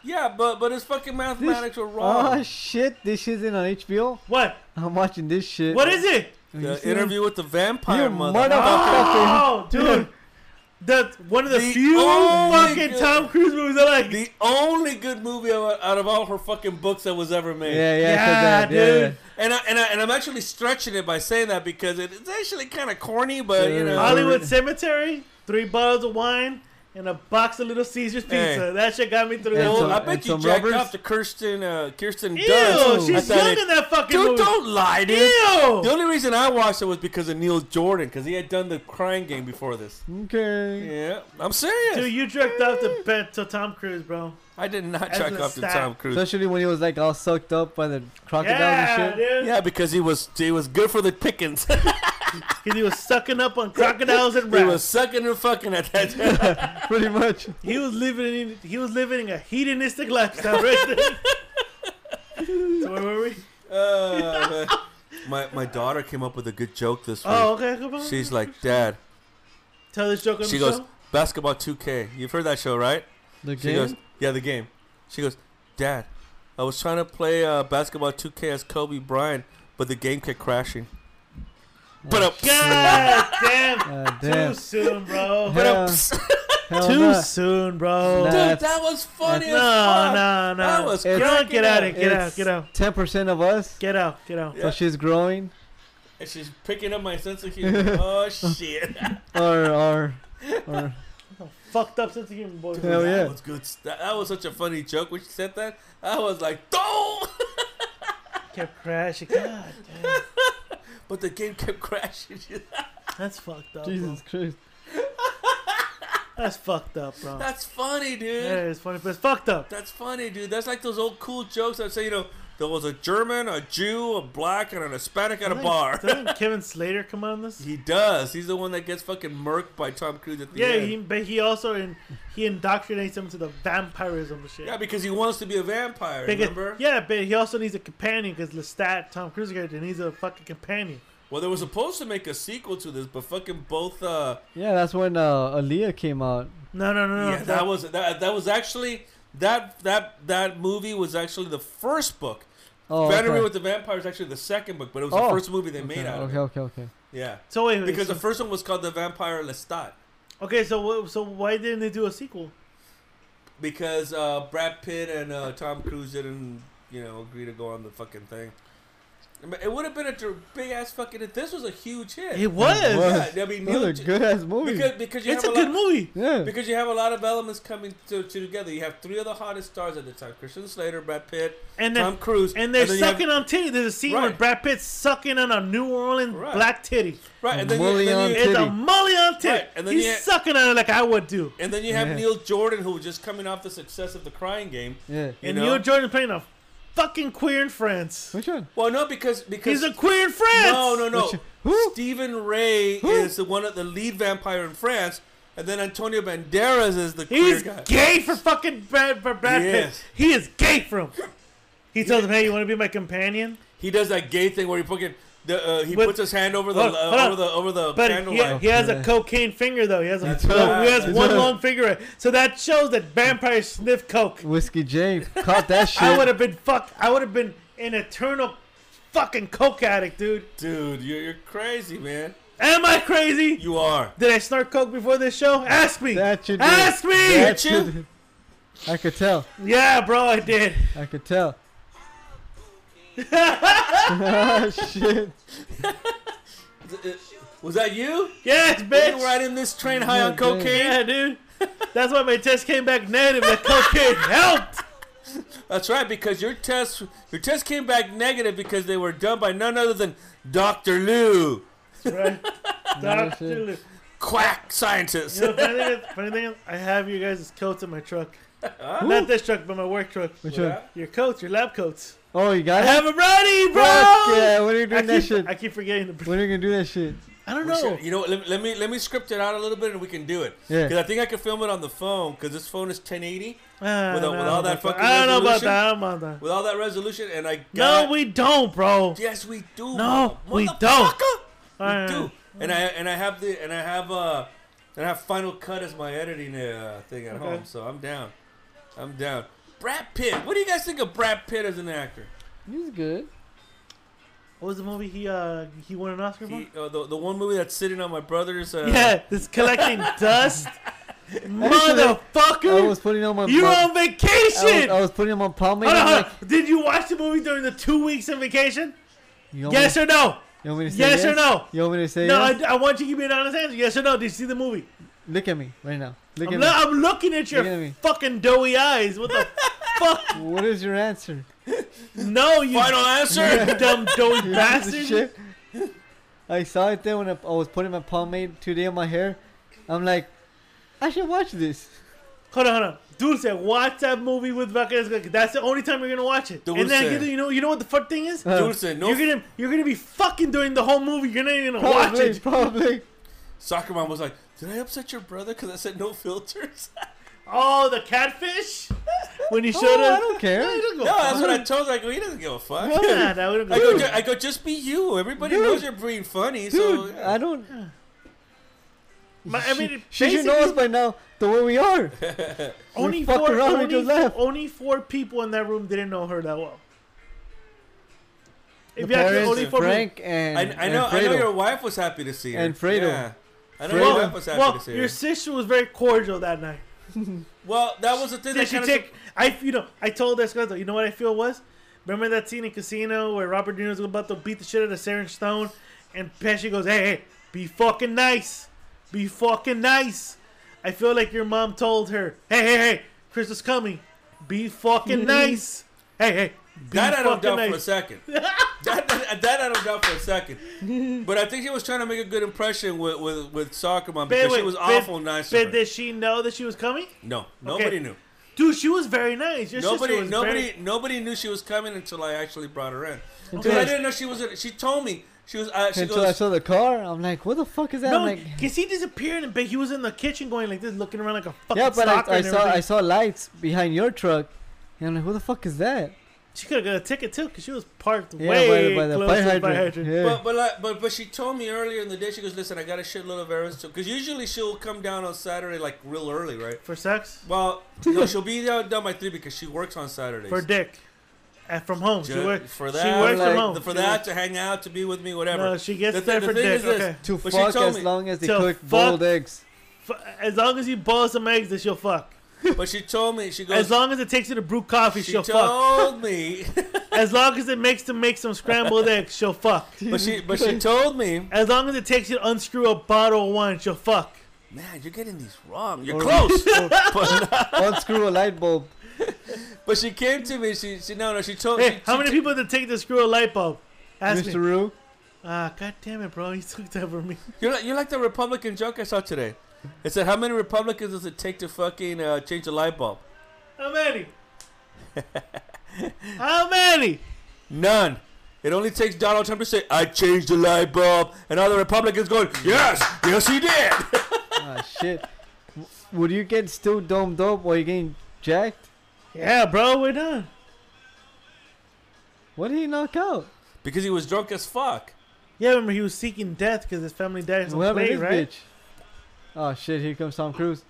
S2: Yeah, but but his fucking mathematics were wrong.
S4: Oh shit! This isn't on HBO.
S3: What?
S4: I'm watching this shit.
S3: What is it?
S4: Have you
S2: the
S4: seen it?
S2: interview with the vampire
S4: You
S2: mother.
S4: motherfucker!
S3: Oh, dude. That's one of the,
S2: The
S3: few
S2: only
S3: fucking
S2: good-
S3: Tom Cruise movies I like.
S2: The only good movie out out of all her fucking books that was ever made.
S4: Yeah, yeah, I said
S3: Yeah,
S4: that. yeah,
S3: dude.
S4: yeah.
S2: and I, and I and I'm actually stretching it by saying that because it, it's actually kind of corny, but you know,
S3: Hollywood Cemetery, three bottles of wine, and a box of Little Caesars pizza.
S2: Hey.
S3: That shit got me through.
S4: And
S3: the
S4: some-
S2: I bet you
S4: some
S2: jacked
S4: rubbers?
S2: off to Kirsten uh, Kirsten
S3: Ew,
S2: Dunst. I
S3: she's
S2: thought
S3: young
S2: it-
S3: in that fucking
S2: Dude,
S3: movie.
S2: don't lie, dude.
S3: Ew.
S2: The only reason I watched it was because of Neil Jordan, because he had done the crying game before this.
S4: Okay.
S2: Yeah, I'm serious.
S3: Dude, you jerked off to, Ben- to Tom Cruise, bro.
S2: I did not
S3: That's
S2: jack
S3: a
S2: off to
S3: stat.
S2: Tom Cruise.
S4: Especially when he was like all sucked up by the crocodiles
S3: Yeah,
S4: and shit.
S3: dude.
S2: Yeah, because he was he was good for the pickings.
S3: Because he was sucking up on crocodiles and
S2: he
S3: rats.
S2: was sucking and fucking at that time.
S4: Pretty much.
S3: He was living in, he was living a hedonistic lifestyle right there. so where were we?
S2: Uh, man. my my daughter came up with a good joke this week.
S3: Oh, okay, come on.
S2: She's like, Dad.
S3: Tell this joke on
S2: She
S3: the
S2: goes,
S3: show.
S2: basketball 2K. You've heard that show, right?
S4: The
S2: She
S4: game.
S2: goes, yeah, the game. She goes, Dad, I was trying to play uh, basketball 2K as Kobe Bryant, but the game kept crashing. But up,
S3: God damn.
S4: Ah,
S3: Too
S4: damn.
S3: soon, bro.
S2: but
S4: Hell-
S2: up.
S4: hell
S3: Too
S4: nah.
S3: soon, bro.
S4: Nah.
S2: Dude,
S4: That's-
S2: that was funny
S3: No,
S2: as fuck.
S3: no, no.
S2: That was
S4: It's-
S3: Get out,
S2: cracking
S3: get out of
S2: up.
S3: here. Get out,
S4: It's
S3: get out.
S4: 10% of us.
S3: Get out, get out.
S4: So she's growing.
S2: And she's picking up my sense of humor. oh shit!
S4: Or, or, or.
S3: Fucked up since you boy.
S4: Hell
S2: that
S4: yeah.
S2: was good. st- That, that was such a funny joke when she said that. I was like, "Oh!"
S3: Kept crashing. God damn.
S2: But the game kept crashing.
S3: That's fucked up,
S4: Jesus Christ.
S3: bro. That's fucked up, bro.
S2: That's funny, dude.
S3: That is funny, but it's fucked up.
S2: That's funny, dude. That's like those old cool jokes that say, you know, there was a German, a Jew, a black, and an Hispanic at a bar.
S3: Doesn't Kevin Slater come on this?
S2: he does. He's the one that gets fucking murked by Tom Cruise at the
S3: Yeah,
S2: end.
S3: he, but he also in, he indoctrinates him to the vampirism and shit.
S2: yeah, because he wants to be a vampire.
S3: Because-
S2: remember?
S3: yeah, but he also needs a companion because Lestat, Tom Cruise character, needs a fucking companion.
S2: Well, they were supposed to make a sequel to this, but fucking both. uh
S4: Yeah, that's when uh, Aaliyah came out.
S3: No, no, no, no.
S2: Yeah, that was that. That was actually that that that movie was actually the first book.
S4: Oh,
S2: Battery
S4: okay.
S2: with the Vampire is actually the second book, but it was
S4: Oh.
S2: the first movie they made out of
S4: okay,
S2: it.
S4: okay, okay.
S2: Yeah,
S3: so wait, wait,
S2: because
S3: so,
S2: the first one was called The Vampire Lestat.
S3: okay, so what- so why didn't they do a sequel?
S2: because uh, Brad Pitt and uh, Tom Cruise didn't, you know, agree to go on the fucking thing. I mean, It would have been a big ass fucking. If this was a huge hit,
S3: It was.
S4: was.
S2: Yeah, I mean,
S4: That
S2: Neil,
S4: was a good ass movie.
S2: because because you
S3: It's a
S2: have a,
S3: good
S2: lot,
S3: movie.
S4: yeah.
S2: because you have a lot of elements coming to, to together. You have three of the hottest stars at the time: Christian Slater, Brad Pitt,
S3: And then-
S2: Tom Cruise,
S3: And they're
S2: then you have-
S3: sucking on titty. There's a scene where
S2: Right.
S3: Brad Pitt's sucking on a New Orleans
S2: Right.
S3: black titty.
S2: right, and then, you,
S4: Mully
S2: and then
S4: on
S2: you-
S4: tip.
S3: It's a
S4: Titty.
S3: mully on titty.
S2: Right, and then
S3: He's
S2: you-
S3: sucking on it like I would do.
S2: and then you have
S4: Yeah.
S2: Neil Jordan, who was just coming off the success of the Crying Game.
S4: yeah.
S2: You
S3: and
S2: know?
S3: Neil Jordan playing a fucking queer in France.
S4: Which one?
S2: Well, no, because because
S3: He's a queer in France.
S2: No, no, no.
S4: Which- who?
S2: Stephen Ray
S4: Who?
S2: is the one of the lead vampire in France, and then Antonio Banderas is the
S3: He's
S2: queer guy.
S3: gay for fucking Brad, for Brad
S2: He
S3: Pitt.
S2: is.
S3: He is gay for him. He tells him, "Hey, you want to be my companion?"
S2: He does that gay thing where he fucking the, uh, he
S3: With-
S2: puts his hand over the
S3: Hold on,
S2: uh,
S3: hold on.
S2: over the over the
S3: But
S2: candle
S3: he,
S2: light.
S3: he has a
S4: Yeah.
S3: cocaine finger, though. He has a,
S2: right.
S3: he has
S4: That's
S3: one
S4: right.
S3: long finger, so that shows that vampires sniff coke.
S4: Whiskey J caught that shit.
S3: I would have been fuck. I would have been an eternal fucking coke addict, dude.
S2: Dude, you're, you're crazy, man.
S3: Am I crazy?
S2: You are.
S3: Did I snort coke before this show? Ask me.
S4: That you did.
S3: Ask me.
S4: That
S2: you?
S4: did. I could tell.
S3: yeah, bro, I did.
S4: I could tell. Ah, shit.
S2: Was that you?
S3: Yes,
S2: Were
S3: bitch.
S2: you riding this train high on
S4: Yeah,
S2: cocaine?
S3: Yeah, dude. That's why my test came back negative. That cocaine helped.
S2: That's right, because your test your test came back negative because they were done by none other than Dr. Lou,
S3: Right. Dr.
S4: shit.
S3: Luke.
S2: quack scientist.
S3: So funny thing, is, funny thing is, I have you guys' coats in my truck. Not this truck, but my work truck.
S4: Which one?
S3: Your coats, your lab coats.
S4: Oh, you
S3: I
S4: got it?
S3: have them ready, bro.
S4: Fuck yeah, when are you
S3: I
S4: doing that
S3: keep,
S4: shit?
S3: I keep forgetting the.
S4: When are you gonna do that shit?
S3: I don't
S2: We
S3: know.
S2: should- you know, what, let, let me let me script it out a little bit and we can do it.
S4: Yeah.
S2: Because I think I can film it on the phone because this phone is 1080
S3: Ah,
S2: with all-
S3: no,
S2: with all that
S3: but-
S2: fucking
S3: I don't know about
S2: resolution?
S3: that. I don't know about that.
S2: with all that resolution, and I
S3: No,
S2: got.
S3: we don't, bro.
S2: Yes, we
S3: No,
S2: do. mother-
S3: we
S2: motherfucker!
S3: don't.
S2: We do. And I and I have the and I have uh and I have Final Cut as my editing uh, thing at home, so I'm down. I'm down. Brad Pitt. What do you guys think of Brad Pitt as an actor?
S4: He's good.
S3: What was the movie he uh he won an Oscar for?
S2: He, uh, the, the one movie that's sitting on my brother's. Uh,
S3: Yeah, this collecting dust, motherfucker.
S4: I was putting on my.
S3: You're
S4: my-
S3: on
S4: I was,
S3: vacation.
S4: I was putting on my palm.
S3: Hold on,
S4: I'm
S3: hold
S4: like,
S3: on. Did you watch the movie during the two weeks of vacation?
S4: You want me
S3: Yes
S4: to-
S3: or no?
S4: you want me to say
S3: Yes or no?
S4: You want me to say
S3: No,
S4: yes?
S3: I, I want you to give me an honest answer. Yes or no? Did you see the movie?
S4: Look at me right now. Look
S3: I'm,
S4: at
S3: lo- I'm looking at your
S4: Look at me.
S3: fucking doughy eyes. What the fuck?
S4: me. What is your answer?
S3: No, you
S2: Final
S3: you
S2: answer.
S3: dumb doughy
S4: You piece of
S3: bastard.
S4: shit. I saw it there when I, I was putting my pomade today on my hair. I'm like, I should watch this.
S3: Hold on, hold on. Dude said, watch that movie with Vaqueros. That's the only time you're gonna watch it.
S2: Dude
S3: and then
S2: said-
S3: you know, you know what the fuck thing is?
S4: Uh,
S2: Dulce, no.
S3: you're gonna you're gonna be fucking during the whole movie. You're not even gonna watch
S4: Probably,
S3: it.
S4: probably.
S2: Soccer mom was like, "Did I upset your brother? Because I said no filters."
S3: Oh, the catfish! When you showed
S4: Oh,
S3: up,
S4: I don't care.
S2: no, that's what I told her. I go, "He doesn't give a fuck."
S3: Yeah, that would've
S2: I go,
S3: been-
S2: "Ju- I go, just be you. Everybody
S4: Dude.
S2: knows you're being funny. so
S4: Dude,
S2: yeah.
S4: I don't.
S3: My- I mean,
S4: she should know us
S3: basically-
S4: by now the way we are.
S3: only
S4: we fucked
S3: four,
S4: around, we
S3: only,
S4: just left.
S3: only four people in that room didn't know her that well. If
S4: The
S3: you actually
S4: parents,
S3: only four people-
S4: Frank, and
S2: I, I know.
S4: and
S2: I know
S4: Fredo.
S2: your wife was happy to see her.
S4: And Fredo.
S2: Yeah. I know
S4: Fredo.
S2: your wife was happy
S3: well,
S2: to see her.
S3: your sister was very cordial that night.
S2: Well, that was the thing.
S3: Did
S2: that
S3: she
S2: kinda
S3: take? I you know I told Escoto. You know what I feel was? Remember that scene in Casino where Robert De Niro's about to beat the shit out of Sharon Stone, and Pesci goes, "Hey, hey, be fucking nice, be fucking nice." I feel like your mom told her, "Hey, hey, hey, Chris is coming, be fucking nice." Hey, hey, be
S2: Mm-hmm. That I don't
S3: fucking
S2: doubt
S3: nice.
S2: for a second. that, that, that I don't doubt for a second. But I think she was trying to make a good impression with with, with soccer mom
S3: But
S2: because she
S3: wait,
S2: was
S3: but-
S2: awful nice. to
S3: but
S2: her.
S3: did she know that she was coming?
S2: no, nobody
S3: Okay.
S2: knew.
S3: Dude, she was very nice. Your
S2: Nobody,
S3: sister was
S2: nobody,
S3: very-
S2: nobody knew she was coming until I actually brought her in. Because
S4: Until-
S2: I didn't know she was. in- She told me she was. Uh, she
S4: Until I
S2: goes.
S4: saw the car, I'm like, what the fuck is that?
S3: No,
S4: I'm like,
S3: because he disappeared and but he was in the kitchen going like this, looking around like a fucking
S4: yeah, but
S3: stalker
S4: I, I
S3: and
S4: saw I
S3: everything.
S4: saw lights behind your truck, and I'm like, who the fuck is that?
S3: She could have got a ticket too, cause she was parked
S4: Yeah,
S3: way
S4: by, by the
S3: close
S4: fire
S3: to the fire
S4: hydrant.
S3: hydrant.
S4: Yeah.
S2: But but, like, but but she told me earlier in the day she goes listen I got a shitload of errands to because usually she'll come down on Saturday like real early right
S3: for sex,
S2: well no she'll be down, down by three because she works on Saturdays
S3: for dick, and from home. she
S2: Ju-
S3: works
S2: for
S3: She
S2: that,
S3: works
S4: like,
S3: from home.
S2: for
S3: She
S2: that
S3: works-
S2: to hang out to be with me whatever
S3: No, she gets
S2: The thi-
S3: there
S2: the
S3: for
S2: thing
S3: dick.
S2: is this,
S3: okay.
S4: to
S2: but she
S4: fuck
S2: told
S4: as
S2: me-
S4: long as they
S3: to
S4: cook
S3: fuck-
S4: boiled eggs.
S3: F- as long as you boil some eggs, then she'll fuck.
S2: but she told me she goes
S3: As long as it takes you to brew coffee,
S2: she
S3: she'll
S2: told
S3: fuck.
S2: me
S3: As long as it makes them make some scrambled eggs, she'll fuck.
S2: but she but she told me
S3: As long as it takes you to unscrew a bottle of wine, she'll fuck.
S2: man you're getting these wrong you're
S4: Or-
S2: close
S4: Unscrew a light bulb.
S2: but she came to me she she no no she told she,
S3: Hey, how
S2: she
S3: many
S2: t-
S3: people did take to screw a light bulb? Ask
S4: Mr.
S3: me.
S4: Rue.
S3: Ah, god damn it, bro, you took that from me.
S2: You're like, you're like the Republican joke I saw today. It said, "How many Republicans does it take to fucking uh, change a light bulb?"
S3: How many? how many?
S2: None. It only takes Donald Trump to say, "I changed the light bulb," and all the Republicans going, "Yes, yes, he did."
S4: Ah, shit. W- Would you get still domed up while you're getting jacked?
S3: Yeah, bro, we're done.
S4: What did he knock out?
S2: because he was drunk as fuck.
S3: Yeah, remember he was seeking death because his family died in
S4: What
S3: a
S4: happened to
S3: plague,
S4: this
S3: right?
S4: bitch? Oh shit! Here comes Tom Cruise.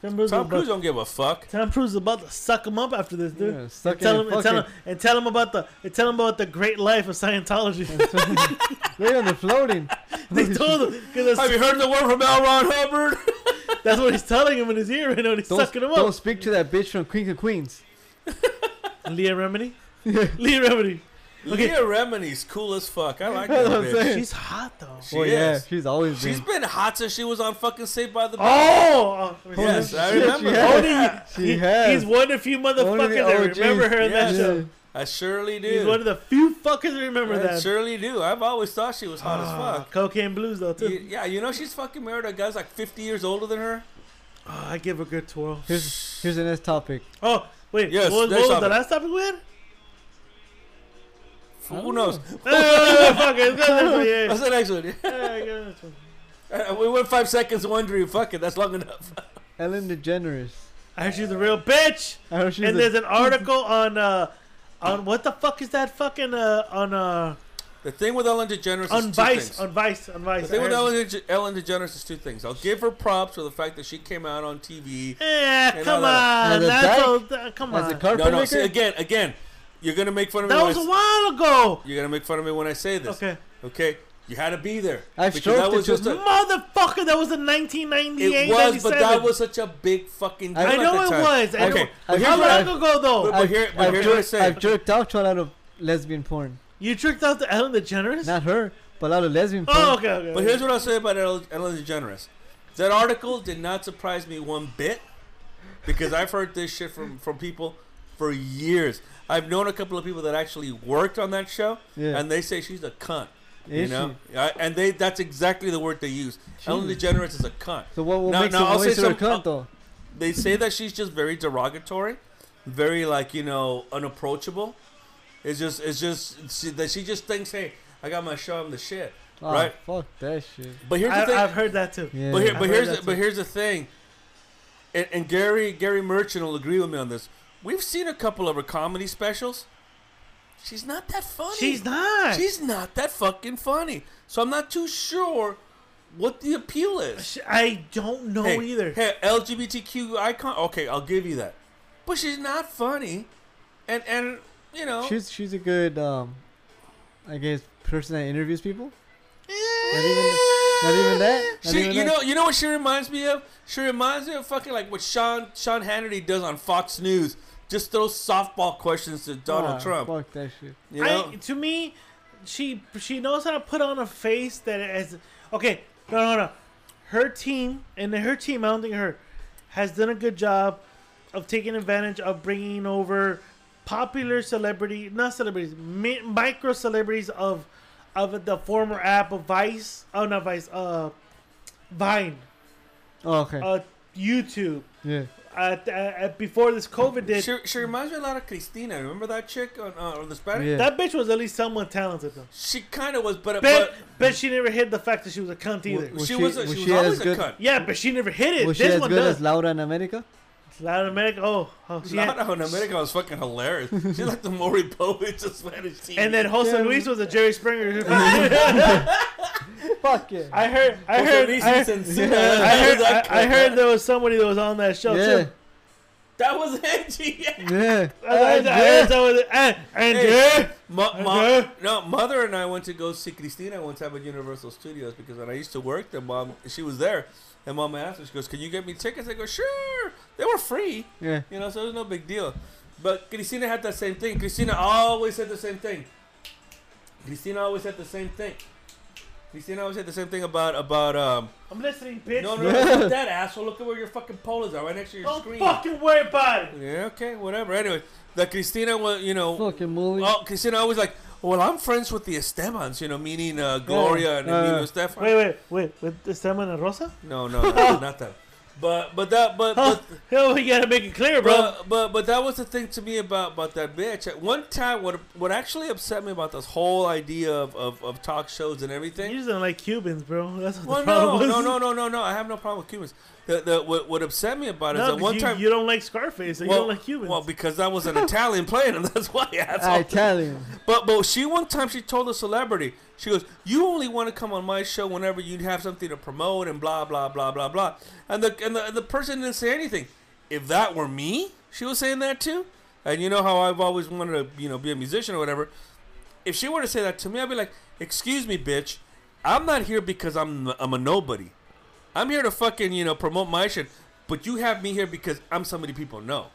S3: Tom Cruise,
S2: Tom
S3: about,
S2: Cruise don't give a fuck.
S3: Tom Cruise is about to suck him up after this, dude.
S4: Yeah,
S3: And
S4: suck
S3: tell
S4: it
S3: him, and
S4: and fuck
S3: tell him, and tell him about the, and tell him about the great life of Scientology.
S4: Right on the floating.
S3: they told him because
S2: Have
S3: that's,
S2: you heard the word from L. Ron Hubbard?
S3: that's what he's telling him in his ear right now. and He's
S4: Don't,
S3: sucking him
S4: don't
S3: up.
S4: speak to that bitch from Queen of Queens.
S3: Leah Remini, Leah Remini. Okay.
S2: Leah Remini's cool as fuck. I like
S4: That's
S2: that
S4: what I'm
S2: bitch.
S4: saying.
S3: She's hot though.
S2: She
S4: oh yeah,
S2: is.
S4: she's always
S2: She's been
S4: been.
S2: hot since she was on fucking Saved by the Bell.
S3: Oh, oh,
S2: yes, I
S4: shit,
S2: remember.
S4: she
S2: that.
S4: has.
S3: Only,
S4: She
S3: he-
S4: has.
S3: He's one of the few
S4: Only the
S3: motherfuckers that
S4: OGs.
S3: remember her in that
S2: Yeah.
S3: show.
S2: I surely do.
S3: He's one of the few fuckers that remember
S2: I
S3: that.
S2: surely do. I've always thought she was hot as
S3: Ah,
S2: fuck.
S3: Cocaine Blues though too.
S2: You- yeah, you know she's fucking married to a guy's like 50 years older than her.
S3: Oh, I give a good twirl.
S4: Here's here's the next topic.
S3: Oh, wait.
S2: Yes,
S3: what, what was
S2: next
S3: the
S2: topic.
S3: last topic we had?
S2: Who knows?
S3: Oh, fuck it. Let's go to this
S2: That's
S3: one,
S2: the next one.
S3: yeah. Yeah, I got this one.
S2: Uh, we went five seconds wondering. Fuck it, that's long enough.
S4: Ellen DeGeneres.
S3: I heard she's a real bitch.
S4: I know she's
S3: and
S4: a-
S3: there's an article on uh, on what the fuck is that fucking uh on uh
S2: The thing with Ellen DeGeneres
S3: on
S2: is two
S3: Vice
S2: things.
S3: on Vice on Vice.
S2: the thing
S3: I
S2: with
S3: heard-
S2: Ellen, Dege- Ellen DeGeneres is two things. I'll give her props for the fact that she came out on TV.
S3: Yeah,
S2: and all
S3: come
S2: that.
S3: on.
S4: As a
S3: That's
S4: dyke?
S3: all, that- come
S4: as a
S3: on.
S4: carpet
S2: No, no.
S4: maker.
S2: See, again, again, you're gonna make fun of me.
S3: that
S2: when
S3: was
S2: I
S3: a
S2: s-
S3: while ago.
S2: You're gonna make fun of me when I say this.
S3: Okay.
S2: Okay. You had to be there.
S4: I've
S2: Because that
S4: stroked
S2: was
S4: it to-
S2: just a.
S3: Motherfucker, that was in 1998.
S2: It was, but
S3: 97.
S2: that was such a big fucking.
S4: I
S2: deal
S3: I
S2: at
S3: know
S2: that
S3: it
S2: time.
S3: was. I
S2: Okay.
S3: know-
S4: but
S2: here's
S4: here's
S3: How
S4: what
S3: long ago though?
S2: But
S4: I've,
S2: here- but
S4: I've
S2: here's what I
S4: jerked,
S2: say.
S4: I've jerked off to a lot of lesbian porn.
S3: You tricked out the Ellen DeGeneres?
S4: Not her, but a lot of lesbian porn.
S3: oh, okay, okay.
S2: But here's what I'll say about Ellen Ellen DeGeneres. That article did not surprise me one bit because I've heard this shit from, from people for years. I've known a couple of people that actually worked on that show,
S4: Yeah.
S2: and they say she's a cunt. you
S4: Is
S2: know, I, and they that's exactly the word they use. Ellen
S4: Jeez.
S2: DeGeneres is a cunt.
S4: So what, what
S2: Now-
S4: makes
S2: now
S4: her,
S2: I'll
S4: what
S2: say
S4: makes her a
S2: some-
S4: cunt, though?
S2: They say that she's just very derogatory, very like you know unapproachable. It's just it's just she, that she just thinks, hey, I got my show, I'm the shit,
S4: Ah,
S2: right?
S4: Fuck that shit.
S2: But here's the
S3: I,
S2: thing.
S3: I've heard that too.
S4: Yeah.
S2: But here,
S3: I've
S2: but
S3: heard
S2: here's
S3: that
S2: the, but
S3: too.
S2: here's the thing, and, and Gary Gary Merchant will agree with me on this. We've seen a couple of her comedy specials. She's not that funny.
S3: She's not.
S2: She's not that fucking funny. So I'm not too sure what the appeal is.
S3: Sh- I don't know
S2: Hey,
S3: either.
S2: hey, LGBTQ icon. Okay, I'll give you that. But she's not funny, and and you know,
S4: She's she's a good, um, I guess, person that interviews people.
S2: eh.
S4: Not even, not even that. Not
S2: She,
S4: even
S2: you
S4: that.
S2: know, you know what she reminds me of? She reminds me of fucking like what Sean Sean Hannity does on Fox News. Just throw softball questions to Donald
S4: Ah,
S2: Trump.
S4: Fuck that shit.
S2: You know,
S3: I, to me, she she knows how to put on a face that as okay. No, no, no. Her team and her team, mounting her, has done a good job of taking advantage of bringing over popular celebrity, not celebrities, mi- micro celebrities of of the former app of Vice. Oh, not Vice. Uh, Vine.
S4: Oh, okay.
S3: Uh, YouTube.
S4: yeah.
S3: At, at, at- before this COVID did.
S2: she, she reminds me a lot of Christina. Remember that chick on, uh, on the Spanish?
S4: Yeah.
S3: That bitch was at least somewhat talented though.
S2: She kind of was, but,
S3: Bet,
S2: but
S3: bet she never hid the fact that she was a cunt either.
S4: Was
S2: she,
S4: she-
S2: was a,
S4: was
S2: she was
S4: she as
S2: always a
S4: good-
S2: cunt.
S3: Yeah, but she never hid it.
S4: Was she
S3: this
S4: as
S3: one
S4: good
S3: does.
S4: as Laura in America?
S3: Latin America. Oh, oh she had-
S2: Lana in America was fucking hilarious. She's like the Maury Povich of Spanish TV.
S3: And then Jose
S4: Yeah.
S3: Luis was a Jerry Springer.
S4: Fuck yeah.
S3: I heard. I heard. I heard. I heard, I, I heard there was somebody that was on that show
S4: yeah.
S3: too.
S2: that was Angie. Yeah.
S4: Yeah.
S3: I, I, I heard someone- and and yeah.
S2: Mo- mo-
S3: Okay.
S2: no, mother and I went to go see Christina one time at Universal Studios because when I used to work there, mom she was there, and mom asked her, she goes, "Can you get me tickets?" I go, "Sure." They were free,
S4: Yeah.
S2: you know, so it was no big deal. But Christina had that same thing. Christina always said the same thing. Christina always said the same thing. Christina always said the same thing about about um.
S3: I'm listening, bitch.
S2: No, no, no, not that asshole. Look at where your fucking polos are, right next to your
S3: Don't
S2: screen.
S3: fucking worry about it.
S2: Yeah, okay, whatever. Anyway, the Christina was, you know,
S4: Fucking movie.
S2: Oh, Christina always like, well, I'm friends with the Estebans, you know, meaning uh, Gloria and
S4: Yeah.
S2: Emilio
S4: Uh,
S2: Estefan.
S3: Wait, wait, wait. With Esteban and Rosa?
S2: No, no, no, not that. But but that but
S3: Oh,
S2: but,
S3: hell, we gotta make it clear, bro.
S2: but, but but that was the thing to me about about that bitch. At one time, what what actually upset me about this whole idea of of, of talk shows and everything.
S3: You just don't like Cubans, bro. That's what
S2: well,
S3: the problem
S2: no,
S3: was.
S2: no, no, no, no, no. I have no problem with Cubans. The, the, what, what upset me about it is
S3: No,
S2: that one
S3: you,
S2: time
S3: you don't like Scarface, so you don't like Cubans.
S2: Well, because that was an Italian plane, and that's why. That's all.
S4: Italian.
S2: But but she one time she told a celebrity, she goes, "You only want to come on my show whenever you have something to promote and blah blah blah blah blah." And the and the, and the person didn't say anything. If that were me, she was saying that too. And you know how I've always wanted to you know be a musician or whatever. If she were to say that to me, I'd be like, "Excuse me, bitch, I'm not here because I'm I'm a nobody. I'm here to fucking you know promote my shit. But you have me here because I'm somebody people know."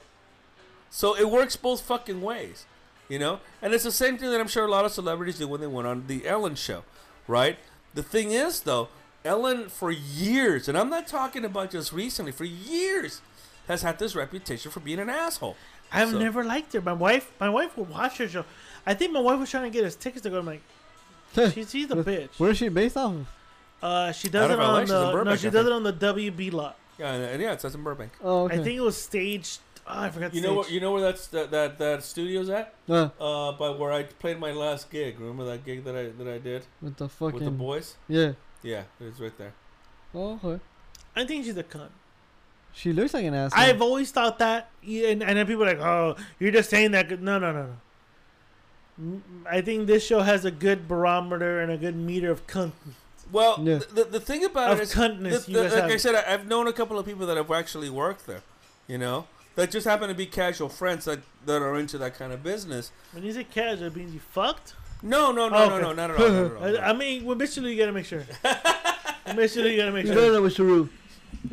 S2: So it works both fucking ways, you know. And it's the same thing that I'm sure a lot of celebrities do when they went on the Ellen show, right? The thing is, though, Ellen for years, and I'm not talking about just recently, for years, has had this reputation for being an asshole.
S3: I've
S2: So-
S3: never liked her. My wife, my wife would watch her show. I think my wife was trying to get us tickets to go. I'm like, she's, she's a bitch.
S4: Where is she based off of?
S3: Uh, she
S2: I
S3: does
S2: don't
S3: it
S2: know if I
S3: on
S2: like- she's in
S3: the no,
S2: Burbank,
S3: she
S2: I
S3: does
S2: think.
S3: it on the WB lot.
S2: Yeah, and, and yeah, it's that's in Burbank.
S4: Oh, okay.
S3: I think it was staged. Oh, I forgot.
S2: You know what? You know where that's that that, that studio's at?
S4: Uh,
S2: Uh, by where I played my last gig. Remember that gig that I that I did
S4: with the fucking.
S2: with the boys?
S4: Yeah.
S2: Yeah, it's right there.
S4: Oh, okay.
S3: I think she's a cunt.
S4: She looks like an asshole.
S3: I've always thought that, yeah, and and then people are like, oh, you're just saying that. 'cause-" No, no, no, no. Mm, I think this show has a good barometer and a good meter of cunt.
S2: Well,
S4: Yeah.
S2: th- the, the thing about
S3: Of
S2: it is,
S3: cuntness,
S2: the-
S3: you
S2: the-
S3: guys
S2: like
S3: have.
S2: I said, I, I've known a couple of people that have actually worked there, you know, that just happen to be casual friends that, that are into that kind of business.
S3: When you say casual, it means you fucked.
S2: No, no, no,
S3: Oh,
S2: no,
S3: okay.
S2: no, not at all. Not at all.
S3: I, I mean, with Michelin, you gotta make sure. With Michelin, you gotta make
S4: You
S3: sure.
S4: better know what you do.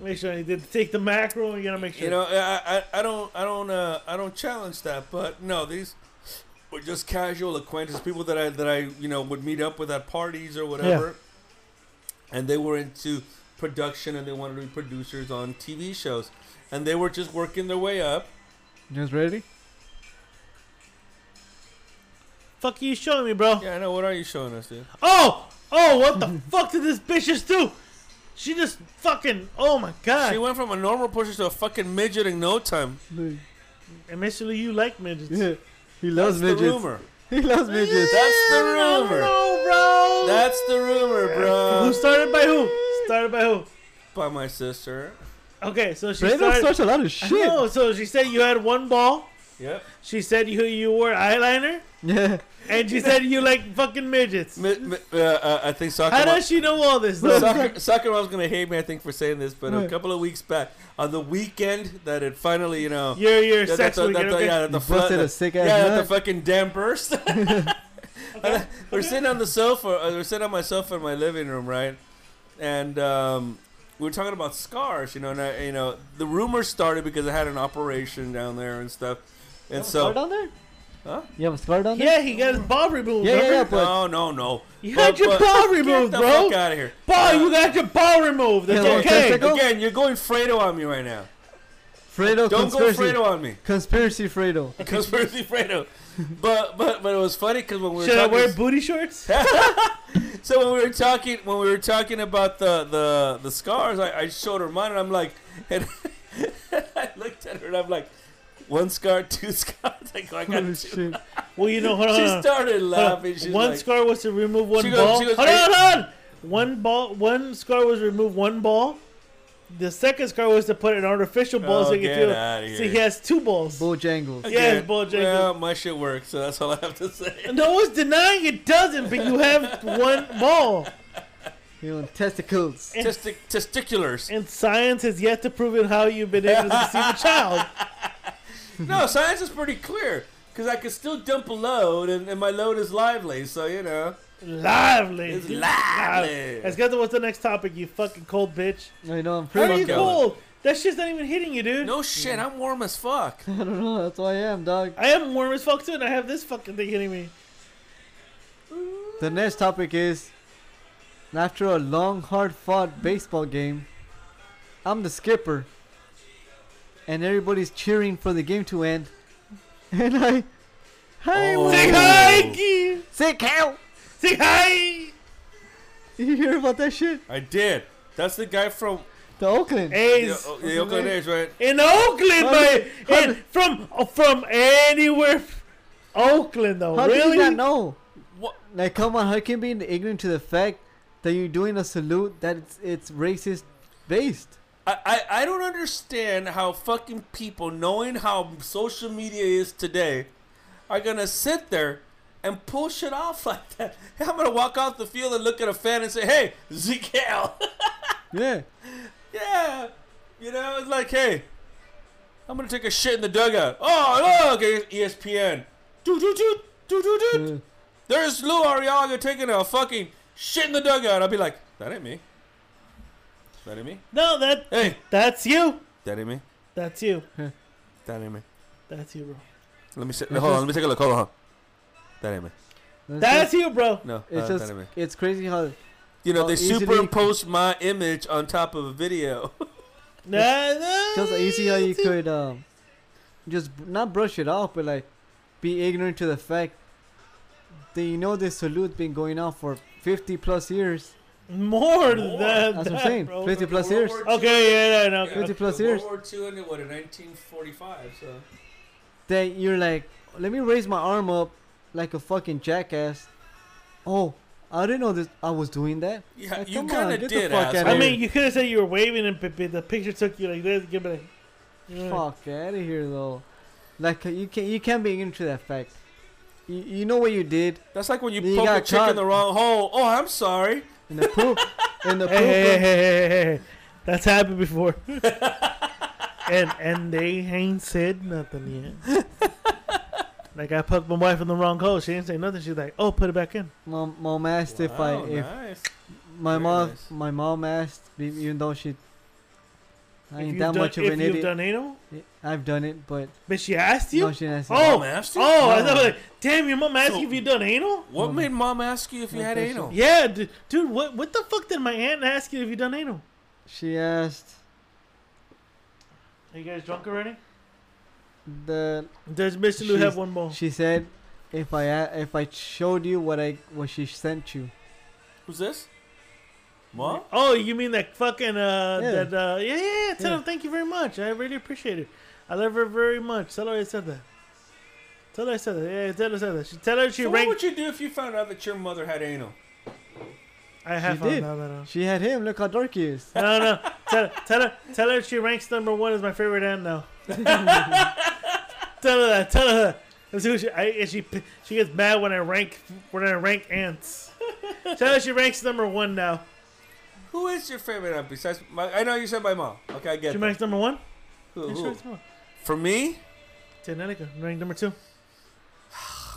S3: Make sure you did take the macro and you gotta make sure.
S2: you know, I, I, I don't, I don't, uh, I don't challenge that, but no, these. were just casual acquaintances, people that I that I you know would meet up with at parties or whatever, and they were into production and they wanted to be producers on TV shows, and they were just working their way up.
S4: Just ready?
S3: Fuck you showing me, bro.
S2: Yeah, I know. What are you showing us, dude?
S3: Oh, oh, what the fuck did this bitch just do? She just fucking. Oh my god.
S2: She went from a normal pusher to a fucking midget in no time.
S4: Like,
S3: Initially, you like midgets.
S4: yeah. He
S2: That's
S4: loves
S2: the
S4: midgets.
S2: rumor.
S4: He loves midgets.
S2: That's the
S3: I don't
S2: rumor.
S3: know, bro.
S2: That's the rumor,
S3: who
S2: bro.
S3: started by who? Started by who?
S2: By my sister.
S3: Okay, so she
S4: Fredo
S3: started.
S4: starts a lot of
S3: I
S4: shit.
S3: know, so she said you had one ball.
S2: Yep.
S3: She said you you wore eyeliner,
S4: Yeah.
S3: and she said you like fucking midgets.
S2: Mi- mi- uh, uh, I think soccer.
S3: How
S2: Mom-
S3: does she know all this? Though?
S2: Soccer, soccer mom's gonna hate me, I think, for saying this, but a
S4: Right.
S2: couple of weeks back, on the weekend that it finally, you know,
S3: Your your
S2: that-
S3: sex
S2: that-
S3: weekend.
S2: that-
S3: okay?
S2: yeah, that the
S4: You busted
S2: fu-
S4: a sick
S2: yeah,
S4: ass
S2: that the
S4: nut.
S2: fucking dam burst. we're sitting on the sofa. uh, We're sitting on my sofa in my living room, right? And um, we were talking about scars, you know. And I, you know, the rumor started because I had an operation down there and stuff. And so,
S4: Scar down there?
S2: Huh?
S4: You have a scar down there?
S3: Yeah, he got his ball removed.
S4: Yeah, yeah,
S3: remember?
S4: yeah.
S2: no, no, no.
S3: You had your ball removed,
S2: get the
S3: bro.
S2: Fuck out of here,
S3: Ball,
S2: Uh,
S3: you got your ball removed. That's
S4: Yeah, like
S3: okay.
S4: testicle?
S2: Again, you're going Fredo on me right now.
S4: Fredo
S2: Don't go
S4: conspiracy.
S2: Fredo on me.
S4: Conspiracy Fredo.
S2: Conspiracy Fredo. But but but it was funny because when we were
S3: Should I
S2: talking,
S3: wear booty shorts?
S2: so when we were talking when we were talking about the the the scars, I, I showed her mine and I'm like, and I looked at her and I'm like, one scar, two scars. Like oh, I got
S4: Holy
S2: two.
S4: shit.
S3: Well, you know, hold on.
S2: She
S3: hold on.
S2: started
S3: Hold on.
S2: laughing. She's
S3: one
S2: like,
S3: scar was to remove one
S2: She goes-
S3: ball.
S2: she goes,
S3: hold
S2: "Hey."
S3: on, hold on. One ball, one scar was to remove one ball. The second scar was to put an artificial ball
S2: Oh,
S3: so he can
S2: get
S3: feel.
S2: outta
S3: So
S2: here.
S3: he has two balls.
S4: Bojangles.
S3: Yeah,
S2: "Again,
S3: it's Bo Jacobs."
S2: Well, my shit works, so that's all I have to say.
S3: No one's denying it doesn't, but you have one ball.
S4: You know, testicles.
S2: Testic- testiculars.
S3: And science has yet to prove it how you've been able to conceive a child.
S2: No, science is pretty clear because I can still dump a load, and, and my load is lively. So you know,
S3: Lively.
S2: it's
S3: dude.
S2: lively.
S3: Let's get to what's the next topic, you fucking cold bitch.
S4: I know, I'm
S3: How are
S4: pretty
S3: you
S2: Fuck
S3: cold? That shit's not even hitting you, dude.
S2: No shit, I'm warm as fuck.
S4: I don't know, that's why I am, dog.
S3: I am warm as fuck too, and I have this fucking thing hitting me.
S4: The next topic is after a long, hard fought baseball game, I'm the skipper, and everybody's cheering for the game to end, and I. Hey,
S2: Oh.
S4: wait.
S3: Say hi, Gee.
S4: sick hell!
S3: Say hi.
S4: You hear about that shit?
S2: I did. That's the guy from
S4: The Oakland.
S2: the,
S3: A's
S2: O- the Oakland A's, right?
S3: in Oakland,
S4: How
S3: by
S4: did- how
S3: and
S4: did-
S3: from uh, from anywhere, Oakland though.
S4: How did
S3: really?
S4: you not know?
S2: What?
S4: Like, come on, how can you be ignorant to the fact that you're doing a salute that it's, it's racist based?
S2: I, I, I don't understand how fucking people, knowing how social media is today, are gonna sit there and pull shit off like that. I'm gonna walk off the field and look at a fan and say, "Hey, Zekel."
S4: Yeah.
S2: yeah, you know, it's like, hey, I'm gonna take a shit in the dugout. Oh, look, ESPN. Doo doo doo doo doo doo.
S4: Uh,
S2: There's Lou Ariaga taking a fucking shit in the dugout. I'll be like, that ain't me. That ain't me.
S3: No, that
S2: Hey,
S3: that's you.
S2: that ain't me.
S3: That's you.
S2: That ain't me.
S3: That's you, bro.
S2: Let me see. Hold on. Let me take a look. Hold on. That ain't me.
S3: That's
S4: just-
S3: you, bro.
S2: No,
S4: It's
S2: uh,
S4: just,
S2: that ain't me.
S4: it's crazy how
S2: You know,
S4: how
S2: they
S4: easily-
S2: superimpose my image on top of a video.
S3: Nah, nah,
S4: just easy how you
S3: that's
S4: could um, just b- not brush it off, but like be ignorant to the fact that you know this salute been going on for 50 plus years.
S3: More
S2: More.
S3: than that.
S4: That's what I'm saying.
S3: bro.
S4: 50 plus years.
S3: Okay, yeah, yeah, no.
S2: Yeah.
S3: okay.
S4: 50 plus years.
S2: World War II ended what in 1945. So
S4: That you're like, let me raise my arm up like a fucking jackass. Oh, I didn't know this. I was doing that.
S2: yeah,
S4: Like,
S2: you
S4: come
S2: kind
S4: on,
S2: of
S4: get the
S2: did.
S4: fuck
S2: asshole.
S4: outta
S3: I mean, you could have said you were waving and p- p- the picture took you like this. Give it a. you know.
S4: Fuck out of here though. Like you can't you can't be ignorant to that fact. You, you know what you did
S2: that's like when you,
S4: You
S2: poke a
S4: got
S2: chick
S4: caught.
S2: in the wrong hole. Oh, I'm sorry.
S4: in the poop in the poop.
S3: Hey, hey, hey,
S4: room.
S3: hey, hey, hey. That's happened before. and and they ain't said nothing yet. like I poked my wife in the wrong hole. She didn't say nothing. She's like, "Oh, put it back in."
S4: Mom, mom asked if I
S2: Wow,
S4: if
S2: Oh, nice.
S4: my
S2: Very
S4: mom
S2: nice.
S4: my mom asked be- even though she
S3: If
S4: I ain't
S3: you've
S4: that
S3: done-
S4: much of
S3: if
S4: an
S3: you've
S4: idiot.
S3: done anal,
S4: I've done it, but
S3: but she asked you.
S4: no, she didn't ask me.
S3: Oh,
S2: Mom asked you?
S3: oh, I
S4: No.
S3: was like, damn, your mom asked
S2: So-
S3: you if you done anal.
S2: What made mom ask you if you
S4: Like
S2: had
S4: that
S2: anal?
S3: Yeah, d- dude, what what the fuck did my aunt ask you if you done anal?
S4: She asked
S3: Are you guys drunk already?
S4: the.
S3: Does Mister Lou
S4: She's-
S3: have one more?
S4: She said, "If I a- if I showed you what I what she sent you,
S2: Who's this? Mom?
S3: Oh, you mean that fucking uh
S4: Yeah.
S3: that uh yeah yeah yeah tell
S4: Yeah.
S3: him thank you very much. I really appreciate it. I love her very much. Tell her I said that. Tell her I said that. Yeah, tell her I said that. She tell her she
S2: So what
S3: ranked
S2: would you do if you found out that your mother had anal?
S3: I have
S4: She
S3: found
S4: did.
S3: out that out.
S4: she had him. Look how dark he is."
S3: No no tell, tell her tell her she ranks number one as my favorite aunt now. tell her that, tell her that. Let's see who she, I, and she p- she gets mad when I rank when I rank ants. tell her she ranks number one now.
S2: Who is your favorite aunt besides? My, I know you said my mom. Okay, I get
S3: She
S2: it.
S3: ranks number one? Yeah,
S2: Who,
S3: she
S2: who?
S3: ranks number one.
S2: For me,
S3: Danica, ranked number two.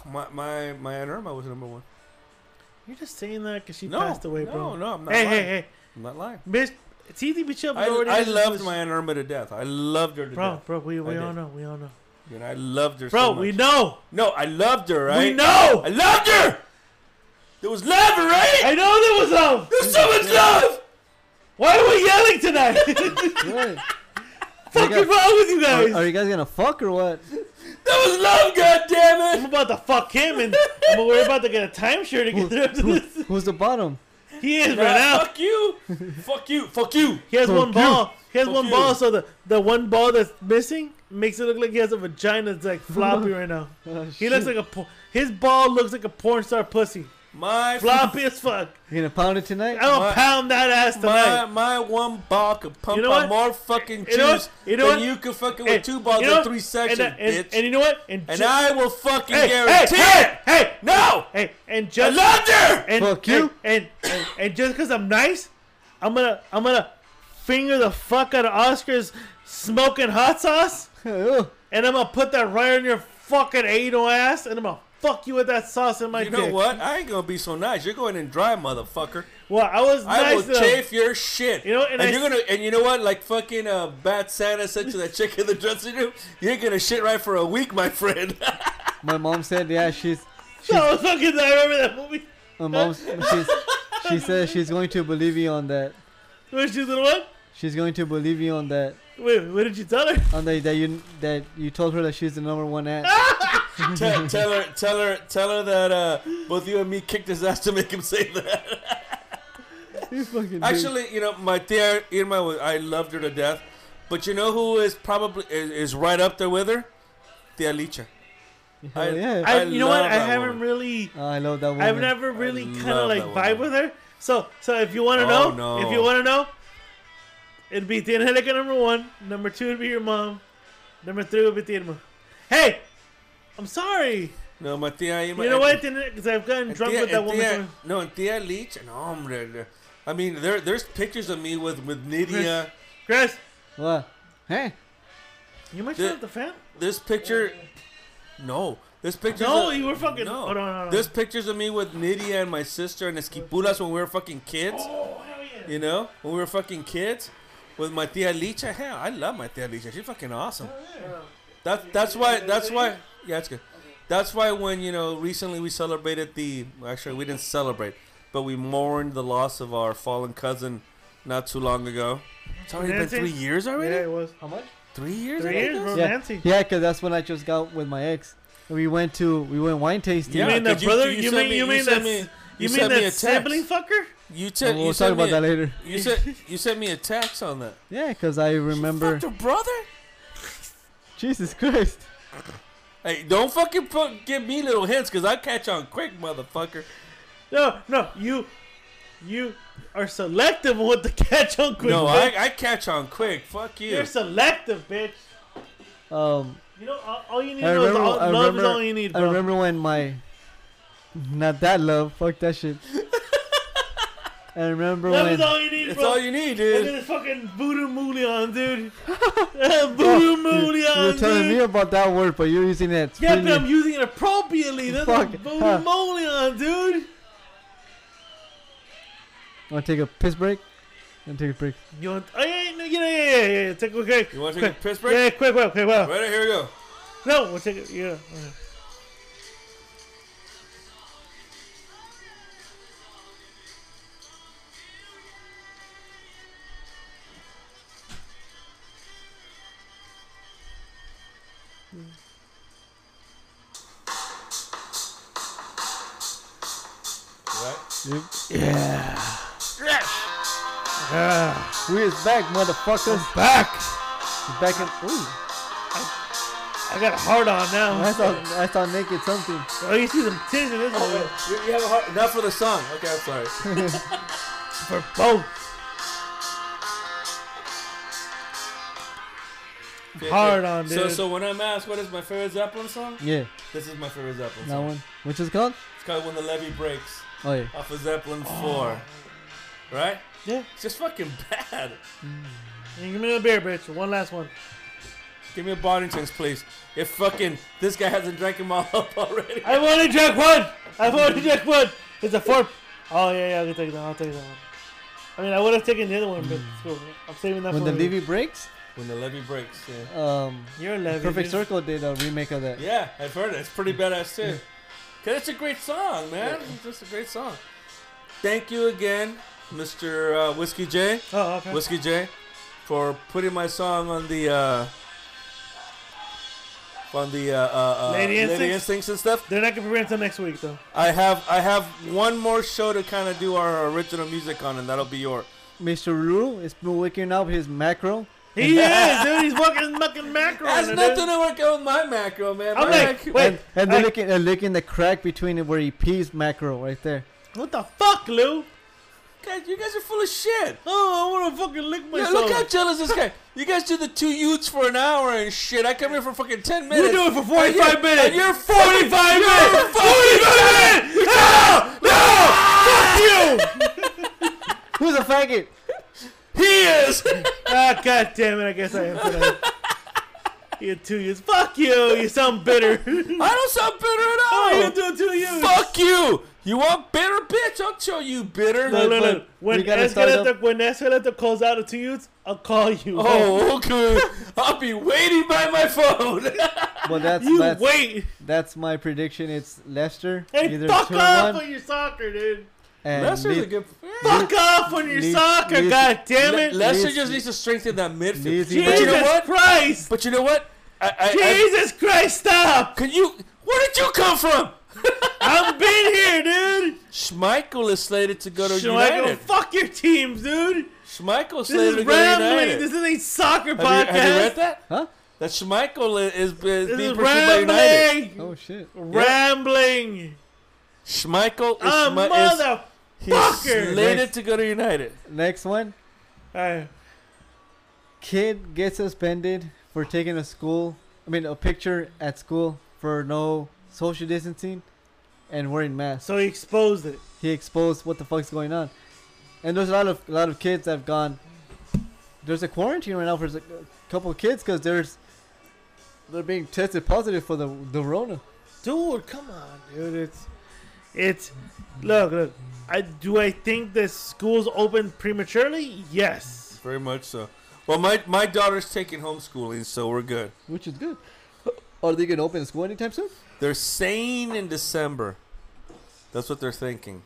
S2: my my my aunt Irma was number one.
S3: You're just saying that because she
S2: No,
S3: passed away, bro.
S2: no, no, I'm not
S3: Hey,
S2: lying.
S3: hey, hey.
S2: I'm not lying.
S3: Miss TD Bishop
S2: I,
S3: already
S2: I
S3: has this-
S2: loved
S3: this-
S2: my aunt Irma to death. I loved her to
S3: Bro,
S2: death.
S3: bro, we, we
S2: I
S3: all
S2: did.
S3: know, we all know.
S2: You know, I loved her.
S3: Bro,
S2: so much.
S3: we know.
S2: No, I loved her. Right?
S3: We know.
S2: I loved her. There was love, right?
S3: I know there was love.
S2: There's so much love.
S3: Why are we yelling tonight?
S4: What?
S3: fucking wrong with you guys?
S4: Are, are you guys gonna fuck or what?
S2: There was love. God damn
S3: I'm
S2: it.
S3: about to fuck him, and I'm gonna- we're about to get a timeshare to get through
S4: Who,
S3: this.
S4: who's the bottom?
S3: He is right now.
S2: Fuck you. fuck you. Fuck you.
S3: He has
S4: fuck
S3: one
S4: you.
S3: ball. He has
S2: Fuck
S3: one
S2: you.
S3: ball, so the, the one ball that's missing makes it look like he has a vagina that's like floppy right now.
S4: Oh,
S3: He looks like
S4: shit.
S3: a por- his ball looks like a porn star pussy,
S2: My
S3: floppy as fuck.
S4: You gonna pound it tonight?
S3: I'm gonna
S2: My-
S3: pound that ass
S2: My,
S3: tonight.
S2: my one ball could pump
S3: You know
S2: out
S3: what?
S2: more fucking juice
S3: You know what? You know
S2: than
S3: what?
S2: you could fucking
S3: Hey,
S2: with two balls
S3: you know
S2: in
S3: what?
S2: three
S3: and,
S2: sections,
S3: uh, and,
S2: bitch.
S3: and
S2: And,
S3: you know what? And, ju-
S2: I will fucking
S3: hey, hey,
S2: guarantee
S3: hey,
S2: it.
S3: hey,
S2: No,
S3: hey, and
S2: I
S3: just
S2: loved her.
S3: and,
S4: Fuck you.
S3: And and, and, and just because I'm nice, I'm gonna I'm gonna finger the fuck out of Oscar's smoking hot sauce,
S4: Ugh.
S3: and I'm gonna put that right on your fucking anal ass, and I'm gonna fuck you with that sauce in my
S2: You know
S3: dick.
S2: what? I ain't gonna be so nice. You're going in dry, motherfucker.
S3: Well, I was
S2: I
S3: nice.
S2: will
S3: enough-
S2: chafe your shit.
S3: You know, and I
S2: you're
S3: s-
S2: gonna and you know what? Like fucking uh, bad Santa said to that chick in the dressing room, you're gonna shit right for a week, my friend.
S4: My mom said, yeah, she's.
S3: No, fucking, I remember that movie.
S4: My mom, she's. She says she's going to believe you on that.
S3: Which is the what?
S4: She's going to believe you on that.
S3: Wait, what did you tell her?
S4: On that, that you that you told her that she's the number one at.
S3: Ah!
S2: tell, tell her, tell her, tell her that uh, both you and me kicked his ass to make him say that.
S4: You fucking bitch.
S2: Actually, you know, my dear Irma, was- I loved her to death. But you know who is probably is, is right up there with her? Tia Licha.
S4: Hell yeah.
S3: I,
S2: I
S3: you know what?
S2: love
S3: I
S2: that
S3: haven't
S2: woman.
S3: really,
S4: Oh, I love that woman.
S3: I've never really kind of
S2: love
S3: like
S2: that
S3: vibe
S2: woman.
S3: with her. So, so if you want to
S2: Oh,
S3: know,
S2: no.
S3: if you want to know, it'd be Tia Angelica number one, number two would be your mom, number three would be Tia Irma. Hey, I'm sorry.
S2: No, my tia Irma.
S3: You know what?
S2: and-
S3: Because I've gotten
S2: and
S3: drunk
S2: tia-
S3: with that
S2: and
S3: woman.
S2: tia-
S3: so much.
S2: No, and Tia Licha. No, hombre. no. I mean, there there's pictures of me with with Nidia.
S3: Chris,
S4: What? Hey.
S3: you might
S2: The-
S3: shut up the fan.
S2: This picture. No. This picture.
S3: No, you were fucking-
S2: No.
S3: oh, no, no, no.
S2: There's pictures of me with Nidia and my sister and Esquipulas when we were fucking kids.
S3: Oh hell yeah!
S2: You know, when we were fucking kids, with my tia Licha, hell, I love my tia Licha. She's fucking awesome. That's that's why. That's why. Yeah, that's good. That's why when you know recently we celebrated the actually we didn't celebrate, but we mourned the loss of our fallen cousin not too long ago. It's already been
S3: Nancy?
S2: three years already.
S3: Yeah, it was.
S4: How much?
S2: Three years.
S3: Three
S2: I
S3: years,
S2: guess?
S3: bro.
S4: Yeah,
S3: Nancy.
S4: yeah, cause that's when I just got with my ex. We went to we went wine tasting.
S2: Yeah,
S3: You mean that
S2: 'cause
S3: brother?
S2: you
S3: You
S2: sent
S3: mean
S2: me-
S3: you
S2: you
S3: mean that?
S2: sent me-
S3: s-
S2: you
S3: You
S2: sent
S3: mean
S2: me a
S3: that
S2: text.
S3: sibling fucker?
S2: You
S4: And
S2: took.
S4: we'll
S2: you
S4: talk
S2: sent
S4: about
S2: me
S4: that
S2: a,
S4: later.
S2: You sent you sent me a text on that.
S4: Yeah, cause I remember.
S2: Fucked your brother.
S4: Jesus Christ.
S2: Hey, don't fucking put, give me little hints, cause I catch on quick, motherfucker.
S3: No, no, you, you are selective with the catch on quick.
S2: No,
S3: bitch.
S2: I, I catch on quick. Fuck you.
S3: you're selective, bitch.
S4: Um,
S3: You know, all, all you need
S4: I
S3: is
S4: remember.
S3: all,
S4: I
S3: love
S4: remember.
S3: is all you need,
S4: I
S3: bro.
S4: remember when my not that love. Fuck that shit. I remember
S3: love
S4: when
S3: is all you need,
S2: That's
S3: bro.
S2: all you need,
S3: Look
S2: dude.
S3: at this fucking voodoo moolie on, dude. voodoo moolie
S4: you were
S3: on,
S4: telling me
S3: dude.
S4: about that word, but you're using it.
S3: Yeah, but
S4: freely.
S3: I'm using it appropriately. That's
S4: Fuck.
S3: a voodoo moolie on, dude.
S4: Want to take a piss break? And take a break.
S3: You want? Oh, yeah, no, yeah, you know, yeah, yeah, yeah. yeah. Take a quick.
S2: You wanna take a
S3: quick,
S2: piss break?
S3: Yeah, quick, quick, quick. Well,
S2: Right here we go.
S3: no, we'll take it. Yeah.
S2: Right?
S3: Ah,
S4: We is back, motherfuckers.
S3: back.
S4: He's back in. Ooh,
S3: I got a hard on now.
S4: I thought I thought naked something.
S3: Oh, you see some titties in this one
S4: Oh.
S2: You, you have a heart. Not for the song. Okay, I'm sorry.
S3: for both. Hard on, dude.
S2: So, so when I'm asked what is my favorite Zeppelin song,
S4: Yeah,
S2: this is my favorite Zeppelin
S4: that
S2: song.
S4: one. Which is called?
S2: It's called When the Levee Breaks
S4: Oh yeah.
S2: off of Zeppelin 4. Right?
S3: Oh. Yeah.
S2: It's just fucking bad.
S3: And give me another beer, bitch. One last one.
S2: Give me a Boddington's, please. If fucking this guy hasn't drank them all up already.
S3: I've only drank one. I've only drank one. It's a four. Oh yeah, yeah. I'll take that. I'll take that one. I mean, I would have taken the other one, but it's cool. I'm saving that
S4: When
S3: for
S4: the levee breaks,
S2: When the Levee Breaks, yeah.
S4: um,
S3: You're eleven.
S4: Perfect
S3: dude.
S4: Circle did a remake of that.
S2: Yeah, I've heard it. It's pretty badass too. Cause it's a great song, man. It's just a great song. Thank you again, Mr. Uh, Whiskey J,
S3: Oh, okay.
S2: Whiskey J, for putting my song on the uh, on the uh, uh, uh,
S3: Lady Instincts?
S2: Instincts and stuff.
S3: They're not gonna prepare until next week, though.
S2: I have I have one more show to kind of do our original music on, and that'll be your.
S4: Mr. Rule is been waking up his macro.
S3: He is, dude. He's fucking fucking macro.
S2: That's
S3: in it,
S2: nothing
S3: dude.
S2: to work out with my macro, man.
S3: I'm
S2: My
S3: like,
S2: macro-
S3: wait,
S4: And they're
S3: I-
S4: looking, uh, looking the crack between it where he pees macro right there.
S3: what the fuck, Lou?
S2: guys, you guys are full of shit.
S3: Oh, I want to fucking lick
S2: Yeah,
S3: myself.
S2: look how jealous this guy. You guys do the two utes for an hour and shit. I come here for fucking ten minutes.
S3: We do it for
S2: And you're-
S3: 45 minutes.
S2: And you're 45
S3: 45
S2: minutes.
S3: minutes. 45 minutes. No, no, fuck you.
S4: Who's a faggot?
S2: He is.
S3: Ah, god damn it, I guess I am today. you two years. Fuck you, you sound bitter.
S2: I don't sound bitter at all.
S3: oh, you do two years.
S2: Fuck you. You want bitter, bitch? I'll show you bitter.
S3: No, no,
S4: But-
S3: no.
S4: but
S3: When
S4: we gotta start
S3: Escaleta,
S4: up-
S3: when Escaleta calls out the two youths, I'll call you.
S2: Oh, okay. I'll be waiting by my phone.
S4: Well, that's
S3: you
S4: that's,
S3: wait.
S4: that's my prediction. It's Leicester.
S3: Hey,
S4: either
S3: fuck
S4: two or
S3: off
S4: one,
S3: on your soccer, dude.
S4: and
S2: Lester's a
S4: Leeds-
S2: good.
S3: Fuck off on your
S4: Leeds-
S3: soccer,
S4: Leeds-
S3: god damn
S2: Le-
S3: it.
S2: Lester
S4: Leeds-
S2: just needs to strengthen that midfield.
S4: Leeds-
S2: But
S3: Jesus
S2: you know what?
S3: Christ.
S2: But you know what? I, I, I,
S3: Jesus Christ, stop.
S2: can you? Where did you come from?
S3: I've been here, dude.
S2: Schmeichel is slated to go to
S3: Schmeichel,
S2: United.
S3: fuck your teams, dude.
S2: Schmeichel
S3: This
S2: slated to
S3: is
S2: go to
S3: rambling.
S2: United.
S3: This is a soccer
S2: have,
S3: podcast.
S2: you, have you read that?
S4: Huh?
S2: That Schmeichel i- is, is,
S3: This
S2: being
S3: is
S2: pursued by United.
S3: rambling.
S4: Oh shit!
S3: Rambling.
S2: Schmeichel is,
S3: A
S2: Schme- is-
S3: mother.
S2: he's
S3: motherfucker.
S2: slated to go to United.
S4: Next one.
S3: Alright.
S4: Kid gets suspended for taking a school. I mean, a picture at school for no social distancing and wearing masks.
S3: So he exposed it.
S4: he exposed what the fuck's going on. And there's a lot of a lot of kids that have gone. There's a quarantine right now for a couple of kids because there's they're being tested positive for the the Rona.
S3: Dude, come on, dude. It's it's look, look. I do I think the schools open prematurely? Yes.
S2: Very much so. Well, my, my daughter's taking homeschooling, so we're good.
S4: which is good. Are they gonna open school anytime soon?
S2: They're saying in December. That's what they're thinking.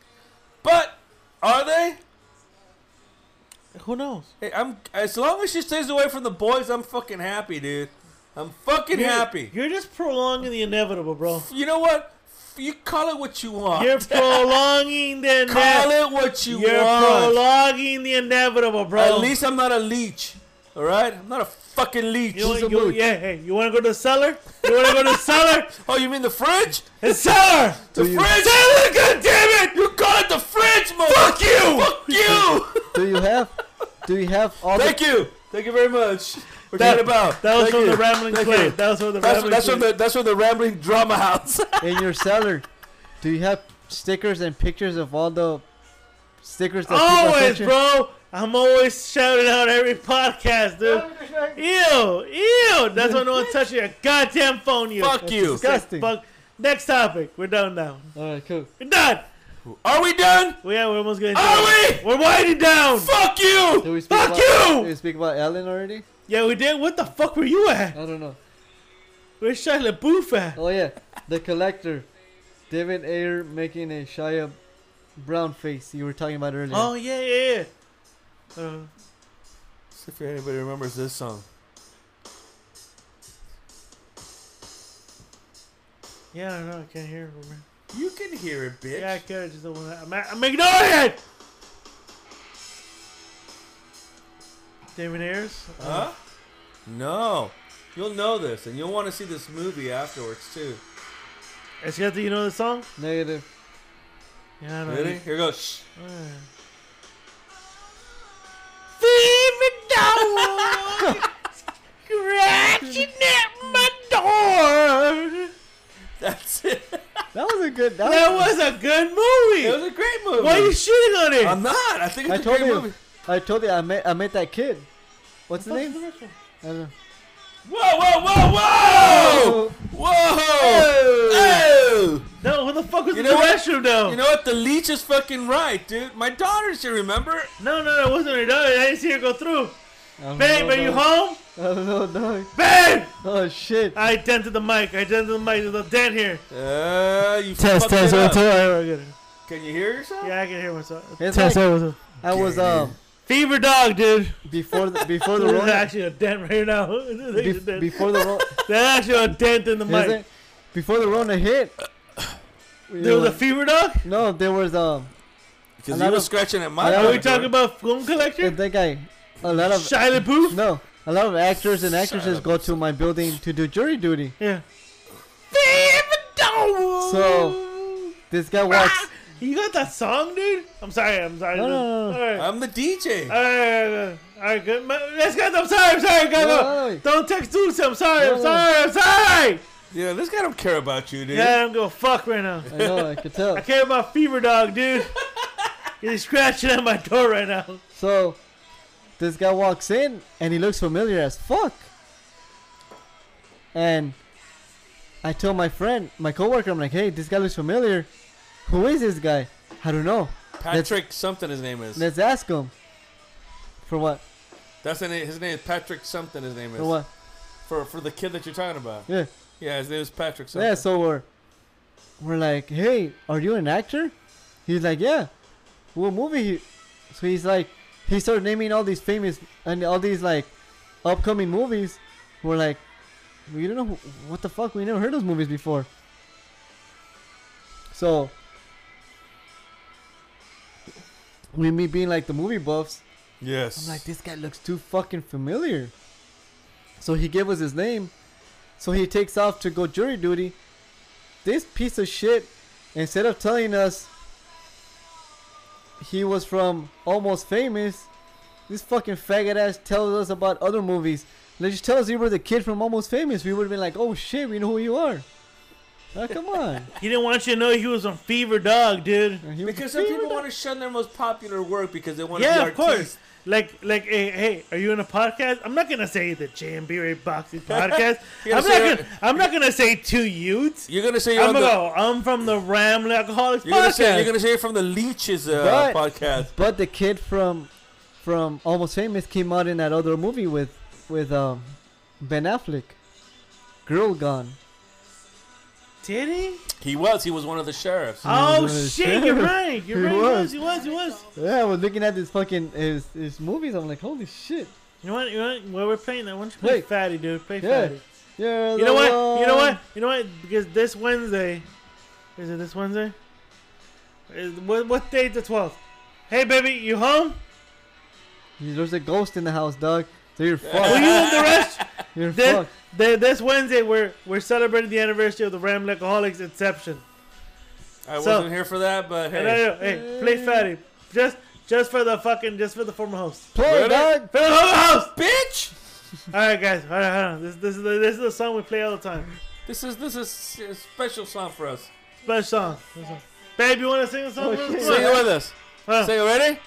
S2: But are they?
S3: Who knows?
S2: Hey, I'm as long as she stays away from the boys, I'm fucking happy, dude. I'm fucking
S3: You're-
S2: happy.
S3: You're just prolonging the inevitable, bro.
S2: you know what? You call it what you want.
S3: You're prolonging the
S2: Call
S3: inevitable.
S2: it what you
S3: You're
S2: want.
S3: prolonging the inevitable, bro.
S2: At least I'm not a leech. All right, I'm not a fucking leech.
S3: you,
S4: she's a
S3: you,
S4: mooch.
S3: yeah, hey, you wanna go to the cellar? You wanna go to the cellar?
S2: oh, you mean the fridge?
S3: The cellar!
S2: The
S4: you-
S2: fridge? God damn it! You call it the fridge, mother. Fuck you! Fuck you!
S4: Do you have? do you have all
S2: Thank
S4: the?
S2: you. Thank you very much. We're
S3: That-
S2: that, about.
S3: That was
S2: Thank
S3: from
S2: you.
S3: the Rambling
S2: Thank
S3: Clay.
S2: you.
S3: That was from the
S2: That's,
S3: Rambling
S2: that's from
S3: Clay.
S2: the that's from the rambling drama house.
S4: in your cellar? Do you have stickers and pictures of all the stickers that people are
S3: Always,
S4: searching?
S3: bro. I'm always shouting out every podcast, dude. Ew, ew. That's why no one's touching your goddamn phone. You
S2: Fuck you.
S4: Disgusting.
S3: Fuck. Next topic. We're done now.
S4: All right, cool.
S3: We're done.
S2: Are we done?
S3: Well, yeah, we're almost getting. to
S2: Are
S3: it. We're winding down.
S2: Fuck you!
S4: Did we speak
S3: Fuck
S4: about,
S3: you!
S4: Did we speak about Ellen already?
S3: Yeah, we did. What the fuck were you at?
S4: I don't know.
S3: Where's Shia LaBeouf at?
S4: Oh yeah, the collector, David Ayer making a Shia Brown face. You were talking about earlier.
S3: Oh yeah, yeah. yeah. Uh,
S2: See if anybody remembers this song.
S3: yeah, I don't know. I can't hear. it, man.
S2: You can hear it, bitch.
S3: Yeah, I could. I just don't want to. I'm, I'm ignoring it. David Ayers.
S2: Huh? No. You'll know this, and you'll want to see this movie afterwards too.
S3: It's got the. You know the song?
S4: Negative.
S3: Yeah, I don't
S2: Ready? Here goes. Shh.
S3: know. Scratching at my door.
S2: That's it.
S4: That was a good. That,
S3: That was a good movie.
S2: It was a great movie.
S3: Why are you shooting on it?
S2: I'm not. I think
S4: I
S2: it's a
S4: told
S2: great
S4: you.
S2: movie.
S4: I told you. I met. I met that kid. What's his name? I don't know.
S2: Whoa, whoa, whoa, whoa! Whoa! Oh!
S3: No, what the fuck was
S2: You
S3: in
S2: know
S3: the
S2: what?
S3: restroom though?
S2: You know what? The leech is fucking right, dude. My daughter should remember.
S3: no, no, no, it wasn't her. No, I didn't see her go through.
S4: I don't
S3: Babe,
S4: know,
S3: are you
S4: dog.
S3: home?
S4: I don't know, dog.
S3: Babe!
S4: Oh shit.
S3: I dented the mic. I dented the mic. There's a dent here.
S2: Uh, you fucked it up. Can you hear yourself?
S3: Yeah, I can hear myself.
S4: It's like,
S3: one, two.
S4: I was um
S3: Fever dog, dude.
S4: before the before the
S3: There's
S4: Rona.
S3: actually a dent right now. There's a
S4: Bef-
S3: dent.
S4: before the Rona.
S3: There's actually a dent in the
S4: Is
S3: mic.
S4: it? Before the Rona hit.
S3: There was a fever dog?
S4: no, there was um
S2: Because
S4: A lot
S2: you were
S4: of-
S2: scratching at
S4: a
S2: my.
S4: lot
S3: Are we
S4: of-
S3: talking about film collector?
S4: that guy. A lot of
S3: Shia LaBeouf?
S4: no, a lot of actors and actresses
S2: up.
S4: go to my building to do jury duty.
S3: Yeah. Fever dog!
S4: So- This guy walks.
S3: You got that song, dude? I'm sorry. I'm sorry.
S4: No, no, no.
S3: All right.
S2: I'm the DJ.
S3: All right, all right, good. Ma- Let's go. I'm sorry. I'm sorry. Go, go.
S4: No, no, no.
S3: Don't text Dulce. I'm sorry. I'm
S4: No, no.
S3: sorry. I'm sorry.
S2: yeah, this guy don't care about you, dude.
S3: Yeah, I don't give a fuck right now.
S4: I know, I could tell.
S3: I care about Fever Dog, dude. He's scratching at my door right now.
S4: So, this guy walks in and he looks familiar as fuck. And I tell my friend, my coworker, I'm like, hey, this guy looks familiar. Who is this guy? I don't know. Let's,
S2: Patrick something his name is.
S4: let's ask him. For what?
S2: That's the name. His name is Patrick something. His name is
S4: For what?
S2: for for the kid that you're talking about.
S4: Yeah.
S2: Yeah, his name is Patrick something.
S4: Yeah, so we're we're like, hey, are you an actor? He's like, yeah. What movie? He? So he's like, he started naming all these famous and all these like upcoming movies. We're like, we don't know who- what the fuck. We never heard those movies before. So we me being like the movie buffs,
S2: Yes.
S4: I'm like, this guy looks too fucking familiar. So he gave us his name. So he takes off to go jury duty. This piece of shit, instead of telling us he was from Almost Famous, this fucking faggot ass tells us about other movies. They just tell us you were the kid from Almost Famous. We would have been like, oh shit, we know who you are. Now, come on.
S3: He didn't want you to know he was on Fever Dog, dude.
S4: And he was
S2: because
S4: the
S2: some people
S4: favorite-
S2: want to shun their most popular work because they want to
S3: Yeah,
S2: be
S3: of course.
S2: artistes.
S3: Like, like, hey, hey, are you in a podcast? I'm not gonna say the JMB Ray Boxing Podcast. I'm
S2: You're
S3: not
S2: gonna say
S3: gonna. I'm not gonna say two youths.
S2: You're gonna say you're
S3: I'm
S2: on
S3: gonna
S2: the.
S3: go. I'm from the Ram Alcoholics
S2: You're gonna say you're
S3: Podcast.
S2: gonna say you're from the leeches uh,
S4: But-
S2: podcast.
S4: But the kid from from Almost Famous came out in that other movie with with um, Ben Affleck, Girl Gone.
S3: Did he?
S2: He was. He was one of the sheriffs.
S3: Oh
S4: was a
S3: shit!
S4: sheriff.
S3: You're right. You're right.
S4: He was.
S3: He was. He was. He was.
S4: Yeah, I was looking at this fucking his, his movies. I'm like, holy shit.
S3: You know what? You know what? While we're playing that, why don't you play
S4: Wait.
S3: Fatty, dude? Play
S4: Yeah.
S3: Fatty.
S4: Yeah.
S3: You know what? You know what? You know what? Because this Wednesday, is it this Wednesday? Is, what what day? is The twelfth. Hey baby, you home?
S4: There's a ghost in the house, dog. So you're
S3: Were
S4: fucked.
S3: you in the rest?
S4: you're
S3: This,
S4: fucked.
S3: the, this Wednesday, we're we're celebrating the anniversary of the Ram Alcoholics Inception.
S2: I
S3: so-
S2: wasn't here for that, but
S3: And I
S2: hey,
S3: know,
S4: Mm.
S3: hey, play Fatty, just just for the fucking, just for the former host.
S4: Play,
S2: Ready?
S4: dog.
S3: For the former host.
S2: bitch.
S3: All right, guys. All right, hold on. This this is the, this is the song we play all the time.
S2: This is this is a special song for us.
S3: Best song. Babe, you want to sing a song?
S4: Oh, shit.
S2: Sing it with us.
S3: Huh.
S2: Sing it. Ready?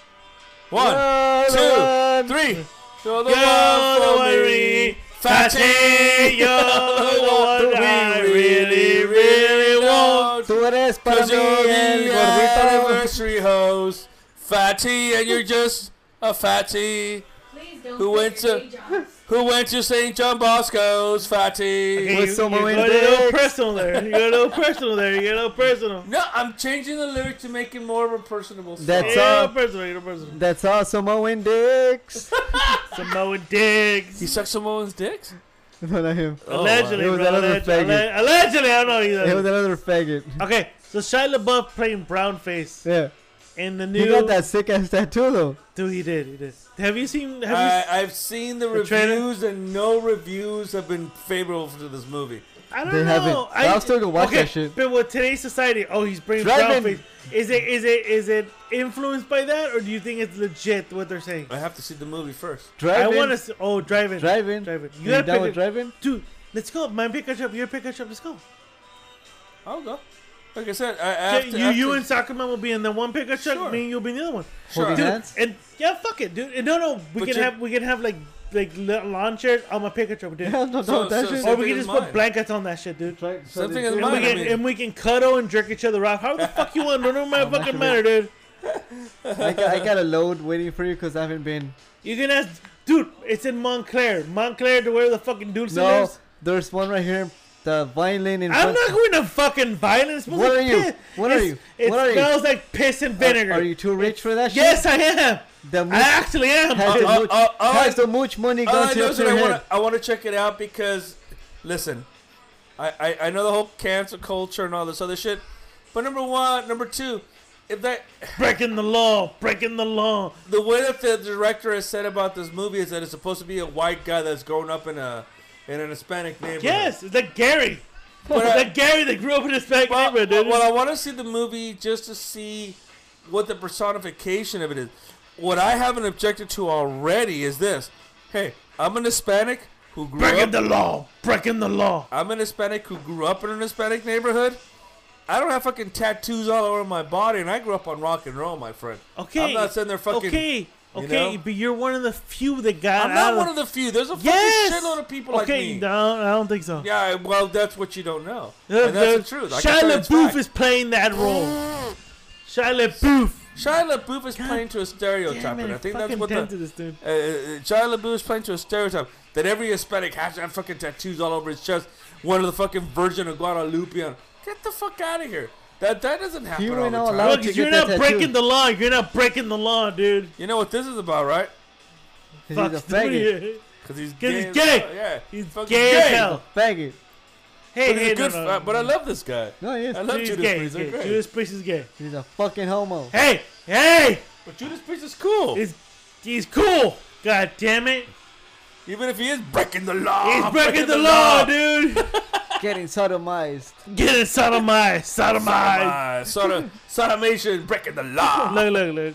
S2: One,
S4: Another
S2: two,
S4: one.
S2: three. You're the
S3: You're
S2: one
S3: the
S2: for
S3: one
S2: me.
S3: me.
S2: Fate, you're the one
S4: we
S2: I really, really want.
S4: Tú eres para
S2: Cause
S4: mí
S2: you're the
S4: el gordito.
S2: anniversary host. Fatty, and you're just a fatty
S5: Please don't
S2: Who
S5: say
S2: went
S5: your
S2: to-
S5: day jobs.
S2: who went to St. John Bosco's. Fatty.
S3: Okay,
S4: With
S3: you,
S4: some
S3: you
S4: Marine
S3: got a little
S4: Dicks.
S3: personal there. You got a little personal there. You got a little personal.
S2: No, I'm changing the lyric to make it more of a personable song.
S4: That's-
S3: You got a
S4: So-
S3: little personal. You got a little personal.
S4: That's awesome, Owen Dix.
S3: Samoan
S2: he
S3: Diggs.
S2: sucks someone's dicks?
S4: no, not him.
S2: Oh,
S3: Allegedly,
S4: wow. It was
S3: bro.
S4: another
S3: Allegedly,
S4: faggot.
S3: alle- allegedly, I don't know
S4: It was
S3: either.
S4: another faggot.
S3: Okay, so Shia LaBeouf playing brownface
S4: Yeah.
S3: in the
S4: He
S3: new.
S4: got that sick ass tattoo though.
S3: Dude, he did. He did. Have you seen? Have you?
S2: I,
S3: s-
S2: I've seen the,
S3: The trailer?
S2: reviews, and no reviews have been favorable to this movie.
S3: I don't
S4: They
S3: know.
S4: haven't.
S3: I,
S4: I'll still go watch
S3: okay,
S4: that shit.
S3: But with today's society, oh, he's bringing brownface.
S4: Drive-in.
S3: Is it? Is it? Is it influenced by that, or do you think it's legit what they're saying?
S2: I have to see the movie first.
S4: Drive
S3: I want to.
S4: in.
S3: See, oh, driving.
S4: Drive in.
S3: Driving. You
S4: You
S3: gotta
S4: down
S3: pick
S4: with
S3: it-
S4: drive in?
S3: Dude, let's go. My pickup shop, your pickup shop. Let's go.
S2: I'll go. Like I said, I,
S3: Yeah,
S2: after,
S3: you, you
S2: after-
S3: and Sakuman will be in the one pickup shop.
S2: Sure.
S3: Me and you'll be in the other one.
S2: sure.
S4: Holding
S3: Dude,
S4: hands?
S3: and yeah, fuck it, dude. And no, no, we can
S2: But you're-
S3: have we can have like like li- lawn chairs on my pickup shop, dude.
S4: Yeah, I'm not
S2: So-
S4: done with that
S2: so-
S4: shit.
S2: so-
S3: Or
S2: Something
S3: we can
S2: is
S3: just put
S2: mine.
S3: blankets on that shit, dude.
S4: Try- try
S2: Something is
S4: this.
S3: And
S2: mine.
S3: we
S2: I
S3: can
S2: mean-
S3: and we can cuddle and jerk each other off. However the fuck you want, don't my fucking
S4: masturbate.
S3: matter, dude.
S4: I got, I got a load waiting for you because I haven't been.
S3: You can ask, dude. It's in Montclair, Montclair, to where the fucking dude
S4: No,
S3: lives.
S4: there's one right here. The Vine Lane in
S3: I'm
S4: front.
S3: not going to fucking violence.
S4: What are you? What are you?
S3: It
S4: What are you?
S3: smells like piss and vinegar.
S4: Are, are you too rich for that shit?
S3: Yes, Oh, I am.
S4: The mooch,
S3: I actually am.
S4: has, the
S2: Uh, uh,
S4: mooch,
S2: uh, all
S4: has
S2: I-
S4: the mooch money
S3: oh,
S2: All
S4: gone
S2: I
S4: to
S2: know
S4: your
S2: is that Uh, I
S4: head?
S2: want to I want to check it out because, listen, I, I I know the whole cancel culture and all this other shit, but number one, number two, if that
S3: breaking the law, breaking the law.
S2: the way that the director has said about this movie is that it's supposed to be a white guy that's grown up in a in an Hispanic neighborhood.
S3: Yes, it's like Gary.
S2: But I-
S3: like Gary that grew up in this back
S2: Well,
S3: neighborhood, dude.
S2: well, I want to see the movie just to see what the personification of it is. What I haven't objected to already is this: Hey, I'm an Hispanic who grew
S3: breaking
S2: up.
S3: the law, breaking the law.
S2: I'm an Hispanic who grew up in an Hispanic neighborhood. I don't have fucking tattoos all over my body, and I grew up on rock and roll, my friend.
S3: Okay.
S2: I'm not sitting there fucking.
S3: Okay.
S2: you
S3: Okay,
S2: know?
S3: but you're one of the few that got
S2: I'm
S3: out.
S2: not one of the few. There's a fucking
S3: yes.
S2: shitload of people
S3: okay,
S2: like me.
S3: no, I don't think so.
S2: Yeah, well, that's what you don't know.
S3: Uh,
S2: and that's the,
S3: the-
S2: truth. I can
S3: Shia
S2: tell you it's
S3: LaBeouf
S2: fact.
S3: is playing that role. Shia LaBeouf.
S2: Shia LaBeouf is playing to a stereotype,
S3: Damn
S2: and
S3: it,
S2: I think that's
S3: fucking
S2: what
S3: dented
S2: the
S3: this dude.
S2: uh, uh, Shia LaBeouf is playing to a stereotype that every Hispanic has to have fucking tattoos all over his chest. One of the fucking Virgin of Guadalupe. On. Get the fuck out of here. That that doesn't happen
S4: You
S2: all
S4: ain't
S2: the
S4: all
S2: time.
S4: allowed
S3: Look,
S4: to
S3: you're
S4: get that
S3: not breaking
S4: tattoo.
S3: the law. You're not breaking the law, dude.
S2: You know what this is about, right?
S4: He's
S3: Fuck,
S4: a
S3: dude,
S4: faggot.
S3: yeah.
S2: Because he's,
S3: 'Cause he's
S2: as
S3: gay.
S2: hell, Yeah,
S3: He's
S2: fucking
S3: gay as hell.
S4: Faggot.
S3: Hey,
S2: But, he's
S3: hey,
S2: a good,
S3: no, no,
S2: uh, but I love this guy.
S4: No, he is.
S2: I love
S3: He's
S2: Judas
S3: gay.
S2: Priest. They're
S3: he's gay.
S2: great.
S3: Judas Priest is gay.
S4: He's a fucking homo.
S3: Hey, hey,
S2: But Judas Priest is cool.
S3: he's he's cool. God damn it,
S2: Even if he is breaking the law.
S3: he's breaking the law, dude.
S4: Getting sodomized.
S3: Get it, sodomized, sodomized.
S2: My uh, sodom, sodomation, breaking the law.
S3: Look, look, look.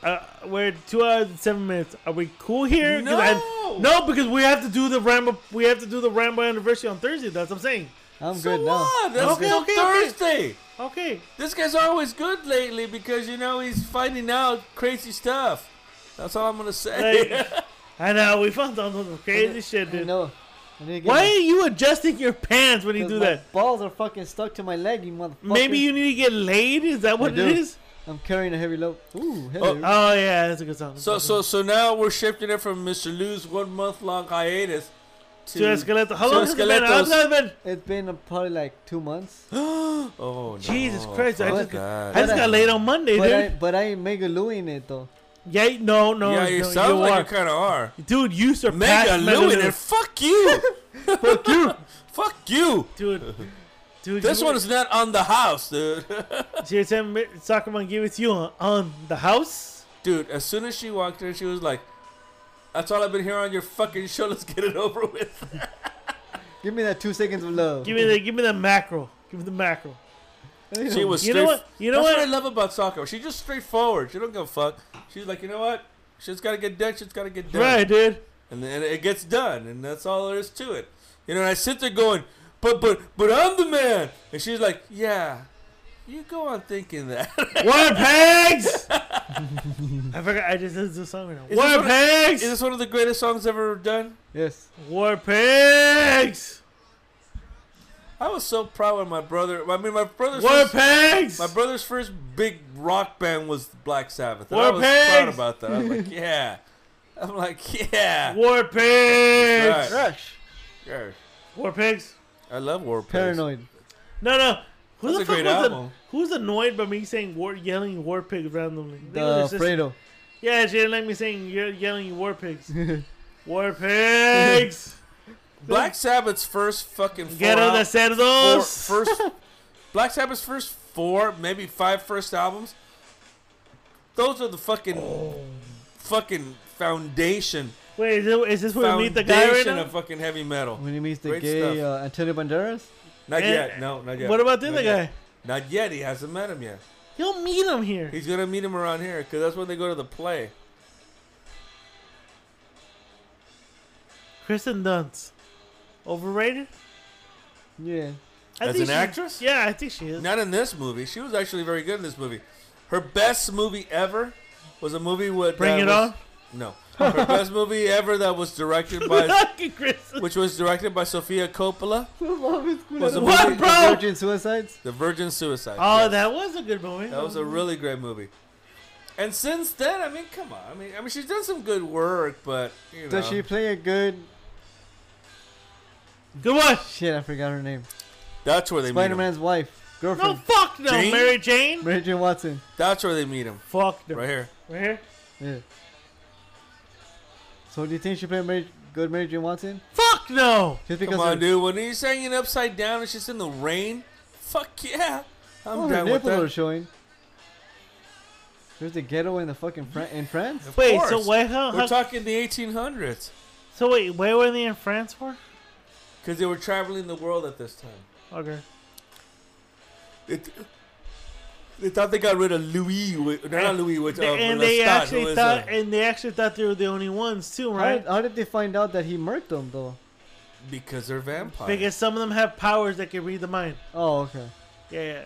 S3: Uh, we're two hours and seven minutes. Are we cool here? 'Cause I-
S2: No.
S3: no, because we have to do the Rambo. We have to do the Rambo anniversary on Thursday. That's what I'm saying.
S4: I'm
S2: So
S4: good
S2: what?
S4: now.
S2: That's
S4: I'm good.
S2: still
S3: okay, okay.
S2: Thursday.
S3: Okay.
S2: This guy's always good lately because you know he's finding out crazy stuff. That's all I'm gonna say.
S3: Like, I know we found out some crazy shit,
S4: I
S3: dude.
S4: know. I need to get
S3: Why are
S4: my-
S3: you adjusting your pants when you
S4: 'cause
S3: do
S4: my
S3: that?
S4: Balls are fucking stuck to my leg, you motherfucker.
S3: Maybe you need to get laid. Is that what
S4: I
S3: it
S4: do.
S3: is?
S4: I'm carrying a heavy load. Ooh, hello.
S3: Oh yeah, that's a good song.
S2: so so so now we're shifting it from Mr. Lou's one month long hiatus to
S3: to Esqueleto. How
S2: to
S3: long has it been? How long has it been?
S4: it's been uh, probably like two months.
S2: Oh no.
S3: Jesus Christ! I
S2: fuck
S3: just,
S2: that.
S3: I just got laid on Monday,
S4: But
S3: dude.
S4: I, but I ain't mega Louie in it though.
S3: yeah, no, no,
S2: yeah,
S3: no,
S2: you
S3: you
S2: sound like
S3: are.
S2: you kind of are.
S3: dude, you
S2: Mega
S3: surpassed
S2: Lou in
S3: Mega
S2: it. Fuck you. Fuck you. Fuck you.
S3: dude. Dude,
S2: This
S3: you-
S2: one is not on the house, dude.
S3: She said, "Mi- "Soccer man, give it to you on, on the house."
S2: dude, as soon as she walked in, she was like, "That's all I've been hearing on your fucking show. Let's get it over with."
S4: Give me that two seconds of love.
S3: Give me the, give me the mackerel. Give me the mackerel.
S2: She was
S3: You know
S2: straight-
S3: what? You know
S2: That's what?
S3: what?
S2: I love about Sako. She's just straightforward. She don't give a fuck. She's like, you know what? Shit's gotta get done. Shit's gotta get done.
S3: Right, dude.
S2: And then it gets done, and that's all there is to it. You know, and I sit there going, but but but I'm the man. And she's like, yeah, you go on thinking that.
S3: Water pegs. I forgot. I just listened to the song right now.
S2: this
S3: War
S2: what-
S3: pigs.
S2: Is this one of the greatest songs ever done?
S4: Yes.
S3: War pigs.
S2: I was so proud when my brother. I mean, my brother's
S3: War
S2: first,
S3: pigs.
S2: my brother's first big rock band was Black Sabbath. And
S3: War
S2: I was proud
S3: pigs!
S2: about that. I was like, yeah. I'm like, yeah.
S3: War pigs.
S2: That's right.
S4: Rush.
S2: Yeah.
S3: War pigs.
S2: I love War Pigs.
S4: Paranoid.
S3: No, no. Who
S2: That's a
S3: the fuck
S2: great
S3: was
S2: album.
S3: who's annoyed by me saying war, yelling war pigs randomly? They were
S4: The
S3: just-
S4: Fredo.
S3: yeah, she didn't like me saying you're yelling war pigs. war pigs.
S2: Black Sabbath's first fucking four
S3: Get on the
S2: al- four,
S3: cerdos.
S2: first Black Sabbath's first four, maybe five first albums. Those are the fucking fucking foundation
S3: Wait, is, it, is this where we meet
S2: foundation
S3: the guy right now?
S2: of fucking heavy metal.
S4: When he meets the
S2: Great
S4: gay
S2: stuff.
S4: uh, Antonio Banderas.
S2: Not
S3: And-
S2: yet. No, not yet.
S3: Eh, What about the
S2: Not
S3: other
S2: yet.
S3: guy?
S2: Not yet. He hasn't met him yet.
S3: You'll meet him here.
S2: He's gonna meet him around here because that's when they go to the play.
S3: Kristen Dunst. Overrated?
S4: Yeah.
S3: I
S2: As
S3: think
S2: an
S3: she-
S2: actress?
S3: Yeah, I think she is.
S2: Not in this movie. She was actually very good in this movie. Her best movie ever was a movie with
S3: Bring
S2: that
S3: it
S2: was-
S3: on.
S2: No, her best movie ever that was directed by,
S3: Fucking Kristen.
S2: which was directed by Sofia Coppola, was a
S3: What,
S2: movie,
S3: bro?
S4: Virgin Suicides.
S2: The Virgin Suicide.
S3: Oh,
S2: Yes.
S3: that was a good movie.
S2: that was a really great movie. And since then, I mean, come on, I mean, I mean, she's done some good work, but you know,
S4: Does she play a good?
S3: good one.
S4: Shit, I forgot her name.
S2: that's where they meet him.
S4: Spider-Man's wife,
S3: No,
S4: girlfriend,
S3: fuck no.
S2: Jane?
S3: Mary Jane?
S4: Mary Jane Watson.
S2: That's where they meet him,
S3: Fuck no.
S2: right
S3: Right,
S2: here.
S3: here?
S4: Yeah. So do you think she played Mary, good Mary Jane Watson?
S3: Fuck no.
S4: Just because
S2: Come on,
S4: her,
S2: dude. When he's hanging upside down and she's in the rain, fuck yeah, I'm
S4: well, her
S2: down with
S4: nipples are
S2: that.
S4: showing. There's the ghetto in the fucking Fran- in France.
S2: Of
S3: Wait,
S2: course.
S3: so where? How,
S2: We're
S3: how,
S2: talking the 1800s
S3: so wait, where were they in France for?
S2: because they were traveling the world at this time.
S3: Okay.
S2: It, they thought they got rid of Louis. wi- Not Louis, which, uh,
S3: and they
S2: Lestat,
S3: actually
S2: who is,
S3: thought,
S2: uh,
S3: and they actually thought they were the only ones too,
S4: How
S3: right?
S4: did, how did they find out that he murked them though?
S2: because they're vampires.
S3: Because some of them have powers that can read the mind.
S4: Oh, okay.
S3: Yeah, yeah.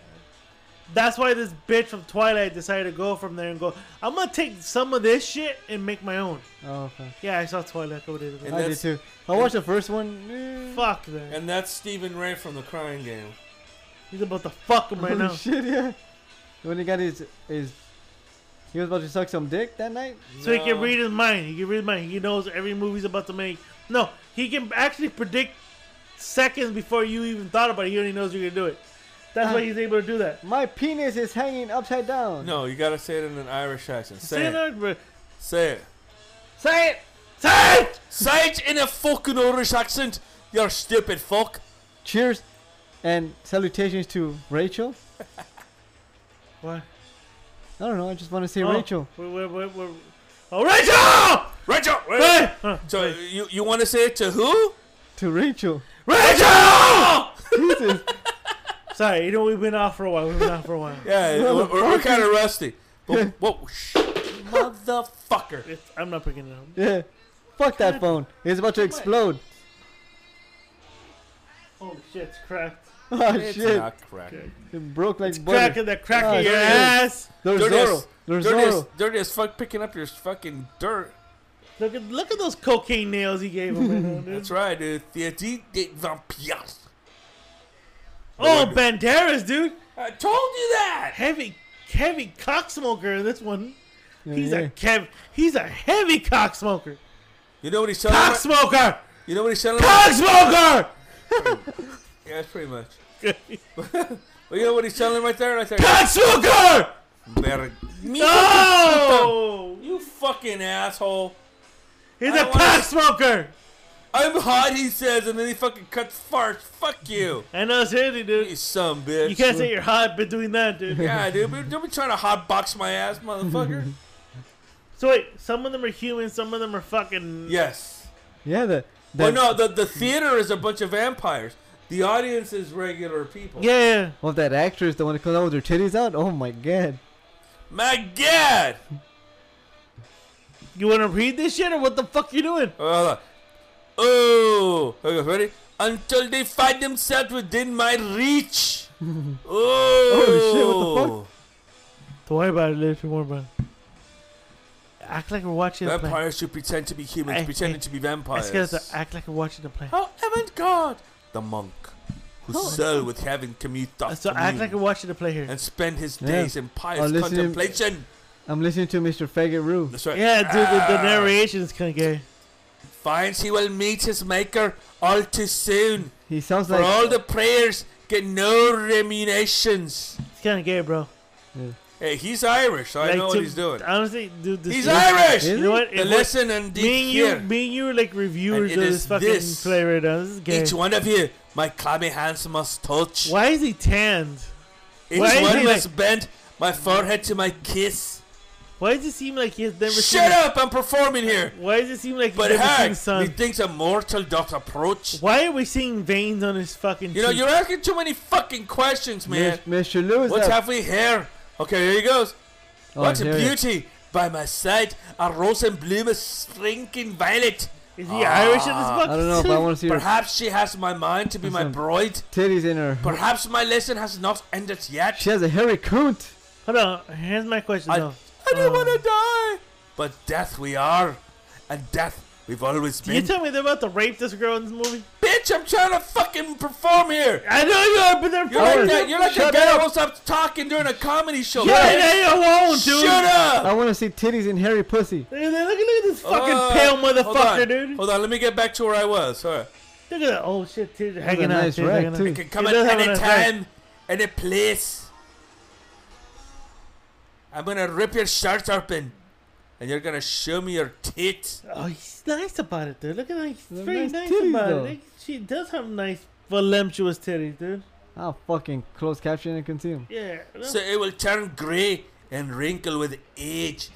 S3: That's why this bitch from Twilight decided to go from there and go. I'm gonna take some of this shit and make my own.
S4: Oh, okay.
S3: Yeah, I saw Twilight. What did
S2: And
S4: I did
S2: that's-
S4: too. I watched the first one. eh,
S3: Fuck that.
S2: and that's Stephen Ray from The Crying Game.
S3: He's about to fuck him right
S4: Holy
S3: now.
S4: shit, yeah. When he got his his, he was about to suck some dick that night.
S3: So he can
S2: No.
S3: read his mind. He can read his mind. He knows every movie he's about to make. No, he can actually predict seconds before you even thought about it. He already knows you're gonna do it. That's
S2: Ah.
S3: why he's able to do that.
S4: My penis is hanging upside down.
S2: No, you gotta say it in an Irish accent. Say
S3: Say
S2: it.
S3: that, bro.
S2: Say it.
S3: Say it. Say it.
S2: Say it in a fucking Irish accent. You're stupid fuck.
S4: Cheers, and salutations to Rachel.
S3: What?
S4: I don't know. I just want to say Rachel.
S3: Oh, we're, we're, we're, we're- oh, Rachel!
S2: Rachel. wait.
S3: Hey! Huh.
S2: So you you want to say it to who?
S4: To Rachel.
S2: Rachel.
S4: Jesus.
S3: Sorry, you know we've been off for a while. We've been off for a while.
S2: Yeah, we're, kind of rusty. But, whoa, sh- motherfucker!
S3: It's, I'm not picking it up.
S4: yeah. Fuck that phone. It's about to explode.
S3: Holy shit, it's cracked.
S4: Oh
S2: It's
S4: shit.
S2: not cracked.
S4: It broke like
S3: Cracking
S4: butter.
S3: that crack
S4: Ah,
S3: in your
S4: shit.
S3: ass.
S4: There's
S2: Dirty
S4: Zorro.
S2: as,
S4: There's
S2: dirty as-
S4: Zorro.
S2: dirty as fuck picking up your fucking dirt.
S3: Look at look at those cocaine nails he gave him. Right now, dude.
S2: That's right, dude. Theatique des vampires.
S3: Oh, Banderas, dude.
S2: I told you that.
S3: Heavy, heavy cock smoker. in This one.
S4: Yeah,
S3: He's
S4: yeah.
S3: a kev. He's a heavy cock smoker.
S2: You know what he's selling?
S3: Cock
S2: Right?
S3: smoker.
S2: You know what he's selling? Right?
S3: Cock smoker.
S2: Yeah, that's pretty much. But you know what he's selling right there? Right there.
S3: cock smoker.
S2: Berg.
S3: No.
S2: You fucking asshole.
S3: He's
S2: I
S3: a
S2: wanna-
S3: cock smoker.
S2: I'm hot, he says, and then he fucking cuts farts. Fuck you.
S3: I know, seriously, dude.
S2: You son of a bitch.
S3: You can't say you're hot by doing that, dude.
S2: Yeah, dude, but don't be trying to hotbox my ass, motherfucker.
S3: So wait, some of them are human, some of them are fucking.
S2: yes.
S4: Yeah, the, the
S2: Well, no, the, the theater is a bunch of vampires. The audience is regular people.
S3: Yeah, yeah.
S4: Well, that actress, the one that comes out with her titties out. Oh my god.
S2: My God.
S3: You want to read this shit or what the fuck you doing?
S2: Hold on. Uh, Oh, okay, ready? Until they find themselves within my reach. Oh,
S3: Oh,
S4: Holy shit, what the fuck?
S3: Don't worry about it. Live more about it. act like we're watching a play.
S2: Vampires should pretend to be humans,
S3: Ay,
S2: pretending
S3: ay,
S2: to be
S3: It's
S2: vampires.
S3: because act like we're watching a play.
S2: How avant-garde! The monk, who
S3: No.
S2: sell with having commute thoughts
S3: Oh. So act like we're watching a Oh, play here.
S2: and spend his
S4: Yeah.
S2: days in pious
S4: Or listen to-
S2: contemplation.
S4: I'm listening to Mr. Faggot Roo.
S2: That's right.
S3: Yeah, dude, the, the
S2: Ah.
S3: narration is kind of gay.
S2: Finds he will meet his maker all too soon.
S4: He sounds
S2: For
S4: like
S2: all the prayers, get no remunerations.
S3: It's kind of gay, bro.
S2: Hey, he's Irish, so I
S3: Like,
S2: know
S3: to-
S2: what he's doing.
S3: Honestly, dude, this
S2: He's
S3: this-
S2: Irish!
S4: Is
S3: You know what? It
S2: The
S3: was-
S2: lesson and
S3: me and
S2: here.
S3: you, me and you are like reviewers
S2: And
S3: of
S2: it
S3: this
S2: is
S3: fucking
S2: this.
S3: play right now. This is gay.
S2: Each one of you, my clammy hands must touch.
S3: Why is he tanned?
S2: Each
S3: why is
S2: one
S3: he
S2: must bend my forehead to my kiss.
S3: Why does it seem like he has never
S2: Shut
S3: seen?
S2: up! I'm performing here.
S3: Why does it seem like he's
S2: But
S3: never seen
S2: heck,
S3: the sun?
S2: he thinks a mortal doth approach.
S3: Why are we seeing veins on his fucking?
S2: You know,
S3: cheek?
S2: you're asking too many fucking questions, man.
S4: Mr. Lewis.
S2: What's
S4: up.
S2: halfway here? Okay, here he goes.
S4: Oh,
S2: What a
S4: here he is.
S2: beauty! By my side, a rosenblume shrinking violet.
S3: Is he Irish in this
S2: Ah,
S3: fuck?
S4: I don't know, but I want to see her
S2: Perhaps she has my mind to be my
S4: Listen.
S2: bride.
S4: titties in her.
S2: Perhaps my lesson has not ended yet.
S4: She has a hairy coot.
S3: Hold on. Here's my question
S2: I,
S3: though.
S2: I don't
S3: Oh.
S2: want to die. But death we are, and death we've always
S3: Did you
S2: been.
S3: tell me they're about to rape this girl in this movie?
S2: Bitch, I'm trying to fucking perform here.
S3: I know you are, but they're
S2: You're
S3: fucking-
S2: like that. You're like
S3: Shut
S2: the guy
S3: up.
S2: who stops talking during a comedy show.
S3: Yeah,
S2: Hey,
S3: yeah, you won't, dude.
S2: Shut up.
S4: I want to see titties in hairy pussy.
S3: Look, at- look at this fucking
S2: Uh,
S3: pale
S2: hold on.
S3: motherfucker, dude.
S2: Hold on, let me get back to where I was. All right.
S3: Look at that. Oh shit, dude, hanging out,
S4: nice
S3: dude,
S4: rack,
S3: hanging out.
S4: too.
S2: You can come
S3: He
S2: at
S3: does have a
S2: any
S3: nice rack.
S2: time, any place. I'm gonna rip your shirt open, and you're gonna show me your tits.
S3: Oh, he's nice about it, dude. Look at that. He's
S4: They're
S3: very
S4: nice
S3: nice,
S4: titties,
S3: about
S4: though.
S3: it. Like, She does have nice, voluptuous titties, dude.
S4: I'll Ah, fucking close caption and consume.
S3: Yeah.
S2: so it will turn grey and wrinkle with age.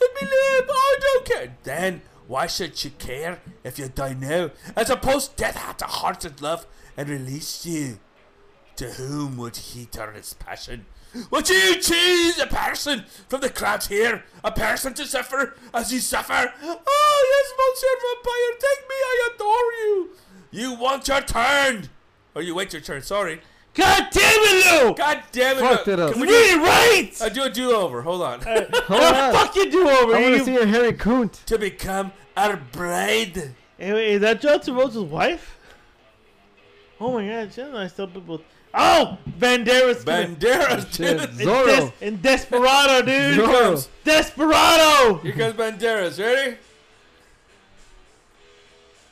S2: Let me live, I don't care. Then why should she care if you die now? I suppose death had a heart and love and released you. To whom would he turn his passion? Would you choose a person from the crowd here? A person to suffer as you suffer? Oh, yes, Monsieur Vampire, take me, I adore you. You want your turn. Or you wait your turn, sorry.
S3: God damn it, Lou!
S2: God damn it.
S4: Fucked
S2: uh,
S4: it up.
S2: Can
S3: You
S2: we
S3: did
S2: do
S3: it right!
S2: I Uh, do a do-over. Hold on.
S4: Hold
S3: What the
S4: on.
S3: fuck you do over
S4: I want
S3: you?
S4: to see a hairy coot.
S2: to become our bride.
S3: Hey, wait, is that John Travolta's wife? Oh my god, she's nice still people. Oh! Banderas! coming.
S2: Banderas,
S4: Shit,
S2: dude.
S4: Zorro.
S3: Des- and Desperado, dude!
S4: Zorro.
S2: comes.
S3: Desperado!
S2: Here comes Banderas. Ready?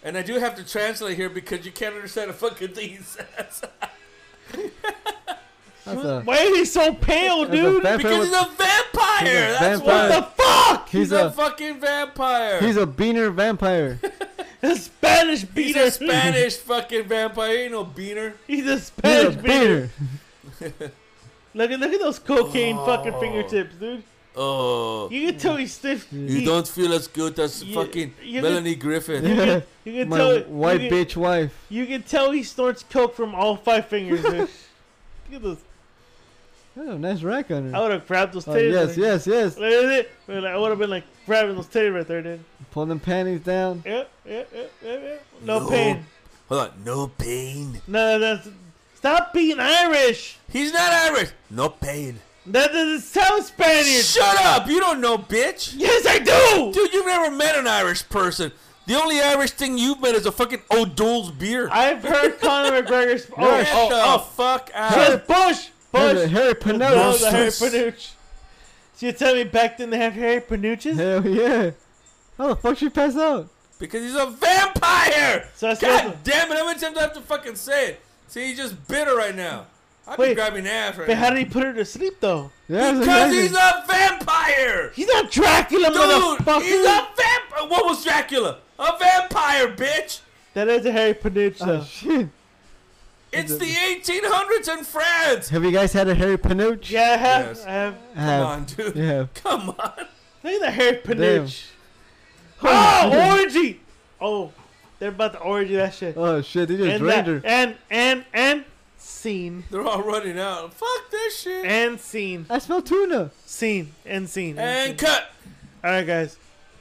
S2: And I do have to translate here because you can't understand a fucking thing he says.
S4: That's a,
S3: Why is he so pale,
S4: that's a
S3: dude?
S4: vampire
S2: Because
S4: with-
S2: he's a vampire.
S4: He's a
S2: That's
S4: vampire.
S3: What
S2: why.
S3: the fuck?
S4: he's,
S2: He's a,
S4: a,
S2: fucking vampire.
S4: he's a beaner vampire.
S3: A Spanish
S2: He's
S3: beater.
S2: a Spanish fucking vampire. He ain't no beaner.
S3: He's a
S4: He's a
S3: Spanish beater.
S4: beaner.
S3: Look at look at those cocaine fucking fingertips, dude.
S2: Oh.
S3: You can tell he's stiff.
S2: You
S3: he-
S2: don't feel as good as
S3: You-
S2: fucking
S3: you can-
S2: Melanie Griffith.
S3: You can, you can
S4: My
S3: tell
S4: white
S3: you can,
S4: bitch wife.
S3: You can tell he snorts coke from all five fingers. dude. Look at those.
S4: Oh, nice rack on
S3: I
S4: her.
S3: would have grabbed those
S4: Oh,
S3: titties.
S4: yes,
S3: like,
S4: yes, yes.
S3: Look at it. Like, I would have been like grabbing those titties right there, dude.
S4: Pull them panties down.
S3: Yep, yep, yep, yep, yep. No,
S2: No.
S3: pain.
S2: Hold on. No pain.
S3: No, that's. Stop being Irish.
S2: He's not Irish. No pain.
S3: That doesn't sound Spanish.
S2: Shut up! You don't know, bitch!
S3: Yes, I do.
S2: Dude, you've never met an Irish person. The only Irish thing you've met is a fucking O'Doul's beer.
S3: I've heard Conor McGregor's.
S2: oh,
S3: Oh,
S2: oh, oh,
S3: oh,
S2: fuck
S3: oh,
S2: out.
S3: Bush,
S4: Here's a
S3: Bush.
S4: hairy
S3: No,
S4: Pinocchio.
S3: the Harry Panuch. So you tell me back then they have Harry Panuches?
S4: Hell yeah. How the fuck she pass out?
S2: Because he's a vampire!
S3: So I
S2: God
S3: said-
S2: damn it, how many times do I have to fucking say it? See, he's just bitter right now. I'd be
S3: Wait.
S2: grabbing ass right
S3: But how
S2: now.
S3: did he put her to sleep though?
S4: Yeah, it's
S2: Because
S4: amazing.
S2: he's a vampire!
S3: He's not Dracula,
S2: Dude, he's
S3: motherfucker.
S2: a vampire! What was Dracula? A vampire, bitch!
S3: That is a Harry Panuch
S4: Oh,
S3: though.
S4: shit.
S2: It's the 1800s in France!
S4: Have you guys had a hairy Pinooch?
S3: Yeah, I have.
S2: Yes.
S3: I have.
S2: Come on, dude.
S4: Yeah.
S2: Come on.
S3: Look at the Harry Panuch. Oh, orgy! Oh, they're about to orgy that shit.
S4: Oh shit, they just
S3: and,
S4: drained
S3: that,
S4: her.
S3: and and and scene
S2: They're all running out. Fuck this shit.
S3: and scene
S4: I smell tuna.
S3: scene and scene.
S2: And cut.
S3: All right, guys.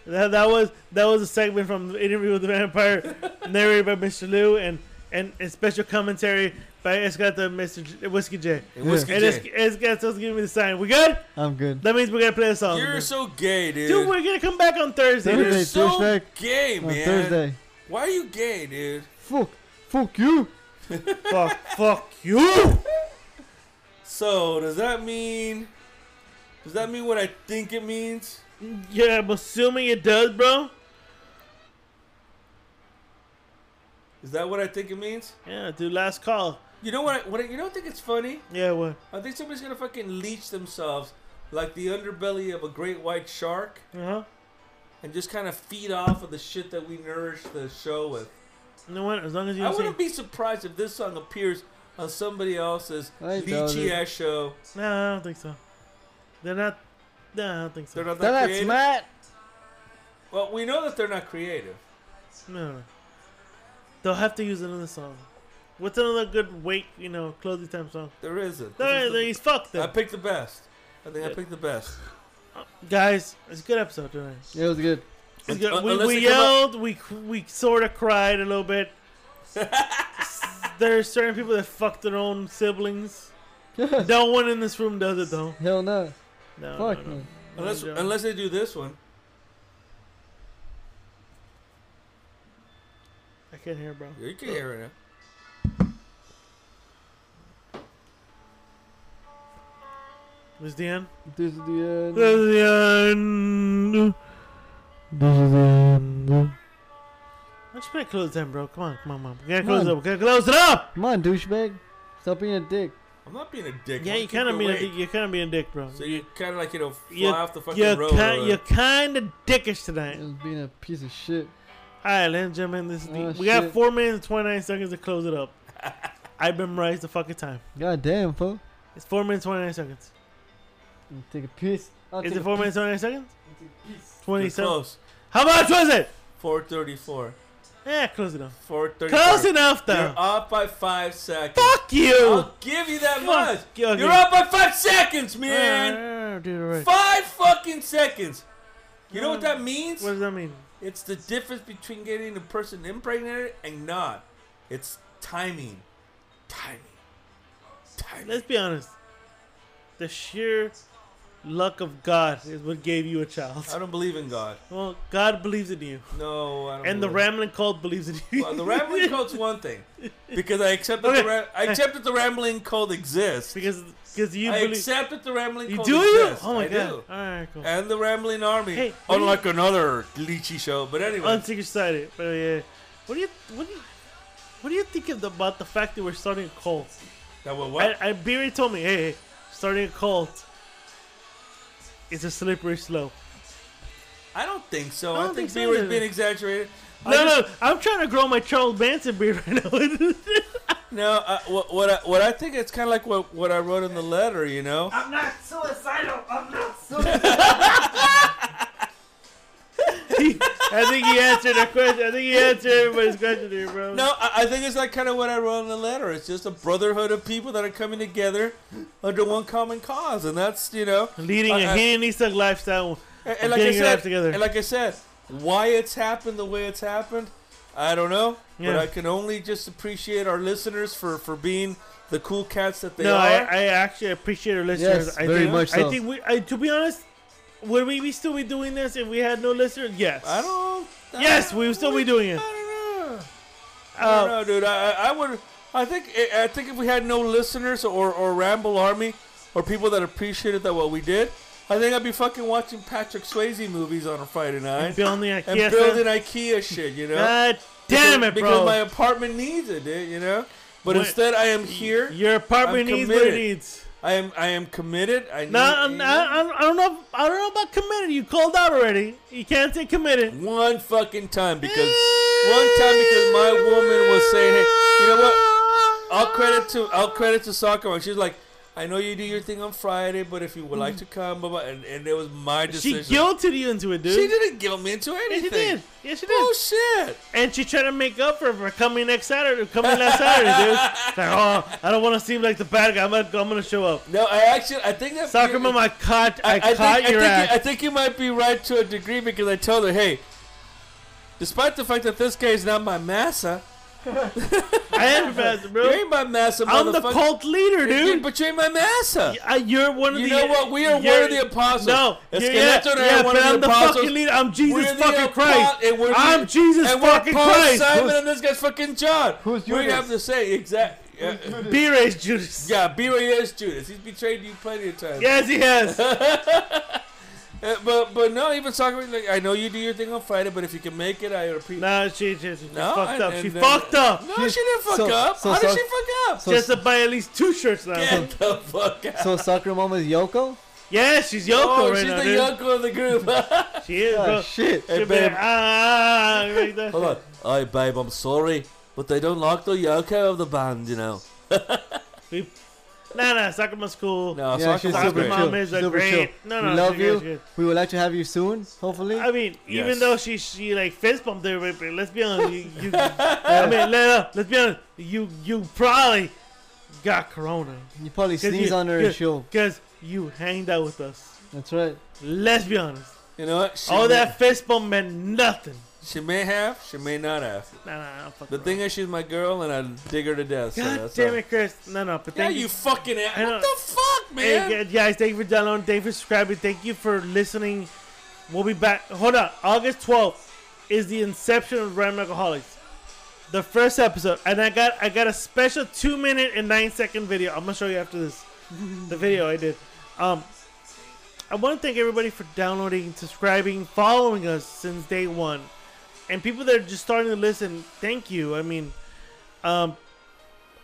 S3: That, that was that was a segment from the Interview with the Vampire, narrated by Mr. Liu, and and a special commentary But it's got the Mr. J- Whiskey J.
S2: Hey, Whiskey
S3: And it's,
S2: J,
S3: it's got it's giving me the sign. We good?
S4: I'm good.
S3: That means we're gonna play a song.
S2: You're so gay, dude.
S3: Dude, we're gonna come back on Thursday.
S4: Thursday.
S2: You're so
S4: douchebag.
S2: gay,
S4: On
S2: man.
S4: Thursday.
S2: Why are you gay, dude?
S4: Fuck. Fuck you.
S3: fuck, fuck you.
S2: So does that mean? Does that mean what I think it means?
S3: Yeah, I'm assuming it does, bro.
S2: Is that what I think it means?
S3: Yeah, dude. Last call.
S2: You know what? I, what I, you don't think it's funny?
S3: Yeah, what?
S2: I think somebody's gonna fucking leech themselves like the underbelly of a great white shark
S3: Uh huh.
S2: and just kind of feed off of the shit that we nourish the show with.
S3: You know what? As long as you
S2: I
S3: don't say.
S2: wouldn't be surprised if this song appears on somebody else's
S4: I doubt
S2: leechy
S4: it.
S2: ass show.
S3: Nah, I don't think so. They're not. Nah, I don't think so.
S2: They're not that
S4: That's
S2: creative.
S4: Matt.
S2: Well, we know that they're not creative.
S3: No, no. They'll have to use another song. What's another good wait, you know, closing time song?
S2: There isn't.
S3: No,
S2: This is
S3: no,
S2: the-
S3: he's fucked
S2: I
S3: up.
S2: picked the best. I think I picked the best.
S3: Guys, it's a good episode tonight.
S4: It was good.
S3: It's good.
S2: Un-
S3: we
S2: unless
S3: we
S2: they come up-
S3: yelled, we we sort of cried a little bit. there are certain people that fuck their own siblings. No one in this room does it though.
S4: Hell no.
S3: No,
S4: Fuck
S3: no, no.
S4: no.
S2: Unless
S3: Joe.
S2: unless they do this one.
S3: I can't hear, bro.
S2: You can hear it now.
S3: This is the end.
S4: This is the
S3: This
S4: end.
S3: is the end. This is the end. Why don't you play close time, bro? Come on, come on, come on. We gotta
S4: Come
S3: close it
S4: on.
S3: up. We gotta close it up.
S4: Come on, douchebag. Stop being a dick.
S2: I'm not being a dick.
S3: Yeah,
S2: I'm
S3: you
S2: keeping
S3: kind of
S2: it
S3: being a
S2: awake.
S3: dick. You're kind of being a dick, bro.
S2: So you're kind of like you know fly
S3: You-
S2: off the fucking uh,
S3: you're
S2: road.
S3: kind,
S2: or-
S3: you're kind of dickish tonight. All
S4: Just being a piece of shit.
S3: right, ladies and gentlemen, this is the,
S4: Oh,
S3: we got
S4: shit.
S3: four minutes and twenty nine seconds to close it up. I memorized the fucking time.
S4: God damn, fool.
S3: It's four minutes twenty nine seconds.
S4: I'll Take a piss. I'll
S3: Is
S4: take
S3: it
S4: a
S3: four
S4: piss.
S3: minutes twenty nine seconds?
S4: I'll take a piss.
S3: Twenty
S2: you're
S3: seven.
S2: close.
S3: How much was it?
S2: 434.
S3: Yeah, close enough.
S2: 434.
S3: Close enough
S2: You're
S3: though.
S2: up by five seconds.
S3: Fuck you.
S2: I'll give you that
S3: Fuck
S2: much.
S3: you, okay.
S2: You're up by five seconds, man.
S3: Ah, dude, all right.
S2: Five fucking seconds. You know what that means?
S3: What does that mean?
S2: It's the difference between getting a person impregnated and not. It's timing. Timing. Timing.
S3: Let's be honest. The sheer luck of God is what gave you a child.
S2: I don't believe in God.
S3: Well, God believes in you,
S2: No, I don't.
S3: and the
S2: believe-
S3: Ramblin' Cult believes in you.
S2: Well, the rambling cult's one thing because I accept that
S3: Okay.
S2: the ra- I accept that the rambling cult exists.
S3: because because you
S2: I
S3: believe
S2: accept that the rambling
S3: you
S2: cult
S3: do you.
S2: exists.
S3: Oh my
S2: I
S3: god!
S2: do.
S3: All right, cool.
S2: and the Rambling Army.
S3: Hey, what do
S2: unlike another leechy show, but anyway,
S3: On Secret Society, but uh, yeah, what do you what do you what do you think of the, about the fact that we're starting a cult?
S2: that was what?
S3: I, I Beery told me, hey, hey, starting a cult is a slippery slope.
S2: I, don't think so.
S3: I
S2: I,
S3: don't think
S2: think
S3: so
S2: Beer was
S3: either.
S2: being exaggerated. I
S3: No,
S2: just-
S3: no, I'm trying to grow my Charles Manson beard right now.
S2: no. Uh, what, what, I, what I think it's kind of like what, what I wrote in the letter, you know.
S3: I'm not suicidal. I'm not suicidal. I think he answered a question. I think he answered everybody's question here, bro.
S2: No, I, I think it's like kind of what I wrote in the letter. It's just a brotherhood of people that are coming together under one common cause, and that's you know
S3: leading
S2: I-
S3: a
S2: I-
S3: hedonistic lifestyle.
S2: And,
S3: of
S2: and like I
S3: getting your
S2: said,
S3: life together.
S2: and like I said, why it's happened the way it's happened, I don't know. But
S3: Yeah.
S2: I can only just appreciate our listeners for for being the cool cats that they
S3: no,
S2: are.
S3: I, I actually appreciate our listeners.
S4: Yes,
S3: I
S4: very
S3: think,
S4: much
S3: I
S4: so.
S3: think we, I, to be honest, would we be still be doing this if we had no listeners? Yes.
S2: I don't. I
S3: Yes,
S2: don't-
S3: we would still be doing it.
S2: I don't know. I don't
S3: Uh,
S2: know, dude. I, I I would. I think I I think if we had no listeners or or Ramble Army or people that appreciated that what we did, I think I'd be fucking watching Patrick Swayze movies on a Friday night
S3: building a
S2: and
S3: yes,
S2: building IKEA shit. You know.
S3: God damn
S2: because,
S3: it, bro!
S2: Because my apartment needs it, dude, you know. But
S3: What-
S2: instead, I am here.
S3: Your apartment
S2: I'm
S3: needs what it
S2: committed.
S3: needs.
S2: I am. I am committed. I need.
S3: No, I'm- I, I, I don't know. if- I don't know about committed. You called out already. You can't say committed.
S2: one fucking time because one time because my woman was saying, "Hey, you know what? I'll credit to I'll credit to soccer." And she's like, "I know you do your thing on Friday, but if you would like to come, blah, blah, and and it was my
S3: She
S2: decision."
S3: guilted you into it, dude.
S2: She didn't guilt me into
S3: Yeah,
S2: anything.
S3: she did. Yeah, she did.
S2: Oh shit!
S3: And she tried to make up for, for coming next Saturday, coming last Saturday, dude. It's Like, oh, I don't want to seem like the bad guy. I'm gonna, I'm gonna show up.
S2: No, I actually I think that
S3: Soccer mom, I caught, I,
S2: think,
S3: caught
S2: I, think,
S3: your ass.
S2: I think you might be right to a degree because I told her, hey, despite the fact that this guy is not my massa,
S3: I am master,
S2: You
S3: bro.
S2: ain't my massa,
S3: I'm the
S2: motherfucker.
S3: cult leader,
S2: Dude,
S3: dude.
S2: but you ain't my massa.
S3: I, you're one of
S2: You
S3: the.
S2: know what? We are one
S3: you're-
S2: of the apostles.
S3: No,
S2: That's
S3: yeah,
S2: Skeletor
S3: yeah,
S2: and I are one
S3: but
S2: of the
S3: I'm the
S2: apostles.
S3: fucking leader. I'm Jesus
S2: We're the
S3: fucking
S2: apo-
S3: Christ.
S2: and we're the-
S3: I'm Jesus
S2: and
S3: fucking
S2: we're Paul
S3: Christ.
S2: Simon
S3: Who's-
S2: and this guy's fucking John.
S4: Who's
S2: We
S4: Judas?
S2: have to say exact. Yeah,
S3: B race Judas.
S2: yeah B-Ray is Judas. He's betrayed you plenty of times.
S3: Yes, he has.
S2: Uh, but but no, even talking like I know you do your thing on Friday, but if you can make it, I appreciate.
S3: no, she, she, she
S2: No,
S3: fucked
S2: and-
S3: up. She
S2: and then-
S3: fucked up.
S2: No, she didn't fuck
S4: So-
S2: up.
S4: so
S2: How did
S4: sorry.
S2: she fuck up?
S4: So,
S3: Just to buy at least two shirts now.
S2: Get the fuck out.
S4: so soccer mom is Yoko?
S3: Yeah, she's Yoko
S2: oh,
S3: right
S2: she's
S3: now,
S2: the
S3: dude.
S2: Yoko of the group.
S3: She is,
S4: Ah,
S3: bro.
S4: shit.
S2: Hey,
S3: She'll be like,
S2: Oh, babe.
S3: ah, like that.
S2: Hold on. Hey, babe, I'm sorry, but they don't like the Yoko of the band, you know.
S3: We- Nah, nah, Sakama's cool.
S2: No, so
S4: Yeah, she's
S2: I can
S3: Soccer
S4: super
S2: great.
S3: mom
S4: chill.
S3: is a
S4: super
S3: great-
S4: chill.
S3: no,
S4: we
S3: no,
S4: love
S3: she is
S4: you.
S3: good.
S4: We would like to have you soon, hopefully.
S3: I mean, even
S2: Yes.
S3: though she she like fist bumped everybody, but let's be honest. You, you, I mean, let, uh, let's be honest. You you probably got corona
S4: you probably sneeze on her and she'll.
S3: because you hanged out with us.
S4: That's right.
S3: Let's be honest.
S2: You know what? She
S3: All
S2: may,
S3: that fist bump meant nothing.
S2: She may have, she may not have.
S3: Nah, nah, I'm fucking
S2: The thing is, she's my girl, and I dig her to death. so
S3: around. God
S2: that's
S3: damn
S2: all.
S3: it, Chris. No, no, but
S2: Yeah,
S3: thank
S2: you fucking ass.
S3: I know.
S2: What the fuck, man?
S3: Hey, gu- guys, thank you for downloading. Thank you for subscribing. Thank you for listening. We'll be back. Hold on. August 12th is the inception of Ram Alcoholics. The first episode. And I got I got a special two minute and nine second video. I'm gonna show you after this. the video I did. Um I wanna thank everybody for downloading, subscribing, following us since day one. And people that are just starting to listen, thank you. I mean um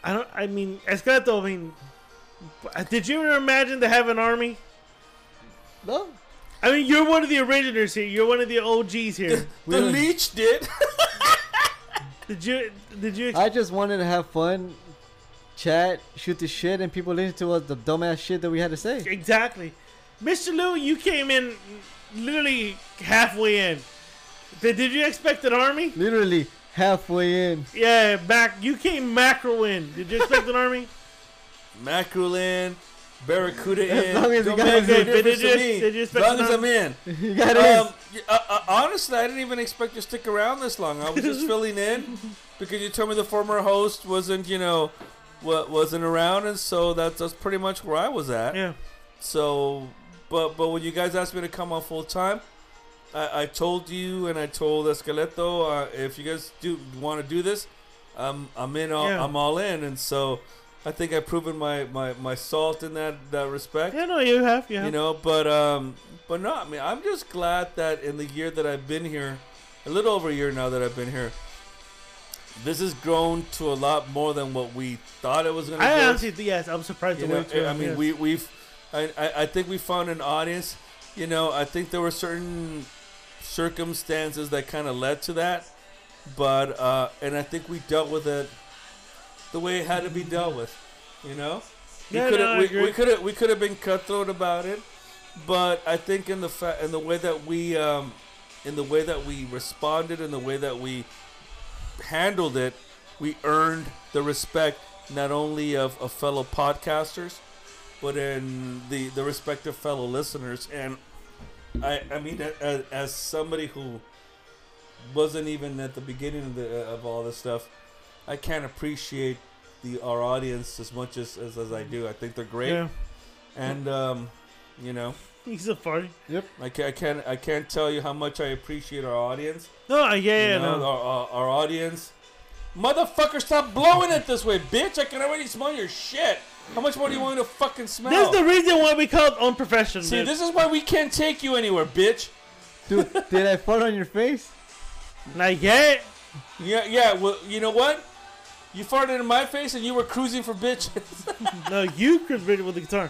S3: I don't I mean Escato, I mean uh, did you ever imagine to have an army?
S4: No?
S3: I mean, you're one of the originators here. You're one of the OGs here.
S2: the leech did.
S3: did you? Did you?
S4: I just wanted to have fun, chat, shoot the shit, and people listen to us the dumbass shit that we had to say.
S3: exactly, Mr. Lou. You came in literally halfway in. Did, did you expect an army?
S4: Literally halfway in.
S3: Yeah, back. You came macro in. Did you expect an army?
S2: Mackerel in, Barracuda in.
S4: long as you
S2: Don't
S4: got
S2: make
S4: it.
S3: Did
S2: no difference
S3: you-
S2: to me.
S3: did you expect
S2: long as
S3: none?
S2: I'm in.
S4: You got it.
S2: Um, y- uh, uh, honestly, I didn't even expect you to stick around this long. I was just filling in because you told me the former host wasn't, you know, wa- wasn't around, and so that's that's pretty much where I was at.
S3: Yeah.
S2: So, but but when you guys asked me to come on full time, I, I told you and I told Esqueleto, uh, if you guys do want to do this, um, I'm in. All,
S3: Yeah.
S2: I'm all in, and so I think I've proven my my, my salt in that that respect
S3: Yeah. No, you have. You have.
S2: you know but um but no i mean i'm just glad that in the year that i've been here a little over a year now that i've been here this has grown to a lot more than what we thought it was going
S3: I
S2: to
S3: honestly, yes, I'm surprised.
S2: be you
S3: the way
S2: know,
S3: it's going,
S2: i mean
S3: yes.
S2: we we've I, I i think we found an audience you know i think there were certain circumstances that kind of led to that but uh and i think we dealt with it the way it had to be dealt with you know we
S3: Yeah,
S2: could
S3: no, I
S2: have
S3: agree.
S2: we, we could have we could have been cutthroat about it, but I think in the fa- in the way that we um, in the way that we responded in the way that we handled it, we earned the respect not only of, of fellow podcasters, but in the the respect of fellow listeners. And I I mean a- a- as somebody who wasn't even at the beginning of the of all this stuff, I can't appreciate the our audience as much as, as, as I do. I think they're great,
S3: yeah.
S2: and um, you know,
S3: He's a party.
S2: I can't, I can't I can't tell you how much I appreciate our audience.
S3: No, yeah, yeah,
S2: you know,
S3: no.
S2: Our, our, our audience. Motherfucker, stop blowing it this way, bitch! I can already smell your shit. How much more do you want me to fucking smell?
S3: This is the reason why we call it unprofessional.
S2: Oh. See,
S3: dude.
S2: this is why we can't take you anywhere, bitch.
S4: Dude, did I fart on your face?
S3: Not yet.
S2: Yeah, yeah. Well, you know what? You farted in my face, and you were cruising for bitches.
S3: No, you Chris Bridges with the guitar.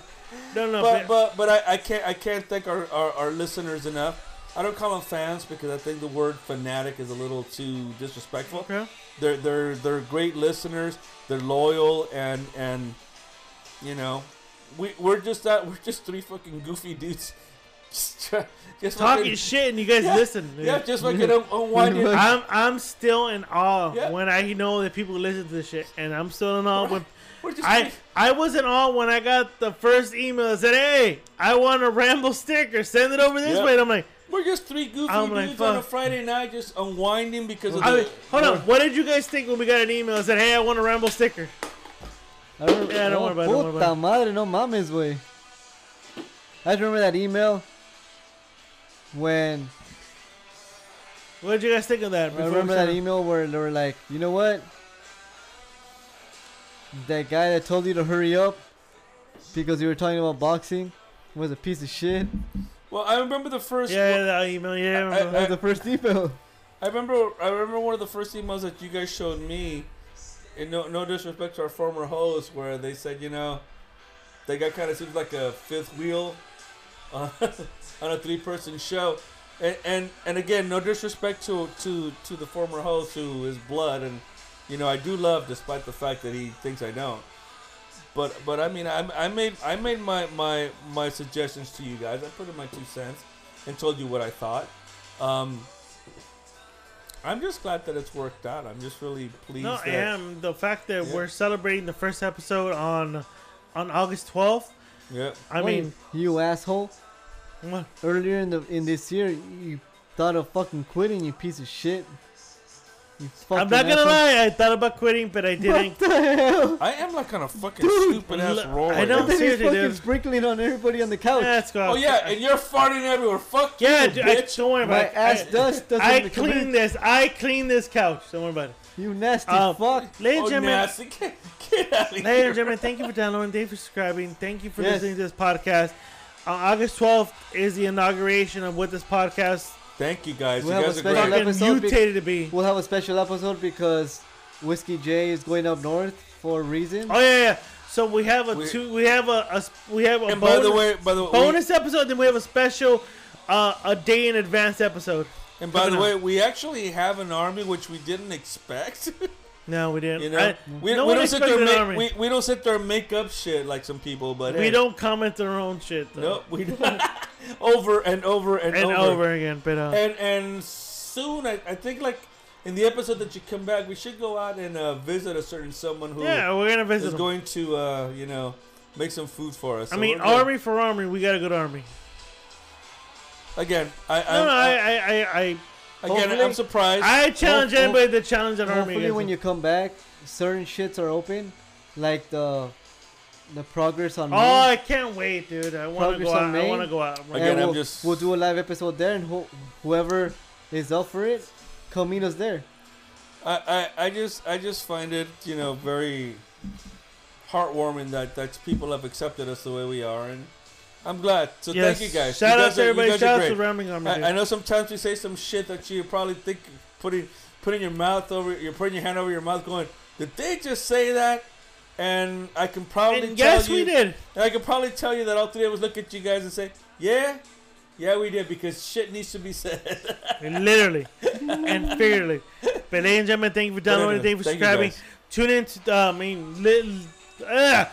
S3: No, no,
S2: but but but I, I can't I can't thank our, our, our listeners enough. I don't call them fans because I think the word fanatic is a little too disrespectful.
S3: Okay.
S2: They're they're they're great listeners. They're loyal and and you know we we're just that we're just three fucking goofy dudes just, try, just
S3: talking
S2: fucking-
S3: shit and you guys
S2: Yeah,
S3: listen. dude.
S2: Yeah, just fucking un- unwinding.
S4: Yeah.
S3: I'm I'm still in awe
S2: Yeah.
S3: when I know that people listen to this shit, and I'm still in awe when
S2: We're just
S3: I
S2: three-
S3: I was in awe when I got the first email that said, "Hey, I want a ramble sticker. Send it over this
S2: Yeah.
S3: way." And I'm like,
S2: We're just three goofy
S3: I'm like,
S2: dudes on a
S3: fuck.
S2: Friday night just unwinding because of the.
S3: I mean, hold on. What did you guys think when we got an email that said, "Hey, I want a Rambo sticker"?
S4: I don't,
S3: Yeah, don't worry about it, don't worry
S4: Puta
S3: about it.
S4: madre, no mames, güey. I just remember that email when
S3: What did you guys think of that?
S4: I
S3: before we
S4: remember that
S3: started?
S4: email where they were like, you know what? That guy that told you to hurry up because you were talking about boxing was a piece of shit.
S2: well, I remember the first.
S3: Yeah, that email. Yeah, I remember
S4: That was the first email.
S2: I remember I remember one of the first emails that you guys showed me, and no no disrespect to our former host, where they said you know, that guy kind of seems like a fifth wheel, on, on a three person show, and, and and again no disrespect to to to the former host who is blood, and you know I do love despite the fact that he thinks I don't. But, but I mean I, I made I made my, my my suggestions to you guys. I put in my two cents and told you what I thought. Um, I'm just glad that it's worked out. I'm just really pleased.
S3: No,
S2: that,
S3: I am. The fact that
S2: Yeah.
S3: we're celebrating the first episode on on August 12th.
S2: Yeah.
S3: I mean,
S4: you asshole!
S3: what-
S4: Earlier in the in this year, you thought of fucking quitting, you piece of shit. You fucking
S3: I'm not gonna
S4: asshole.
S3: lie. I thought about quitting, but I didn't.
S4: What the hell?
S2: I am like on a fucking stupid ass
S3: look,
S2: roll.
S3: I
S2: right
S3: don't-
S2: now.
S4: Then he's
S3: seriously,
S4: fucking
S3: dude.
S4: sprinkling on everybody on the couch.
S3: Let's go.
S2: Oh yeah, and you're farting everywhere. Fuck
S3: Yeah,
S2: you,
S3: dude, I,
S2: bitch.
S3: don't worry about
S4: My
S3: it.
S4: ass
S3: I,
S4: dust doesn't
S3: I
S4: come
S3: clean
S4: in.
S3: this. I clean this couch. Don't worry about it.
S4: You nasty
S3: Uh,
S4: fuck.
S3: Ladies
S2: oh,
S3: and gentlemen,
S2: nasty. Get, get out of
S3: ladies
S2: here.
S3: and gentlemen, thank you for downloading. Thank you for subscribing. Thank you for
S4: Yes.
S3: listening to this podcast. On August 12th is the inauguration of what this podcast
S2: Thank you guys.
S4: We
S2: you
S4: have
S2: guys
S4: a
S2: are
S4: special
S2: great.
S4: episode.
S3: fucking mutated to be.
S4: We'll have a special episode because Whiskey J is going up north for a reason.
S3: Oh yeah, yeah. So we have a
S2: We-
S3: two. We have a, a s- we have a
S2: And
S3: bonus,
S2: by the way, by the way,
S3: bonus episode. Then we have a special, uh, a day in advance episode.
S2: and by the
S3: coming
S2: way, we actually have an army which we didn't expect.
S3: No, we didn't.
S2: you know,
S3: I-
S2: we,
S3: no
S2: we
S3: one
S2: don't sit there.
S3: expected an
S2: and
S3: army.
S2: Make, we, we don't sit there and make up shit like some people, but
S3: We
S2: hey,
S3: don't comment our own shit. Though.
S2: Nope, we don't. over and over and,
S3: And over. again, but uh,
S2: and and soon I, I think like in the episode that you come back we should go out and uh, visit a certain someone who is
S3: yeah, we're gonna visit. Them.
S2: going to uh, you know make some food for us
S3: I
S2: So
S3: mean,
S2: we're good.
S3: army for army, we got a good army.
S2: again I,
S3: No, no, I,
S2: I,
S3: I, I, I,
S2: I again
S4: hopefully-
S2: I'm surprised
S3: I challenge
S4: hope-
S3: anybody to challenge an army.
S4: Hopefully,
S3: against
S4: when
S3: me.
S4: you come back, certain shits are open, like the the progress on.
S3: oh,
S4: Maine.
S3: I can't wait, dude. I want to
S4: Progress
S3: go out.
S4: on
S3: I
S4: Maine.
S3: want to go out.
S4: And
S2: Again, I'm
S4: we'll,
S2: just-
S4: we'll do a live episode there, and who whoever is up for it, come meet us there.
S2: I, I, I just I just find it you know very heartwarming that that people have accepted us the way we are and I'm glad so
S3: Yes.
S2: thank you guys
S3: Shout
S2: you
S3: out
S2: guys
S3: to
S2: are- you
S3: everybody.
S2: guys are
S3: Shout out
S2: great.
S3: to Ramming Army. dude.
S2: I, I know sometimes we say some shit that you probably think putting putting your mouth over you're putting your hand over your mouth going did they just say that and I can probably
S3: And
S2: tell
S3: yes,
S2: you
S3: we did.
S2: and I can probably tell you that all three of us look at you guys and say yeah yeah we did because shit needs to be said
S3: literally and figuratively. But ladies and gentlemen, thank you for downloading.
S2: anyway,
S3: Thank you for
S2: thank
S3: subscribing.
S2: you guys.
S3: Tune in to, uh, I mean, li- uh,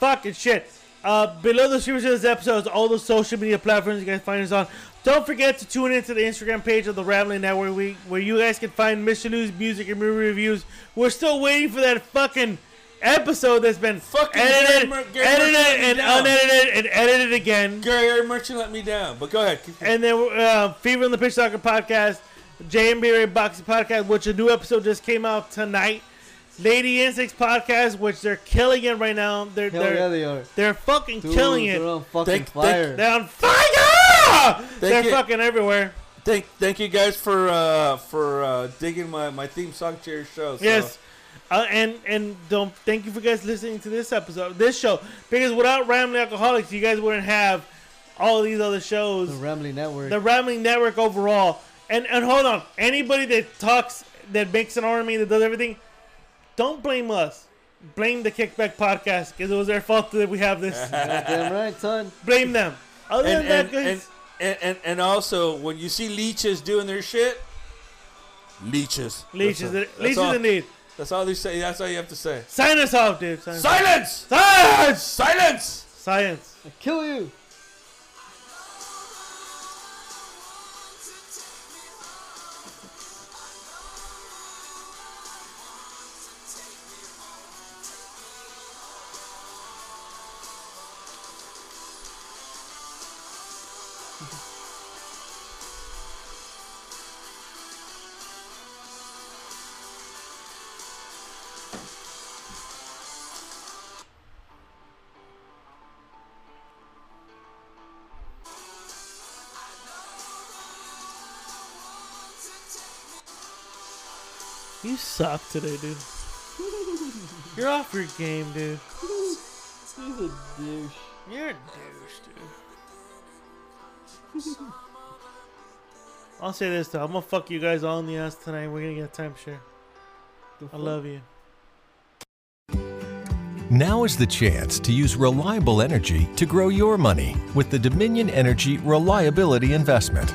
S3: fucking shit. Uh, below the description of this episode is all the social media platforms you guys find us on. Don't forget to tune into the Instagram page of the Rambling Network Week, where you guys can find Michelin's music and movie reviews. We're still waiting for that fucking episode that's been
S2: Fucking
S3: edited,
S2: Gary Mer- Gary
S3: edited,
S2: Merchant
S3: and
S2: down.
S3: unedited, and edited again.
S2: Gary Merchant let me down but go ahead Keep-
S3: And then uh, Fever on the Pitch Soccer Podcast, JMBRA Boxing Podcast, which a new episode just came out tonight. Lady Insects Podcast, which they're killing it right now. They're
S4: Hell
S3: they're,
S4: yeah, they are.
S3: they're fucking
S4: Dude,
S3: killing
S4: they're
S3: it.
S4: on fucking
S2: Thank- thank-
S4: fire.
S3: They're on fire. they're
S2: you.
S3: fucking everywhere.
S2: thank thank you guys for uh, for uh, digging my, my theme song to your show so.
S3: Yes. Uh, and and don't thank you for guys listening to this episode, this show, because without Rambling Alcoholics, you guys wouldn't have all these other shows.
S4: the Rambling Network.
S3: the Rambling Network overall. And and hold on, anybody that talks, that makes an army, that does everything, don't blame us. Blame the Kickback Podcast because it was their fault that we have this.
S4: Damn right, son.
S3: blame them. Other
S2: and
S3: than
S2: and,
S3: that,
S2: and,
S3: guys,
S2: and, and and also when you see leeches doing their shit, leeches,
S3: leeches,
S2: That's all-
S3: leeches
S2: that's all,
S3: indeed.
S2: That's all they say. That's all you have to say.
S3: Sign us off, dude. Sign us-
S2: Silence!
S3: Silence!
S2: Silence!
S3: Science.
S4: I kill you.
S3: You suck today, dude. You're off your game, dude.
S4: He's a douche.
S3: You're a douche, dude. I'll say this though, I'm gonna fuck you guys all in the ass tonight. We're gonna get a timeshare.
S4: The
S3: I
S4: fuck?
S3: love you.
S5: Now is the chance to use reliable energy to grow your money with the Dominion Energy Reliability Investment.